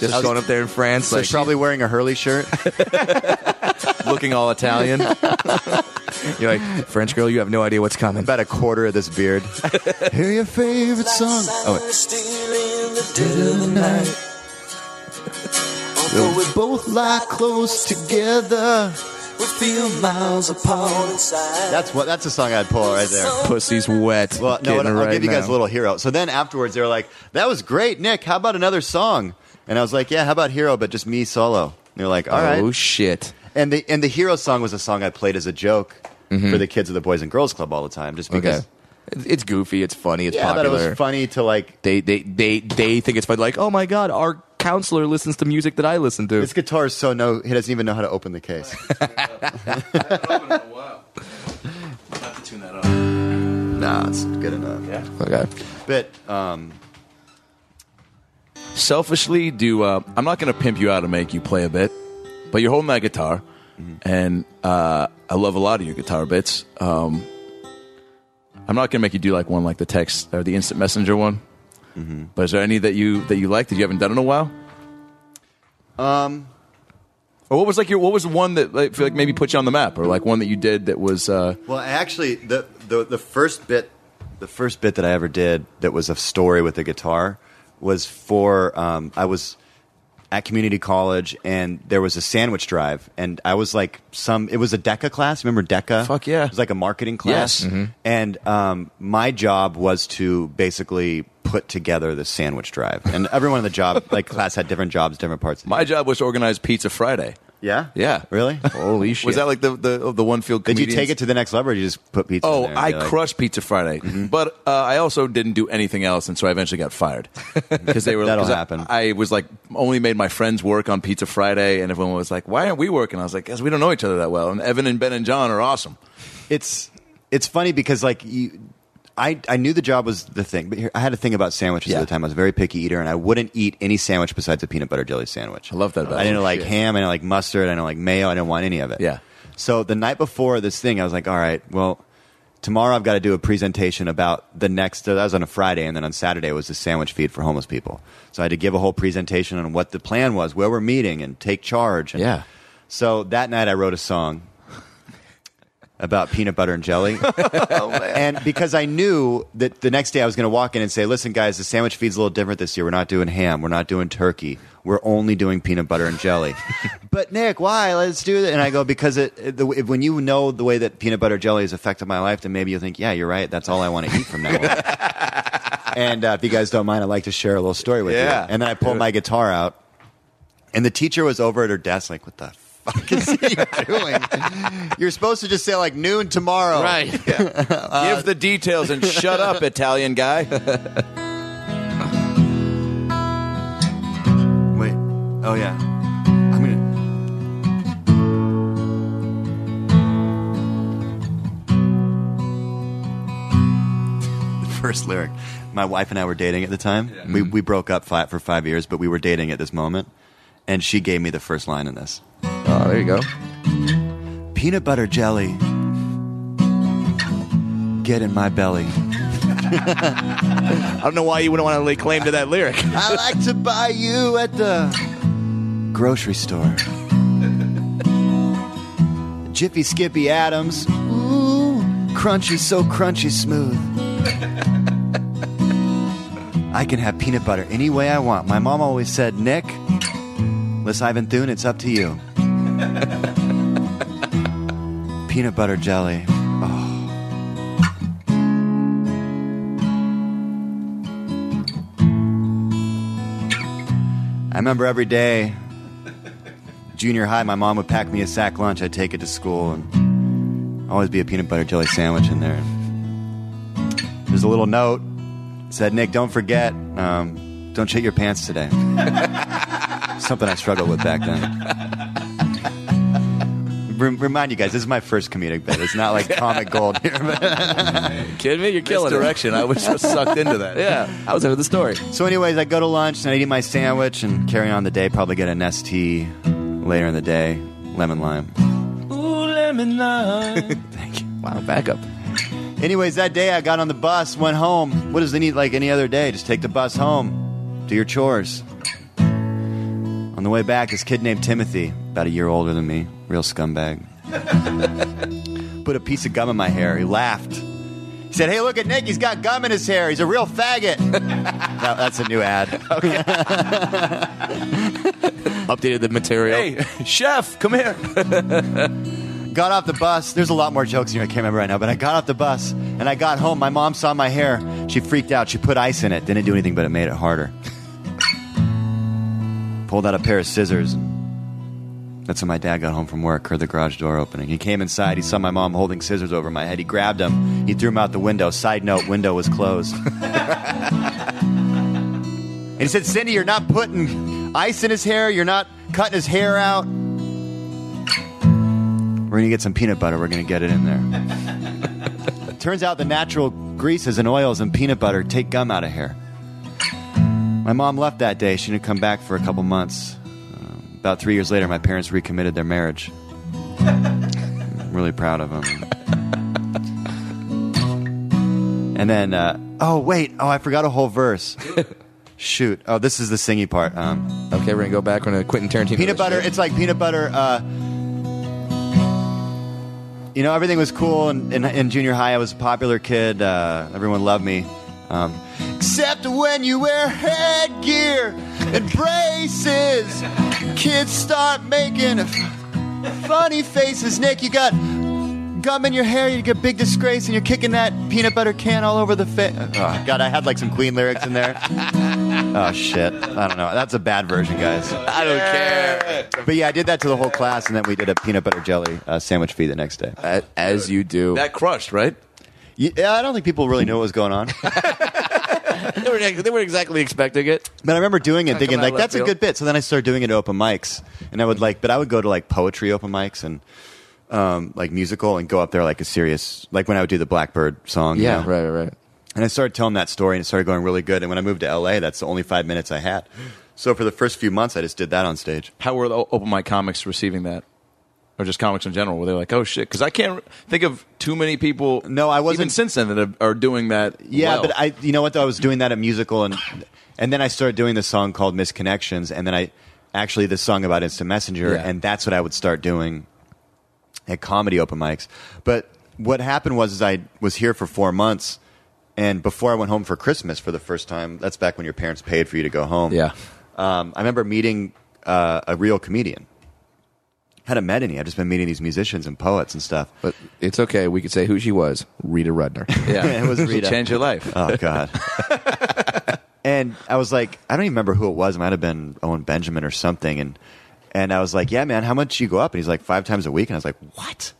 Speaker 4: Just
Speaker 5: I was-
Speaker 4: going up there in France,
Speaker 5: Like
Speaker 4: like
Speaker 5: probably wearing a Hurley shirt.
Speaker 3: Looking all Italian.
Speaker 4: you're like French girl. You have no idea what's coming.
Speaker 5: About a quarter of this beard. Hear your favorite song. Oh, wait. Though we both lie close together. That's what. That's a song I'd pull right there.
Speaker 4: Pussy's wet.
Speaker 5: Well, no,
Speaker 4: Getting
Speaker 5: and
Speaker 4: it
Speaker 5: I'll
Speaker 4: right
Speaker 5: give you guys
Speaker 4: now.
Speaker 5: a little hero. So then afterwards, they were like, "That was great, Nick. How about another song?" And I was like, "Yeah, how about hero, but just me solo?" And they're like, "All right."
Speaker 4: Oh shit!
Speaker 5: And the and the hero song was a song I played as a joke for the kids of the Boys and Girls Club all the time, just
Speaker 4: Okay,
Speaker 5: because
Speaker 4: It- it's goofy. It's funny. It's
Speaker 5: yeah, I thought it
Speaker 4: popular.
Speaker 5: was funny to like.
Speaker 4: They they they they think it's funny. Like, oh my god, our counselor listens to music that I listen to.
Speaker 5: This guitar is so no, he doesn't even know how to open the case. *laughs* nah, it's good enough. Yeah.
Speaker 4: okay.
Speaker 5: But um,
Speaker 3: Selfishly, do uh, I'm not going to pimp you out and make you play a bit, but you're holding that guitar,
Speaker 5: Mm-hmm.
Speaker 3: and uh, I love a lot of your guitar bits. Um, I'm not going to make you do like one like the text or the instant messenger one.
Speaker 5: Mm-hmm.
Speaker 3: But is there any that you that you like that you haven't done in a while? Um,
Speaker 5: Um,
Speaker 3: or what was like your what was one that like, feel like maybe put you on the map, or like one that you did that was uh,
Speaker 5: well, I actually, the, the the first bit, the first bit that I ever did that was a story with the guitar was for um, I was at community college and there was a sandwich drive and I was like some it was a DECA class remember DECA
Speaker 3: Fuck yeah.
Speaker 5: it was like a marketing class
Speaker 3: Yes. Mhm.
Speaker 5: and um, my job was to basically put together the sandwich drive and everyone in the job *laughs* like class had different jobs different parts
Speaker 3: my job was to organize Pizza Friday.
Speaker 5: yeah
Speaker 3: Yeah.
Speaker 5: really
Speaker 4: Holy shit!
Speaker 3: Was that like the the the one field?
Speaker 5: *laughs* did you
Speaker 3: comedians?
Speaker 5: take it to the next level or did you just put pizza in
Speaker 3: Oh,
Speaker 5: there and
Speaker 3: I
Speaker 5: be like-
Speaker 3: crushed Pizza Friday, but uh, I also didn't do anything else, and so I eventually got fired because they were.
Speaker 5: That'll
Speaker 3: 'cause I-
Speaker 5: happen.
Speaker 3: I, was like only made my friends work on Pizza Friday, and everyone was like, "Why aren't we working?" I was like, "Cause we don't know each other that well." And Evan and Ben and John are awesome.
Speaker 5: it's it's funny because like you I, I knew the job was the thing, but here, I had a thing about sandwiches
Speaker 3: Yeah.
Speaker 5: at the time. I was a very picky eater, and I wouldn't eat any sandwich besides a peanut butter jelly sandwich.
Speaker 3: I love that about
Speaker 5: I didn't
Speaker 3: you.
Speaker 5: like
Speaker 3: Shit.
Speaker 5: ham, I didn't like mustard, I didn't like mayo, I didn't want any of it.
Speaker 3: Yeah.
Speaker 5: So the night before this thing, I was like, all right, well, tomorrow I've got to do a presentation about the next. That was on a Friday, and then on Saturday was the sandwich feed for homeless people. So I had to give a whole presentation on what the plan was, where we're meeting, and take charge. And
Speaker 3: Yeah.
Speaker 5: So that night I wrote a song about peanut butter and jelly. and because I knew that the next day I was going to walk in and say, listen, guys, the sandwich feed's a little different this year. We're not doing ham. We're not doing turkey. We're only doing peanut butter and jelly. but, Nick, why? Let's do that. And I go, because it, it, the, when you know the way that peanut butter jelly has affected my life, then maybe you'll think, yeah, you're right. That's all I want to eat from now on. and uh, if you guys don't mind, I'd like to share a little story with
Speaker 3: Yeah.
Speaker 5: you. And then I pulled my guitar out. And the teacher was over at her desk, like, what the fuck is he doing? You're supposed to just say, like, noon tomorrow.
Speaker 3: *laughs* Give the details and shut up, Italian guy.
Speaker 5: Wait. Oh, yeah. I'm gonna. *laughs* The First lyric. My wife and I were dating at the time. We, we broke up flat for five years, but we were dating at this moment. And she gave me the first line in this.
Speaker 4: Oh, there you go.
Speaker 5: peanut butter jelly. Get in my belly.
Speaker 3: I don't know why you wouldn't want to lay claim to that lyric.
Speaker 5: I like to buy you at the grocery store. Jiffy Skippy Adams. Ooh, crunchy, so crunchy smooth. I can have peanut butter any way I want. My mom always said, Nick, Les Ivan Thune, it's up to you. *laughs* peanut butter jelly. I remember every day, junior high, my mom would pack me a sack lunch. I'd take it to school and always be a peanut butter jelly sandwich in there. There's a little note It said, Nick, don't forget, um, don't shit your pants today. *laughs* Something I struggled with back then. Rem- Remind you guys, this is my first comedic bit. It's not like comic gold here. But *laughs*
Speaker 4: Kidding me? You're killing it.
Speaker 3: Direction. I was just sucked into that.
Speaker 4: Yeah, I was into the story.
Speaker 5: So, anyways, I go to lunch and I eat my sandwich and carry on the day. Probably get a nest tea later in the day, lemon lime.
Speaker 4: Wow, backup.
Speaker 5: Anyways, that day I got on the bus, went home. What does it need like any other day? Just take the bus home, do your chores. On the way back, this kid named Timothy, about a year older than me, real scumbag, *laughs* put a piece of gum in my hair. He laughed. He said, Hey, look at Nick. He's got gum in his hair. He's a real faggot. *laughs* That- that's a new ad. *laughs*
Speaker 4: Updated the material.
Speaker 3: Hey, chef, come here.
Speaker 5: got off the bus. There's a lot more jokes in here I can't remember right now, but I got off the bus and I got home. My mom saw my hair. She freaked out. She put ice in it. Didn't do anything, but it made it harder. *laughs* Pulled out a pair of scissors. And that's when my dad got home from work, heard the garage door opening. He came inside. He saw my mom holding scissors over my head. He grabbed them. He threw them out the window. Side note, window was closed. *laughs* and he said, Cindy, you're not putting ice in his hair. You're not cutting his hair out. We're gonna get some peanut butter. We're gonna get it in there. *laughs* Turns out the natural greases and oils and peanut butter take gum out of hair. My mom left that day. She didn't come back for a couple months. Um, about three years later, my parents recommitted their marriage. I'm really proud of them. And then, uh, oh wait, oh I forgot a whole verse. Shoot, oh this is the singy part. Um,
Speaker 4: Okay, we're gonna go back. We're gonna Quentin Tarantino.
Speaker 5: peanut
Speaker 4: this
Speaker 5: butter.
Speaker 4: shit.
Speaker 5: It's like peanut butter. Uh, you know, everything was cool. And in, in junior high, I was a popular kid. Uh, everyone loved me. Um, except when you wear headgear and braces, kids start making f- funny faces. Nick, you got gum in your hair, you get big disgrace, and you're kicking that peanut butter can all over the face. Oh, God, I had like some Queen lyrics in there. oh, shit. I don't know. That's a bad version, guys.
Speaker 4: I don't care.
Speaker 5: But yeah, I did that to the whole class, and then we did a peanut butter jelly uh, sandwich fee the next day.
Speaker 4: A- As you do.
Speaker 3: That crushed, right?
Speaker 5: Yeah, I don't think people really knew what was going
Speaker 4: *laughs*
Speaker 5: on, but
Speaker 4: they, were, they weren't exactly expecting it.
Speaker 5: I remember doing it, thinking
Speaker 4: out of
Speaker 5: like
Speaker 4: left
Speaker 5: that's a
Speaker 4: field.
Speaker 5: good bit. So then I started doing it at open mics, and I would like, but I would go to like poetry open mics and um, like musical, and go up there like a serious, like when I would do the Blackbird song. you know?
Speaker 4: right, right, right.
Speaker 5: And I started telling that story, and it started going really good. And when I moved to LA, that's the only five minutes I had. So for the first few months, I just did that on stage.
Speaker 3: How were the o- open mic comics receiving that? Or just comics in general? Were they like, oh shit? Because I can't re- think of too many people.
Speaker 5: No, I wasn't-
Speaker 3: Even since then that have- are doing that.
Speaker 5: Yeah,
Speaker 3: well.
Speaker 5: but I, you know what? Though I was doing that at musical, and and then I started doing this song called Misconnections, and then I actually this song about instant messenger,
Speaker 3: Yeah.
Speaker 5: and that's what I would start doing at comedy open mics. But what happened was, is I was here for four months, and before I went home for Christmas for the first time, that's back when your parents paid for you to go home.
Speaker 3: Yeah.
Speaker 5: um, I remember meeting uh, a real comedian. Hadn't met any. I've just been meeting these musicians and poets and stuff.
Speaker 4: But it's okay. We could say who she was. Rita *laughs* Rudner.
Speaker 3: Yeah, *laughs*
Speaker 5: *laughs* It was
Speaker 3: It'll
Speaker 5: Rita.
Speaker 3: Change your life.
Speaker 5: *laughs* Oh God. and I was like, I don't even remember who it was. It might have been Owen Benjamin or something. And and I was like, Yeah, man, how much you go up? And he's like, five times a week. And I was like, What?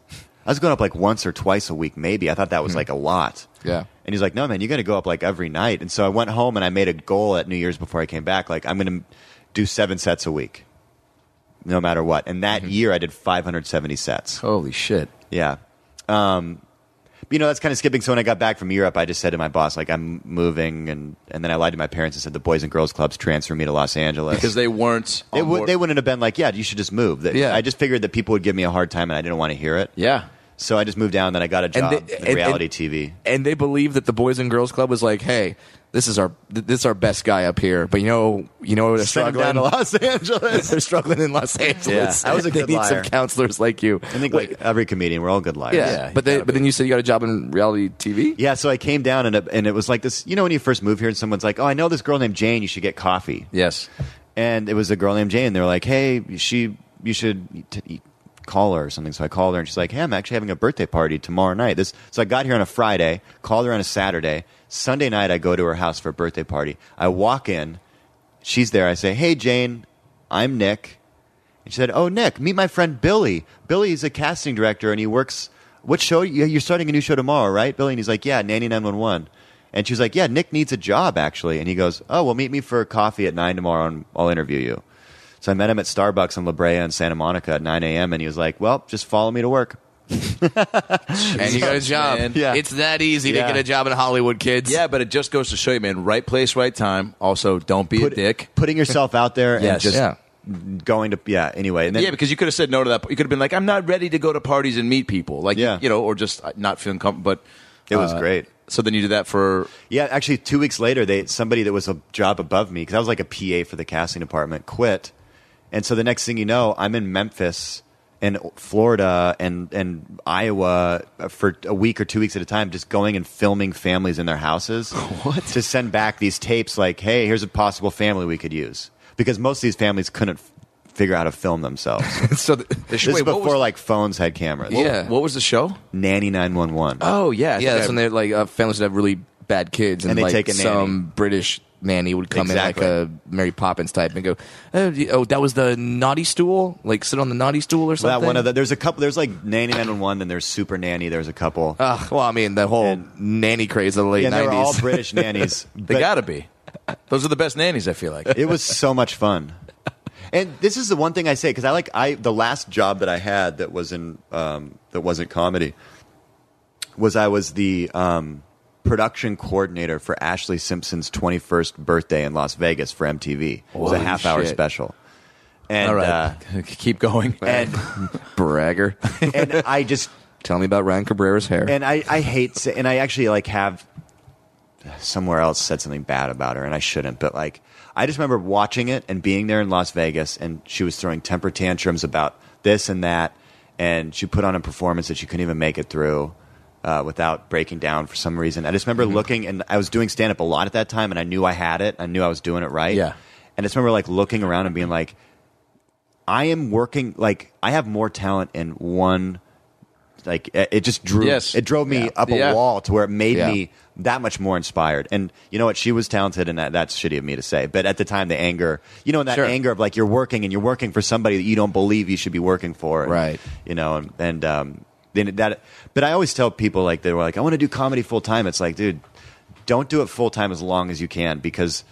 Speaker 5: I was going up like once or twice a week, maybe. I thought that was like a lot.
Speaker 4: Yeah.
Speaker 5: And he's like, No, man, you got to go up like every night. And so I went home and I made a goal at New Year's before I came back. Like I'm going to do seven sets a week, no matter what. And that year I did 570 sets.
Speaker 4: Holy shit.
Speaker 5: Yeah. Um, but, you know, that's kind of skipping. So when I got back from Europe, I just said to my boss, like, I'm moving. And, and then I lied to my parents and said the Boys and Girls Club's transferred me to Los Angeles.
Speaker 3: Because they weren't.
Speaker 5: they,
Speaker 3: on
Speaker 5: would,
Speaker 3: board.
Speaker 5: they wouldn't have been like, yeah, you should just move. That-
Speaker 4: Yeah.
Speaker 5: I just figured that people would give me a hard time and I didn't want to hear it.
Speaker 4: Yeah.
Speaker 5: So I just moved down. Then I got a job
Speaker 4: they-
Speaker 5: at
Speaker 4: and-
Speaker 5: reality
Speaker 4: and-
Speaker 5: TV.
Speaker 4: and they believe that the Boys and Girls Club was like, "Hey, this is our th- this is our best guy up here." But you know, you know, they're
Speaker 5: Sent him
Speaker 4: struggling.
Speaker 5: down to Los Angeles.
Speaker 4: *laughs* they're struggling in Los Angeles.
Speaker 5: I was a
Speaker 4: they
Speaker 5: good
Speaker 4: need some
Speaker 5: liar.
Speaker 4: counselors like you.
Speaker 5: I think like every comedian, we're all good liars.
Speaker 4: yeah.
Speaker 3: Yeah, you
Speaker 4: but then,
Speaker 3: gotta
Speaker 4: but then you said you got a job in reality TV.
Speaker 5: Yeah, so I came down and it, and it was like this. You know, when you first move here, and someone's like, "Oh, I know this girl named Jane. You should get coffee."
Speaker 4: Yes.
Speaker 5: And it was a girl named Jane. They were like, "Hey, she, you should t- t- call her or something." So I called her, and she's like, "Hey, I'm actually having a birthday party tomorrow night." This, so I got here on a Friday, called her on a Saturday. Sunday night, I go to her house for a birthday party. I walk in, she's there. I say, "Hey, Jane, I'm Nick." And she said, "Oh, Nick, meet my friend Billy. Billy's a casting director, and he works. What show? you- You're starting a new show tomorrow, right, Billy?" And he's like, "Yeah, Nanny Nine One One." And she's like, "Yeah, Nick needs a job actually." And he goes, "Oh, well, meet me for coffee at nine tomorrow, and I'll interview you." So I met him at Starbucks in La Brea in Santa Monica at 9 a.m. And he was like, "Well, just follow me to work."
Speaker 4: And you got a job.
Speaker 3: man.
Speaker 5: Yeah.
Speaker 4: It's that easy
Speaker 5: Yeah.
Speaker 4: to get a job in Hollywood, kids.
Speaker 3: Yeah, but it just goes to show you, man. Right place, right time. Also, don't be a
Speaker 5: Put-
Speaker 3: dick.
Speaker 5: Putting yourself out there and
Speaker 3: Yes.
Speaker 5: just
Speaker 4: Yeah. *laughs*
Speaker 5: going to yeah. Anyway, and then
Speaker 3: yeah, because you could have said no to that. You could have been like, "I'm not ready to go to parties and meet people," like
Speaker 5: Yeah.
Speaker 3: you know, or just uh, not feeling comfortable. But uh,
Speaker 5: It was great.
Speaker 3: So then you did that for
Speaker 5: Yeah, actually, two weeks later, they somebody that was a job above me because I was like a PA for the casting department quit, and so the next thing you know, I'm in Memphis and Florida and and Iowa for a week or two weeks at a time, just going and filming families in their
Speaker 3: *laughs*
Speaker 5: houses. What to send back these tapes? Like, hey, here's a possible family we could use because most of these families couldn't f- figure out how to
Speaker 3: *laughs*
Speaker 5: film themselves.
Speaker 4: so th-
Speaker 5: this
Speaker 3: Wait,
Speaker 5: is
Speaker 3: what was-
Speaker 5: before like phones had cameras.
Speaker 4: Yeah.
Speaker 3: What was the show?
Speaker 5: Nanny nine one one.
Speaker 3: Oh yeah, I think
Speaker 4: yeah, that's
Speaker 3: I-
Speaker 4: when they're like uh, families that have really bad kids, and,
Speaker 5: And they
Speaker 4: like
Speaker 5: take a nanny.
Speaker 4: some British nanny would come
Speaker 5: Exactly.
Speaker 4: in like a Mary Poppins type and go, oh, y- "Oh, that was the naughty stool. Like sit on the naughty stool or something."
Speaker 5: That one of the, there's a couple. There's like nanny nine one one. Then there's super nanny. There's a couple.
Speaker 4: Ugh, well, I mean, the whole
Speaker 5: And-
Speaker 4: nanny craze of the Oh, late
Speaker 5: yeah, and they were all
Speaker 4: nineties.
Speaker 5: British
Speaker 4: *laughs*
Speaker 5: nannies.
Speaker 3: they
Speaker 5: but
Speaker 3: gotta be. Those are the best nannies. I feel like.
Speaker 5: It was so much fun. And this is the one thing I say because I like I the last job that I had that was in um, that wasn't comedy was I was the um, production coordinator for Ashley Simpson's 21st birthday in Las Vegas for MTV. it was a
Speaker 4: Holy
Speaker 5: half hour
Speaker 4: shit.
Speaker 5: special. *laughs* And
Speaker 3: All right,
Speaker 5: uh,
Speaker 3: *laughs* keep going.
Speaker 5: and
Speaker 4: Bragger.
Speaker 5: and I just
Speaker 4: Tell me about Ryan Cabrera's hair.
Speaker 5: and I, I hate sa- and I actually like have somewhere else said something bad about her and I shouldn't but like I just remember watching it and being there in Las Vegas and she was throwing temper tantrums about this and that and she put on a performance that she couldn't even make it through uh, without breaking down for some reason I just remember looking and I was doing stand up a lot at that time and I knew I had it I knew I was doing it right
Speaker 3: Yeah.
Speaker 5: and I just remember like looking around and being like I am working like I have more talent in one like it it just drew
Speaker 3: Yes.
Speaker 5: it drove me
Speaker 3: Yeah.
Speaker 5: up a
Speaker 3: Yeah.
Speaker 5: wall to where it made
Speaker 4: Yeah.
Speaker 5: me that much more inspired. And you know what? She was talented, and that, that's shitty of me to say. But at the time, the anger, you know, and that
Speaker 4: Sure.
Speaker 5: anger of like you're working and you're working for somebody that you don't believe you should be working for, and,
Speaker 4: Right.
Speaker 5: You know, and and um, then that. But I always tell people like they were like, I want to do comedy full time. It's like, dude, don't do it full time as long as you can because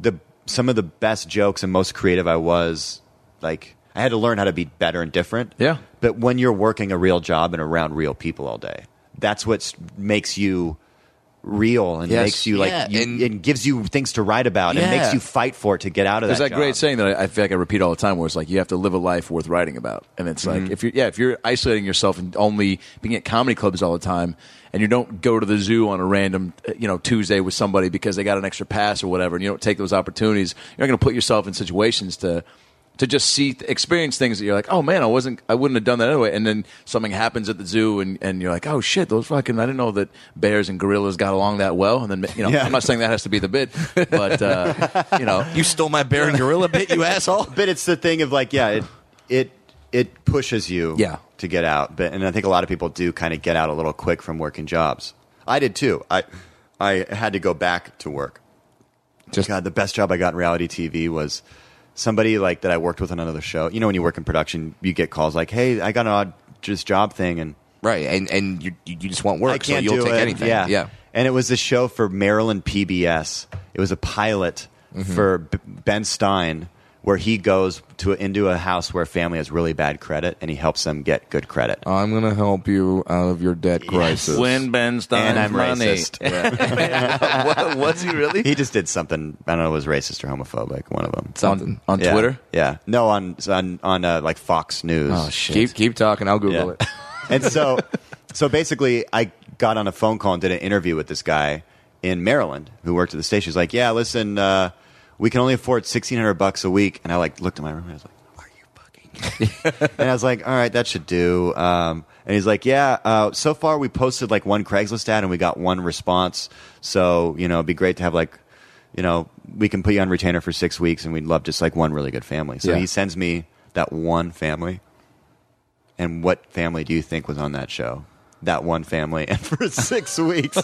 Speaker 5: the some of the best jokes and most creative I was like. I had to learn how to be better and different.
Speaker 3: Yeah.
Speaker 5: But when you're working a real job and around real people all day, that's what s- makes you real and
Speaker 4: Yes.
Speaker 5: makes you like
Speaker 4: Yeah,
Speaker 5: you,
Speaker 4: and-
Speaker 5: and, gives you things to write about and
Speaker 4: Yeah.
Speaker 5: makes you fight for it to get out of
Speaker 3: There's
Speaker 5: that.
Speaker 3: that great
Speaker 5: job.
Speaker 3: saying that I, I feel like I repeat all the time, where it's like you have to live a life worth writing about, and it's
Speaker 4: Mm-hmm.
Speaker 3: like if you're yeah, if you're isolating yourself and only being at comedy clubs all the time, and you don't go to the zoo on a random uh, you know Tuesday with somebody because they got an extra pass or whatever, and you don't take those opportunities, you're not going to put yourself in situations to to just see experience things that you're like, oh man, I wasn't, I wouldn't have done that anyway, and then something happens at the zoo, and and you're like, oh shit, those fucking, I didn't know that bears and gorillas got along that well, and then you know,
Speaker 5: Yeah.
Speaker 3: I'm not saying that has to be the bit, but uh, you know,
Speaker 4: you stole my bear and gorilla bit, you asshole.
Speaker 5: But it's the thing of like, yeah, it it it pushes you
Speaker 3: Yeah.
Speaker 5: to get out. But and I think a lot of people do kind of get out a little quick from working jobs. I did too. I I had to go back to work.
Speaker 4: Just-
Speaker 5: God, the best job I got in reality TV was somebody like that I worked with on another show. You know, when you work in production, you get calls like, "Hey, I got an odd just job thing," and
Speaker 4: Right, and and you you just want work,
Speaker 5: I can't
Speaker 4: so you'll
Speaker 5: do
Speaker 4: take
Speaker 5: it.
Speaker 4: anything.
Speaker 5: Yeah.
Speaker 4: yeah.
Speaker 5: And it was a show for Maryland PBS. It was a pilot
Speaker 3: Mm-hmm.
Speaker 5: for B- Ben Stein, where he goes to into a house where a family has really bad credit, and he helps them get good credit.
Speaker 3: Oh,
Speaker 4: I'm gonna help you out of your debt crisis.
Speaker 3: When Ben Stein's
Speaker 5: and I'm
Speaker 3: money.
Speaker 5: racist.
Speaker 3: *laughs* What- was he really?
Speaker 5: He just did something. I don't know. It was racist or homophobic. One of them.
Speaker 4: something.
Speaker 3: on
Speaker 5: Yeah.
Speaker 3: Twitter?
Speaker 5: Yeah. No, on on on uh, like Fox News.
Speaker 3: Oh, shit.
Speaker 4: keep keep talking. I'll Google
Speaker 5: *laughs* Yeah.
Speaker 4: it.
Speaker 5: and so, so basically, I got on a phone call and did an interview with this guy in Maryland who worked at the station. He's like, "Yeah, listen, uh, we can only afford sixteen hundred bucks a week." And I like looked at my roommate. I was like, "Are you fucking?" kidding me?" *laughs* and I was like, "All right, that should do." Um, and he's like, "Yeah, uh, so far we posted like one Craigslist ad and we got one response. So you know, it'd be great to have like." You know, we can put you on retainer for six weeks, and we'd love just like one really good family. So
Speaker 4: Yeah.
Speaker 5: he sends me that one family, and what family do you think was on that show? That one family, *laughs* and for six weeks,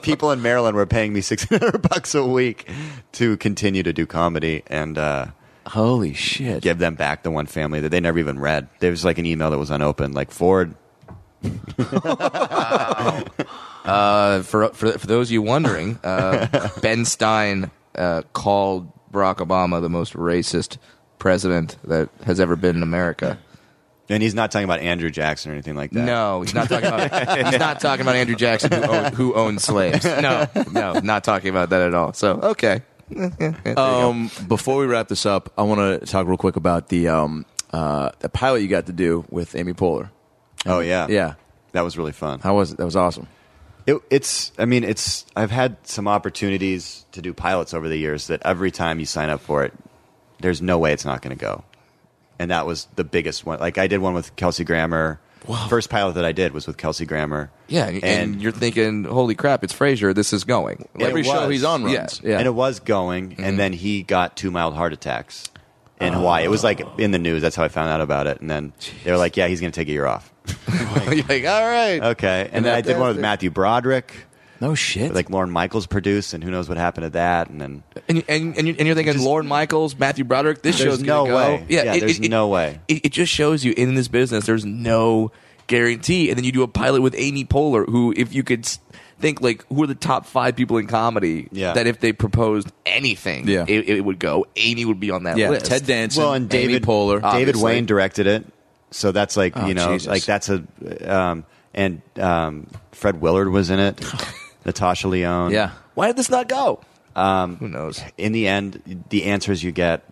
Speaker 5: people in Maryland were paying me six hundred bucks a week to continue to do comedy and uh,
Speaker 4: Holy shit.
Speaker 5: give them back the one family that they never even read. There was like an email that was unopened, like forward.
Speaker 4: Uh, for, for for those of you wondering,
Speaker 5: *laughs*
Speaker 4: uh, Ben Stein uh, called Barack Obama the most racist president that has ever been in America.
Speaker 5: And he's not talking about Andrew Jackson or anything like that.
Speaker 4: No, he's not
Speaker 5: *laughs*
Speaker 4: talking about he's not talking about Andrew Jackson who owned, who owned slaves. No, no, not talking about that at all. So okay,
Speaker 3: Um, before we wrap this up, I want to talk real quick about the um, uh, the pilot you got to do with Amy Poehler.
Speaker 5: Oh yeah,
Speaker 3: Yeah,
Speaker 5: That was really fun.
Speaker 3: how was it? That was awesome.
Speaker 5: It, it's, I mean, it's, I've had some opportunities to do pilots over the years that every time you sign up for it, there's no way it's not going to go. And that was the biggest one. Like I did one with Kelsey Grammer. First pilot that I did was with Kelsey Grammer.
Speaker 4: yeah, and,
Speaker 5: And-
Speaker 4: you're thinking, holy crap, it's Frasier. This is going.
Speaker 5: It
Speaker 3: Every show
Speaker 5: was.
Speaker 3: he's on
Speaker 4: Yeah.
Speaker 3: runs. Yeah, Mm-hmm.
Speaker 5: And it was going. And then he got two mild heart attacks in Hawaii. It was like
Speaker 3: Oh.
Speaker 5: in the news. That's how I found out about it. And then they were like, yeah, he's going to take a year off.
Speaker 4: *laughs*
Speaker 5: *laughs*
Speaker 4: You're like, all right,
Speaker 5: Okay. And, then I did one with Matthew Broderick. Oh,
Speaker 3: no shit.
Speaker 5: Like Lauren Michaels produced, and who knows what happened to that. And then
Speaker 4: and you- and and you're, and you're thinking Lauren Michaels, Matthew Broderick. This
Speaker 5: There's
Speaker 4: show's gonna
Speaker 5: no
Speaker 4: go.
Speaker 5: way. Yeah, there's no way.
Speaker 4: It, it just shows you in this business, there's no guarantee. And then you do a pilot with Amy Poehler, who, if you could s- think like, who are the top five people in comedy
Speaker 5: Yeah.
Speaker 4: that if they proposed anything,
Speaker 3: Yeah.
Speaker 4: it, it would go. Amy would be on that
Speaker 3: yeah,
Speaker 4: list.
Speaker 3: Ted Danson.
Speaker 5: well, and David
Speaker 3: Amy Poehler.
Speaker 5: David
Speaker 4: obviously.
Speaker 5: Wayne directed it, so that's like
Speaker 3: Oh,
Speaker 5: you know,
Speaker 3: Jesus.
Speaker 5: like that's a um, and um, Fred Willard was in it, Natasha Leone.
Speaker 3: Yeah,
Speaker 4: Why did this not go? Um, who knows?
Speaker 5: In the end, the answers you get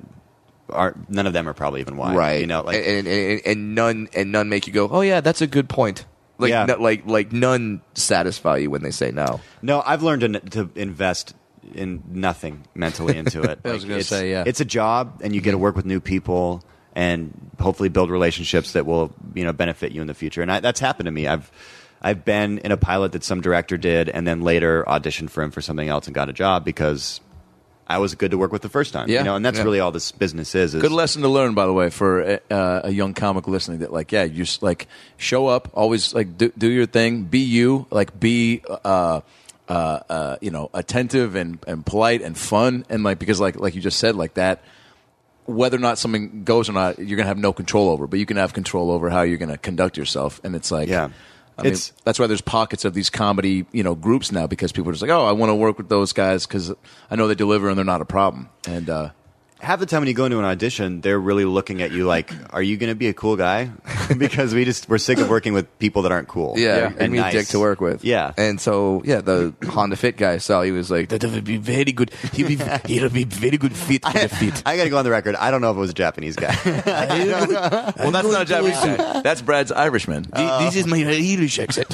Speaker 5: are none of them are probably even why.
Speaker 4: right
Speaker 5: You know, like
Speaker 4: and, and, and none and none make you go oh yeah that's a good point like
Speaker 5: Yeah.
Speaker 4: no- like like none satisfy you when they say no
Speaker 5: no, I've learned to, n- to invest in nothing mentally into it.
Speaker 3: *laughs* I was
Speaker 5: Like,
Speaker 3: gonna
Speaker 5: it's-
Speaker 3: say, yeah. Mm-hmm.
Speaker 5: it's a job, and you get to work with new people. And hopefully build relationships that will, you know, benefit you in the future. And I, that's happened to me. I've, I've been in a pilot that some director did, and then later auditioned for him for something else and got a job because I was good to work with the first time.
Speaker 3: Yeah.
Speaker 5: You know, and that's
Speaker 3: Yeah.
Speaker 5: really all this business is. is
Speaker 3: Good lesson to learn, by the way, for uh, a young comic listening. That like, yeah, you just like show up, always like do, do your thing, be you, like be uh, uh, uh, you know attentive and, and polite and fun, and like because like like you just said, like that. Whether or not something goes or not, you're gonna have no control over, but you can have control over how you're gonna conduct yourself, and it's like
Speaker 5: Yeah.
Speaker 3: I mean,
Speaker 5: It's-
Speaker 3: that's why there's pockets of these comedy, you know, groups now because people are just like, oh, I want to work with those guys because I know they deliver and they're not a problem. And uh,
Speaker 5: half the time when you go into an audition, they're really looking at you
Speaker 4: *clears throat*
Speaker 5: like, "Are you going to be a cool guy?" *laughs* because we just we're sick of working with people that aren't cool.
Speaker 4: yeah,
Speaker 5: and,
Speaker 4: and me
Speaker 5: nice.
Speaker 4: dick to work with
Speaker 5: Yeah,
Speaker 4: and so yeah the honda fit guy saw he was like that would be very good he'll *laughs* be he'll be very good fit for the *laughs* fit
Speaker 5: *laughs* I got to go on the record. I don't know if it was a Japanese guy.
Speaker 3: Well, that's not a Japanese guy. Oh. That's Brad's Irishman.
Speaker 4: this is my Irish accent.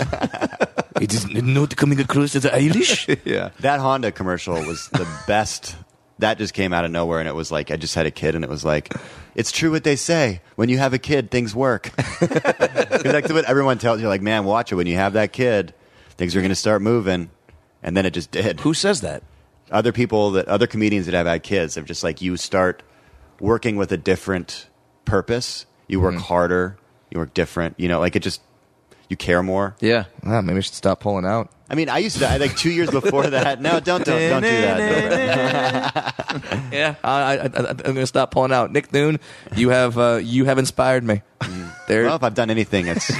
Speaker 4: *laughs* it is not coming across as *laughs* Irish.
Speaker 3: Yeah.
Speaker 5: That Honda commercial was the *laughs* best. That just came out of nowhere, and it was like I just had a kid, and it was like, it's true what they say. When you have a kid, things work. *laughs* 'Cause like what everyone tells you, like, man, watch it. When you have that kid, things are going to start moving, and then it just did.
Speaker 3: Who says that?
Speaker 5: Other people that other comedians that have had kids have just like you start working with a different purpose. You work
Speaker 3: Mm-hmm.
Speaker 5: harder. You work different. You know, like it just you care more.
Speaker 3: Yeah.
Speaker 4: Well, Ah, maybe I should stop pulling out.
Speaker 5: I mean, I used to I, like two years before that. No, don't don't don't do that.
Speaker 4: *laughs* Yeah, I, I, I, I'm going to stop pulling out. Nick Noon, you have uh, you have inspired me.
Speaker 3: Mm.
Speaker 4: There,
Speaker 5: Well, if I've done anything, it's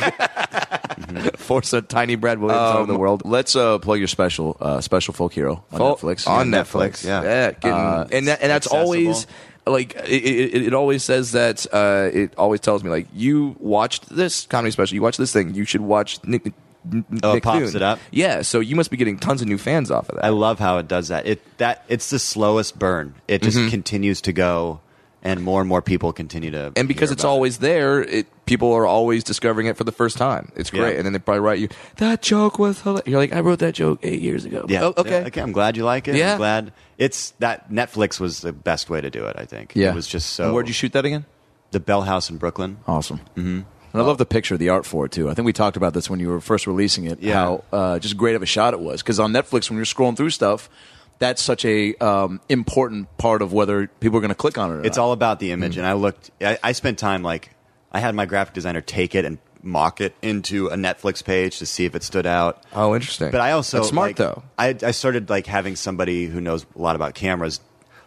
Speaker 4: *laughs* force a tiny Brad Williams
Speaker 3: Um,
Speaker 4: over the world.
Speaker 3: Let's uh, plug your special, uh, special folk hero on
Speaker 4: Fol-
Speaker 3: Netflix.
Speaker 4: On
Speaker 5: Yeah,
Speaker 4: Netflix,
Speaker 5: Netflix, yeah.
Speaker 4: getting-
Speaker 3: Uh,
Speaker 4: and that, and that's
Speaker 5: accessible.
Speaker 4: always like it, it, it always says that uh, it always tells me like you watched this comedy special, you watched this thing, you should watch Nick. N- N-
Speaker 5: Oh, it
Speaker 4: Nick
Speaker 5: pops
Speaker 4: Noon.
Speaker 5: it up?
Speaker 4: Yeah, so you must be getting tons of new fans off of that.
Speaker 5: I love how it does that. It that it's the slowest burn. It
Speaker 4: Mm-hmm.
Speaker 5: just continues to go, and more and more people continue to.
Speaker 4: and because
Speaker 5: hear
Speaker 4: it's
Speaker 5: about it.
Speaker 4: always there, it people are always discovering it for the first time. It's great,
Speaker 5: Yeah.
Speaker 4: and then they probably write you that joke was hilarious. You're like, I wrote that joke eight years ago.
Speaker 5: Yeah.
Speaker 4: Oh, okay.
Speaker 5: Yeah, Okay. I'm glad you like it.
Speaker 4: Yeah.
Speaker 5: I'm glad it's that Netflix was the best way to do it. I think.
Speaker 3: Yeah.
Speaker 5: It was just so.
Speaker 3: And where'd you shoot that again?
Speaker 5: The Bell House in Brooklyn.
Speaker 4: Oh,
Speaker 3: Awesome. Mm-hmm. And I love the picture, the art for it too. I think we talked about this when you were first releasing it.
Speaker 5: Yeah.
Speaker 3: How uh, just great of a shot it was. Because on Netflix, when you're scrolling through stuff, that's such a um, important part of whether people are going to click on it. Or
Speaker 5: It's
Speaker 3: not.
Speaker 5: all about the
Speaker 4: Mm.
Speaker 5: image, and I looked. I, I spent time like I had my graphic designer take it and mock it into a Netflix page to see if it stood out.
Speaker 4: Oh, interesting.
Speaker 5: But I also
Speaker 4: That's smart
Speaker 5: like,
Speaker 4: though.
Speaker 5: I, I started like having somebody who knows a lot about cameras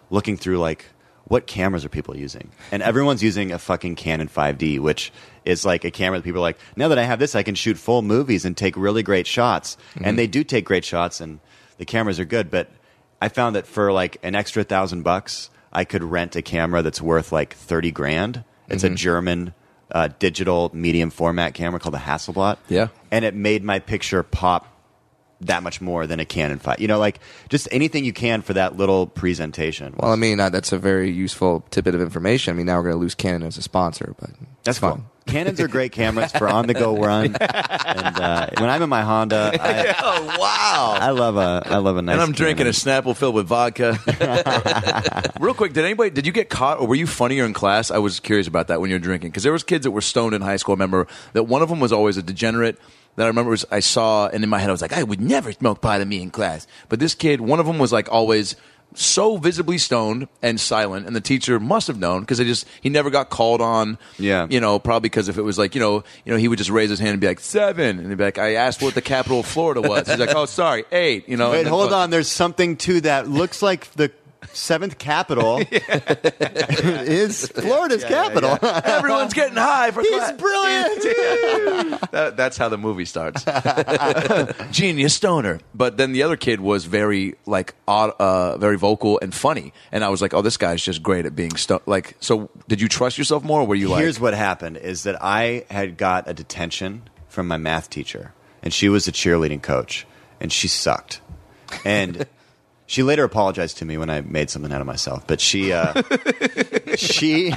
Speaker 5: looking through like what cameras are people using, and everyone's using a fucking Canon 5D, which is like a camera that people are like, now that I have this, I can shoot full movies and take really great shots,
Speaker 4: Mm-hmm.
Speaker 5: and they do take great shots, and the cameras are good, but I found that for like an extra thousand bucks, I could rent a camera that's worth like thirty grand. It's
Speaker 4: Mm-hmm.
Speaker 5: a German uh, digital medium format camera called the Hasselblad.
Speaker 3: Yeah.
Speaker 5: and it made my picture pop that much more than a Canon five. You know, like just anything you can for that little presentation.
Speaker 4: Well, I mean, uh, that's a very useful tidbit of information. I mean, now we're going to lose Canon as a sponsor, but
Speaker 5: that's
Speaker 4: it's fine.
Speaker 5: fun. *laughs* Canons are great
Speaker 3: *laughs*
Speaker 5: cameras for on-the-go run. And uh, when I'm in my Honda,
Speaker 3: *laughs*
Speaker 5: I,
Speaker 3: Oh wow.
Speaker 5: I love a I love a nice.
Speaker 3: and I'm drinking a
Speaker 5: Canon.
Speaker 3: Snapple filled with
Speaker 5: *laughs*
Speaker 3: vodka. Real quick, did anybody did you get caught or were you funnier in class? I was curious about that when you were drinking because there was kids that were stoned in high school. I remember that one of them was always a degenerate. That I remember was I saw and in my head I was like I would never smoke pot of me in class. But this kid, one of them was like always so visibly stoned and silent, and the teacher must have known because they just he never got called on.
Speaker 5: Yeah.
Speaker 3: you know probably because if it was like you know you know he would just raise his hand and be like seven, and he'd be like I asked what the capital of Florida was. He's like oh sorry eight. You know
Speaker 5: Wait,
Speaker 3: and then-
Speaker 5: hold on. There's something to that. Looks like the
Speaker 3: *laughs*
Speaker 5: seventh capital *laughs* is Florida's capital. *laughs*
Speaker 3: Everyone's getting high for
Speaker 5: He's
Speaker 3: class. *laughs*
Speaker 5: brilliant.
Speaker 3: That- that's how the movie starts. *laughs* Genius stoner. But then the other kid was very like odd, uh, very vocal and funny, and I was like, oh, this guy's just great at being stoned. Like, so did you trust yourself more? Or were you like,
Speaker 5: Here's what happened is that I had got a detention from my math teacher, and she was a cheerleading coach, and she sucked.
Speaker 3: *laughs*
Speaker 5: And she later apologized to me when I made something out of myself, but
Speaker 3: *laughs*
Speaker 5: she uh, she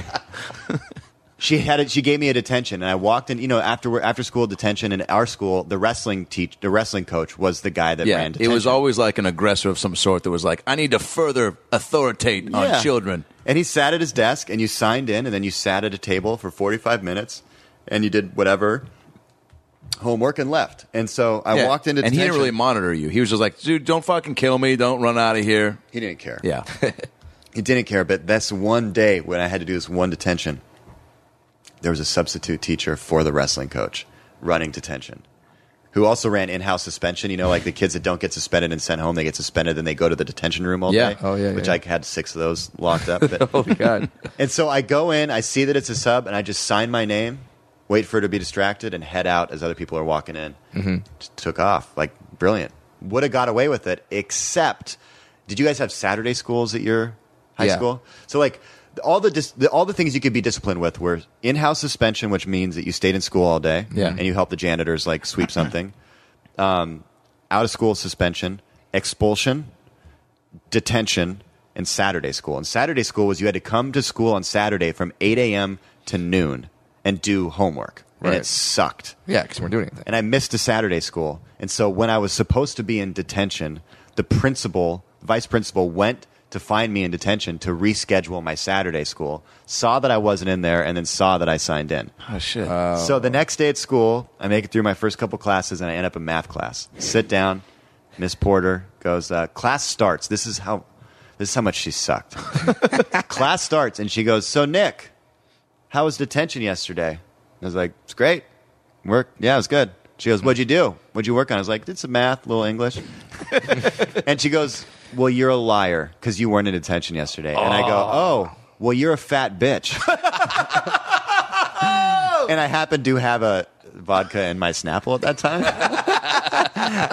Speaker 5: she had it. She gave me a detention, and I walked in. You know, after after school detention in our school, the wrestling teach the wrestling coach was the guy that
Speaker 3: yeah,
Speaker 5: ran.
Speaker 3: it
Speaker 5: Detention.
Speaker 3: was always like an aggressor of some sort that was like, I need to further authoritate
Speaker 5: Yeah.
Speaker 3: on children.
Speaker 5: And he sat at his desk, and you signed in, and then you sat at a table for 45 minutes, and you did whatever homework and left. And so I
Speaker 3: Yeah.
Speaker 5: walked into
Speaker 3: and he
Speaker 5: detention.
Speaker 3: didn't really monitor you. He was just like, dude, don't fucking kill me, don't run out of here.
Speaker 5: he didn't care.
Speaker 3: *laughs* Yeah,
Speaker 5: He didn't care, but that's one day when I had to do this one detention. There was a substitute teacher for the wrestling coach running detention who also ran in house suspension. You know, like the kids that don't get suspended and sent home, they get suspended, then they go to the detention room all
Speaker 3: Yeah.
Speaker 5: day.
Speaker 4: Oh, yeah,
Speaker 5: Which
Speaker 4: yeah.
Speaker 5: I had six of those locked up.
Speaker 3: *laughs*
Speaker 5: But
Speaker 4: Oh God.
Speaker 5: And so I go in, I see that it's a sub, and I just sign my name, wait for her to be distracted, and head out as other people are walking in. Just took off. Like, brilliant. Would have got away with it, except, did you guys have Saturday schools at your high
Speaker 4: Yeah.
Speaker 5: school? So, like, all the, dis- the all the things you could be disciplined with were in-house suspension, which means that you stayed in school all day
Speaker 3: Yeah.
Speaker 5: and you helped the janitors like sweep something. Um, out of school suspension, expulsion, detention and Saturday school. And Saturday school was you had to come to school on Saturday from 8 a.m. to noon and do homework. And
Speaker 4: Right.
Speaker 5: it sucked.
Speaker 4: Yeah, because we're doing anything.
Speaker 5: And I missed a Saturday school. And so when I was supposed to be in detention, the principal, vice principal, went to find me in detention to reschedule my Saturday school, saw that I wasn't in there, and then saw that I signed in.
Speaker 3: oh shit.
Speaker 5: So the next day at school, I make it through my first couple classes and I end up in math class. Sit down. Miss Porter goes, uh, class starts. This is how this is how much she sucked. class starts and she goes, So Nick, how was detention yesterday? And I was like, It's great. Work yeah, it was good. She
Speaker 3: Hmm.
Speaker 5: goes, What'd you do? What'd you work on? I was like, Did some math, a
Speaker 3: *laughs*
Speaker 5: little English. and she goes, Well, you're a liar because you weren't in detention yesterday. And I go, Oh, well, you're a
Speaker 3: *laughs*
Speaker 5: fat bitch *laughs* and I happened to have a vodka in my Snapple at
Speaker 3: *laughs*
Speaker 5: that time.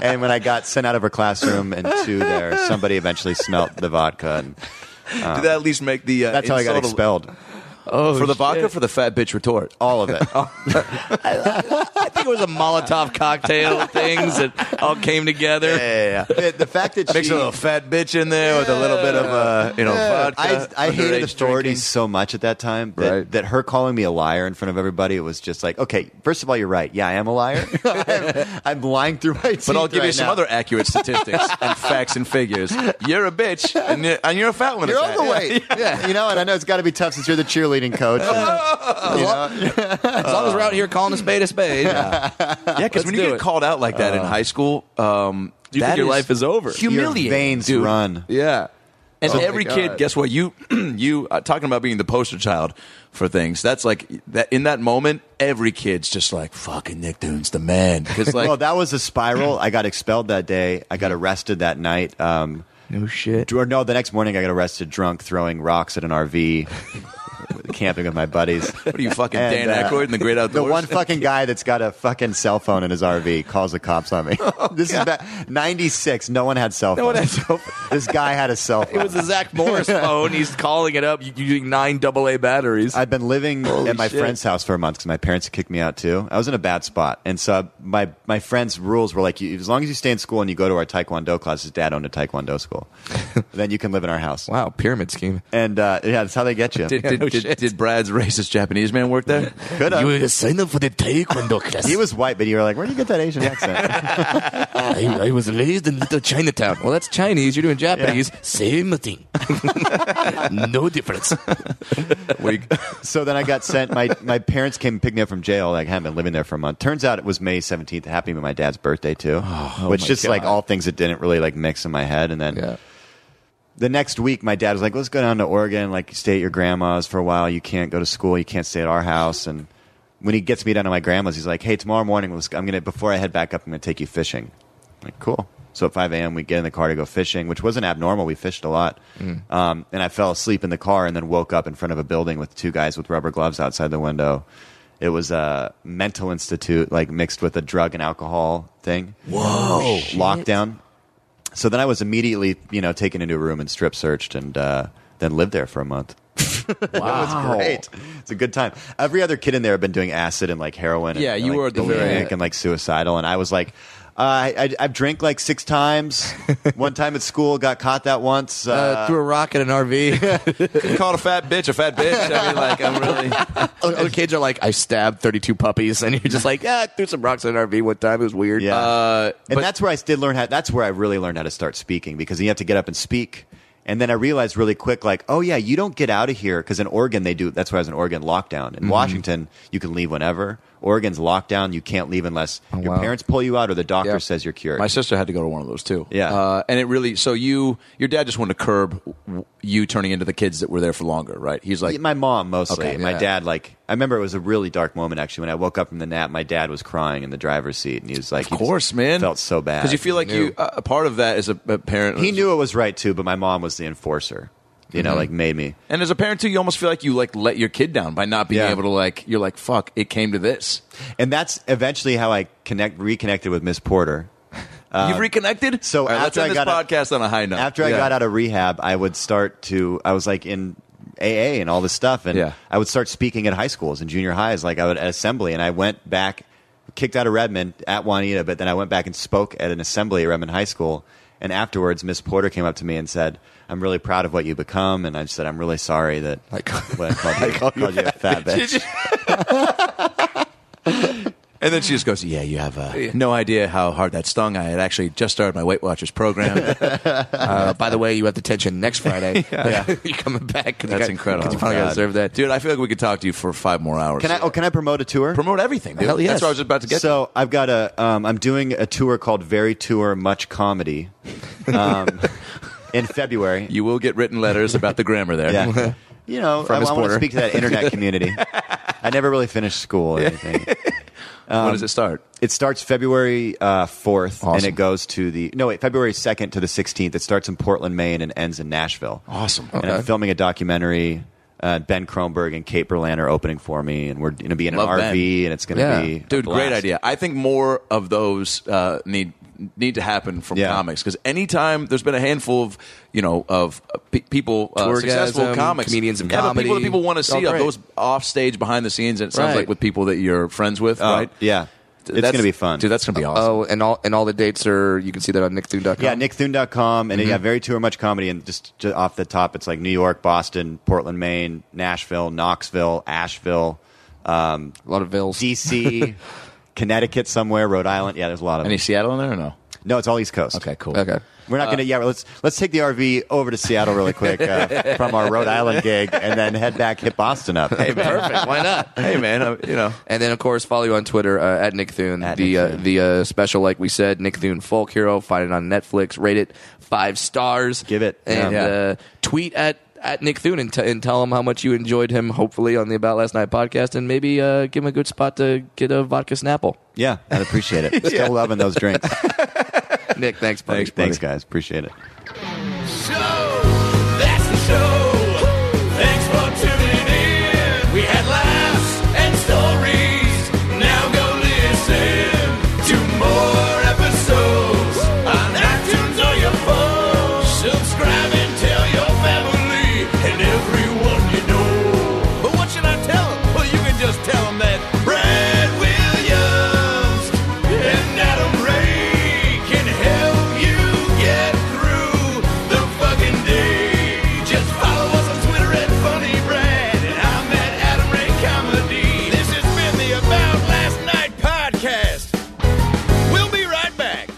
Speaker 5: and when I got sent out of her classroom and to there, somebody eventually smelt the vodka, and
Speaker 3: Did that at least make the? Uh,
Speaker 5: that's how I got
Speaker 3: insult a-
Speaker 5: expelled.
Speaker 4: Oh,
Speaker 3: for the vodka,
Speaker 4: shit.
Speaker 3: for the fat bitch retort. *laughs*
Speaker 5: All of it.
Speaker 3: Oh.
Speaker 4: I think it was a Molotov *laughs* cocktail things that all came together.
Speaker 3: Yeah, yeah, yeah.
Speaker 5: the, the fact that
Speaker 3: mix
Speaker 5: she,
Speaker 3: a little fat bitch in there with a little bit of uh, you know
Speaker 5: Yeah.
Speaker 3: vodka.
Speaker 5: I, I hated
Speaker 3: underage
Speaker 5: authorities
Speaker 3: drinking.
Speaker 5: so much at that time that,
Speaker 4: Right.
Speaker 5: that her calling me a liar in front of everybody it was just like, okay, first of all, you're right. Yeah, I am a liar. *laughs* I'm, I'm lying through my teeth.
Speaker 3: But I'll give you
Speaker 5: right
Speaker 3: some
Speaker 5: now.
Speaker 3: other accurate
Speaker 4: *laughs*
Speaker 3: statistics and facts and figures. You're a bitch, and you're, and you're a fat one.
Speaker 5: You're
Speaker 3: at that. *laughs*
Speaker 5: overweight. *laughs* Yeah, you know, and I know it's got to be tough since you're the cheerleading coach. *laughs* And,
Speaker 4: As long as we're out here calling a spade a spade,
Speaker 3: Yeah, because when you
Speaker 4: do
Speaker 3: get
Speaker 4: it.
Speaker 3: called out like that in high school, um,
Speaker 4: You think
Speaker 3: that
Speaker 4: your life is over.
Speaker 3: Humiliating,
Speaker 5: Your veins
Speaker 3: dude.
Speaker 5: run.
Speaker 3: Yeah. And
Speaker 4: Oh my
Speaker 3: every kid,
Speaker 4: God.
Speaker 3: guess what? You, *clears throat* you uh, talking about being the poster child for things. That's like that in that moment, every kid's just like fucking Nick Dune's the man
Speaker 4: *laughs*
Speaker 3: because like
Speaker 5: well, that was a *clears throat* spiral. I got expelled that day. I got arrested that night. Um,
Speaker 4: no Oh, shit.
Speaker 5: or no, the next morning I got arrested drunk throwing rocks at an RV, *laughs* camping with my buddies.
Speaker 3: what are you fucking
Speaker 5: And,
Speaker 3: Dan
Speaker 5: uh,
Speaker 3: Aykroyd in the Great
Speaker 5: The
Speaker 3: Outdoors?
Speaker 5: one fucking guy that's got a fucking cell phone in his RV calls the cops on
Speaker 4: *laughs*
Speaker 5: me. this is back, 96. No one had cell phones.
Speaker 4: Oh, one had cell
Speaker 5: *laughs* this guy had a cell phone.
Speaker 4: *laughs* It was a Zach Morris phone. He's calling it up u- using nine AA batteries.
Speaker 5: I've been living
Speaker 4: Holy
Speaker 5: at my
Speaker 4: shit.
Speaker 5: friend's house for a month because my parents kicked me out too. I was in a bad spot, and so I- my my friend's rules were like, you, as long as you stay in school and you go to our taekwondo class, his dad owned a taekwondo
Speaker 4: *laughs*
Speaker 5: school, then you can live in our house.
Speaker 4: wow, pyramid scheme.
Speaker 5: And uh, yeah, that's how they get you.
Speaker 3: did, *laughs* did,
Speaker 4: No
Speaker 3: did,
Speaker 4: shit.
Speaker 3: did Brad's racist Japanese man work *laughs* there?
Speaker 5: Could have.
Speaker 4: signed up for the taekwondo class.
Speaker 5: He was white, but you were like, where do you get that Asian
Speaker 4: *laughs*
Speaker 5: accent?
Speaker 4: I, I Ah, was raised in little Chinatown. Well, that's Chinese. You're doing Japanese. Same thing. *laughs* no difference.
Speaker 3: We,
Speaker 5: so then I got sent. My my parents came and picked me up from jail. Like I hadn't been living there for a month. Turns out it was May seventeenth. It happened to be my dad's birthday too, which
Speaker 4: Oh, my
Speaker 5: just like
Speaker 4: God.
Speaker 5: all things that didn't really like mix in my head. And then the next week, my dad was like, "Let's go down to Oregon, like stay at your grandma's for a while. You can't go to school. You can't stay at our house." And when he gets me down to my grandma's, he's like, "Hey, tomorrow morning, let's, I'm gonna before I head back up, I'm gonna take you fishing." I'm like, cool. So at 5 a.m., we get in the car to go fishing, which wasn't abnormal. We fished a lot, um, and I fell asleep in the car and then woke up in front of a building with two guys with rubber gloves outside the window. It was a mental institute, like mixed with a drug and alcohol thing. Whoa! Lockdown. So then I was immediately, you know, taken into a room and strip searched, and uh, then lived there for a month. *laughs*
Speaker 4: Wow.
Speaker 5: Great, it's a good time. Every other kid in there had been doing acid and like heroin. and-
Speaker 3: Yeah,
Speaker 5: and,
Speaker 3: you
Speaker 5: like,
Speaker 3: were at the
Speaker 5: delirium
Speaker 3: very-
Speaker 5: and like suicidal, and I was like. Uh, I, I, I've drank like
Speaker 3: *laughs*
Speaker 5: six times. One time at school, got caught that once.
Speaker 4: Uh, threw a rock at an RV.
Speaker 3: we called a fat bitch a fat bitch. I mean, like I'm really.
Speaker 4: *laughs* Other kids are like, I stabbed 32 puppies. And you're just like, yeah, I threw some rocks at an RV one time. It was weird.
Speaker 5: Yeah.
Speaker 3: Uh,
Speaker 5: and
Speaker 3: but-
Speaker 5: that's where I did learn how. That's where I really learned how to start speaking because you have to get up and speak. And then I realized really quick, like, oh yeah, you don't get out of here because in Oregon they do. That's why I was in Oregon lockdown.
Speaker 3: Mm-hmm.
Speaker 5: In Washington, you can leave whenever. Oregon's lockdown, you can't leave unless your
Speaker 4: wow.
Speaker 5: parents pull you out or the doctor
Speaker 3: Yeah.
Speaker 5: says you're cured.
Speaker 3: Oh, My sister had to go to one of those too.
Speaker 5: Yeah.
Speaker 3: uh, and it really. So you, your dad just wanted to curb w- you turning into the kids that were there for longer, right? He's like,
Speaker 5: Yeah, my mom mostly.
Speaker 3: Okay,
Speaker 5: my
Speaker 3: yeah.
Speaker 5: dad, like, I remember it was a really dark moment actually when I woke up from the nap. My dad was crying in the driver's seat, and he was like,
Speaker 3: of course, man,
Speaker 5: felt so bad
Speaker 3: because you feel like you. Uh, a part of that is a, a parent.
Speaker 5: he knew it was right too, but my mom was the enforcer. You
Speaker 3: Mm-hmm.
Speaker 5: know, like made me.
Speaker 3: and as a parent too, you almost feel like you like let your kid down by not being
Speaker 5: Yeah.
Speaker 3: able to like. You're like, fuck, it came to this.
Speaker 5: And that's eventually how I connect reconnected with Miss Porter.
Speaker 3: You've reconnected.
Speaker 5: Uh, so
Speaker 3: All right, let's
Speaker 5: after
Speaker 3: end this
Speaker 5: I got
Speaker 3: podcast on a high note.
Speaker 5: After I
Speaker 3: Yeah.
Speaker 5: got out of rehab, I would start to I was like in AA and all this stuff and
Speaker 3: Yeah.
Speaker 5: I would start speaking at high schools and junior highs like I would at assembly and I went back kicked out of Redmond at Juanita, but then I went back and spoke at an assembly at Redmond High School and afterwards Miss Porter came up to me and said, I'm really proud of what you become and I said, I'm really sorry that
Speaker 4: I called-
Speaker 5: what I called you, called you a fat bitch.
Speaker 3: *laughs* And then she just goes, "Yeah, you have uh, no idea how hard that stung. I had actually just started my Weight Watchers
Speaker 5: *laughs*
Speaker 3: program.
Speaker 4: Uh, by the way, you have detention next Friday.
Speaker 3: *laughs* Yeah.
Speaker 4: *laughs* You're coming back. 'cause you
Speaker 3: That's
Speaker 4: got-
Speaker 3: incredible.
Speaker 4: 'cause You finally got
Speaker 3: God.
Speaker 4: to serve that.
Speaker 3: Dude, I feel like we could talk to you for five more hours.
Speaker 5: Can I oh can I promote a tour?
Speaker 3: promote everything? Dude.
Speaker 4: Hell yes.
Speaker 3: That's what I was about to get. to.
Speaker 5: so I've got a. Um, I'm doing a tour called Very Tour Much Comedy,
Speaker 3: *laughs*
Speaker 5: um, in February.
Speaker 3: you will get written letters about the grammar there. *laughs*
Speaker 5: yeah, you know, I,
Speaker 4: Miss
Speaker 5: want
Speaker 4: Porter.
Speaker 5: to speak to that internet community. I never really finished school or anything.
Speaker 3: when
Speaker 5: Um,
Speaker 3: does it start?
Speaker 5: It starts February uh, 4th, and
Speaker 4: Awesome.
Speaker 5: it goes to the no wait February second to the sixteenth. It starts in Portland, Maine, and ends in Nashville.
Speaker 3: Awesome.
Speaker 5: And I'm filming a documentary. Uh, ben Kronberg and Kate Berlan are opening for me, and we're going to be in
Speaker 3: Love
Speaker 5: an
Speaker 3: Ben.
Speaker 5: RV, and it's going to
Speaker 4: Yeah.
Speaker 5: be a
Speaker 3: Dude, great
Speaker 5: blast.
Speaker 3: idea. I think more of those uh, need need to happen from
Speaker 5: Yeah.
Speaker 3: comics because anytime there's been a handful of you know of uh, pe- people uh,
Speaker 4: Tourgasm,
Speaker 3: successful comics
Speaker 4: comedians of
Speaker 3: yeah, but people that
Speaker 4: comedy.
Speaker 3: people want to
Speaker 4: It's
Speaker 3: see
Speaker 4: all
Speaker 3: of
Speaker 4: great.
Speaker 3: those off stage behind the scenes and it sounds
Speaker 4: Right.
Speaker 3: like with people that you're friends with
Speaker 5: Oh,
Speaker 3: right
Speaker 5: Yeah. It's
Speaker 3: That's-
Speaker 5: going to be fun.
Speaker 3: dude that's gonna be awesome
Speaker 4: Oh, and all and all the dates are you can see that on nickthune.com.
Speaker 5: Yeah, nickthune.com. And yeah, very too much comedy. And just, just off the top, it's like New York, Boston, Portland, Maine, Nashville, Knoxville, Asheville, um,
Speaker 4: a lot of vills.
Speaker 5: D.C., Connecticut somewhere, Rhode Island. Yeah, there's a lot of
Speaker 3: any
Speaker 5: them.
Speaker 3: Seattle in there or no
Speaker 5: No, it's all East Coast.
Speaker 3: okay cool
Speaker 4: Okay.
Speaker 5: We're not going to. Yeah, let's let's take the RV over to Seattle really quick uh, from our Rhode Island gig, and then head back, hit Boston up.
Speaker 3: perfect why not hey man I, you know
Speaker 4: And then, of course, follow you on Twitter uh, at Nick Thune.
Speaker 5: At
Speaker 4: the
Speaker 5: Nick
Speaker 4: uh,
Speaker 5: Thune.
Speaker 4: the uh, special, like we said, Nick Thune Folk Hero. Find it on Netflix. Rate it five stars.
Speaker 5: Give it.
Speaker 4: and
Speaker 3: Yeah.
Speaker 4: Uh, tweet at. At Nick Thune and, t- and tell him how much you enjoyed him. Hopefully on the About Last Night podcast, and maybe uh, give him a good spot to get a
Speaker 5: *laughs*
Speaker 4: vodka Snapple.
Speaker 5: Yeah, I'd appreciate it. Still loving those drinks.
Speaker 4: Nick, thanks, buddy.
Speaker 5: Thanks, thanks, guys. Appreciate it.
Speaker 6: show. That's the show. Thanks for tuning in. We had laughs and stories. Now go listen to more episodes on iTunes or your phone. Subscribe and tell your family and everyone you know. But what should I tell 'em? Well, you can just tell 'em that Brad Williams and Adam Ray can help you get through the fucking day. Just follow us on Twitter at Funny Brad, and I'm at Adam Ray Comedy. This has been the About Last Night podcast. We'll be right back.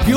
Speaker 7: If you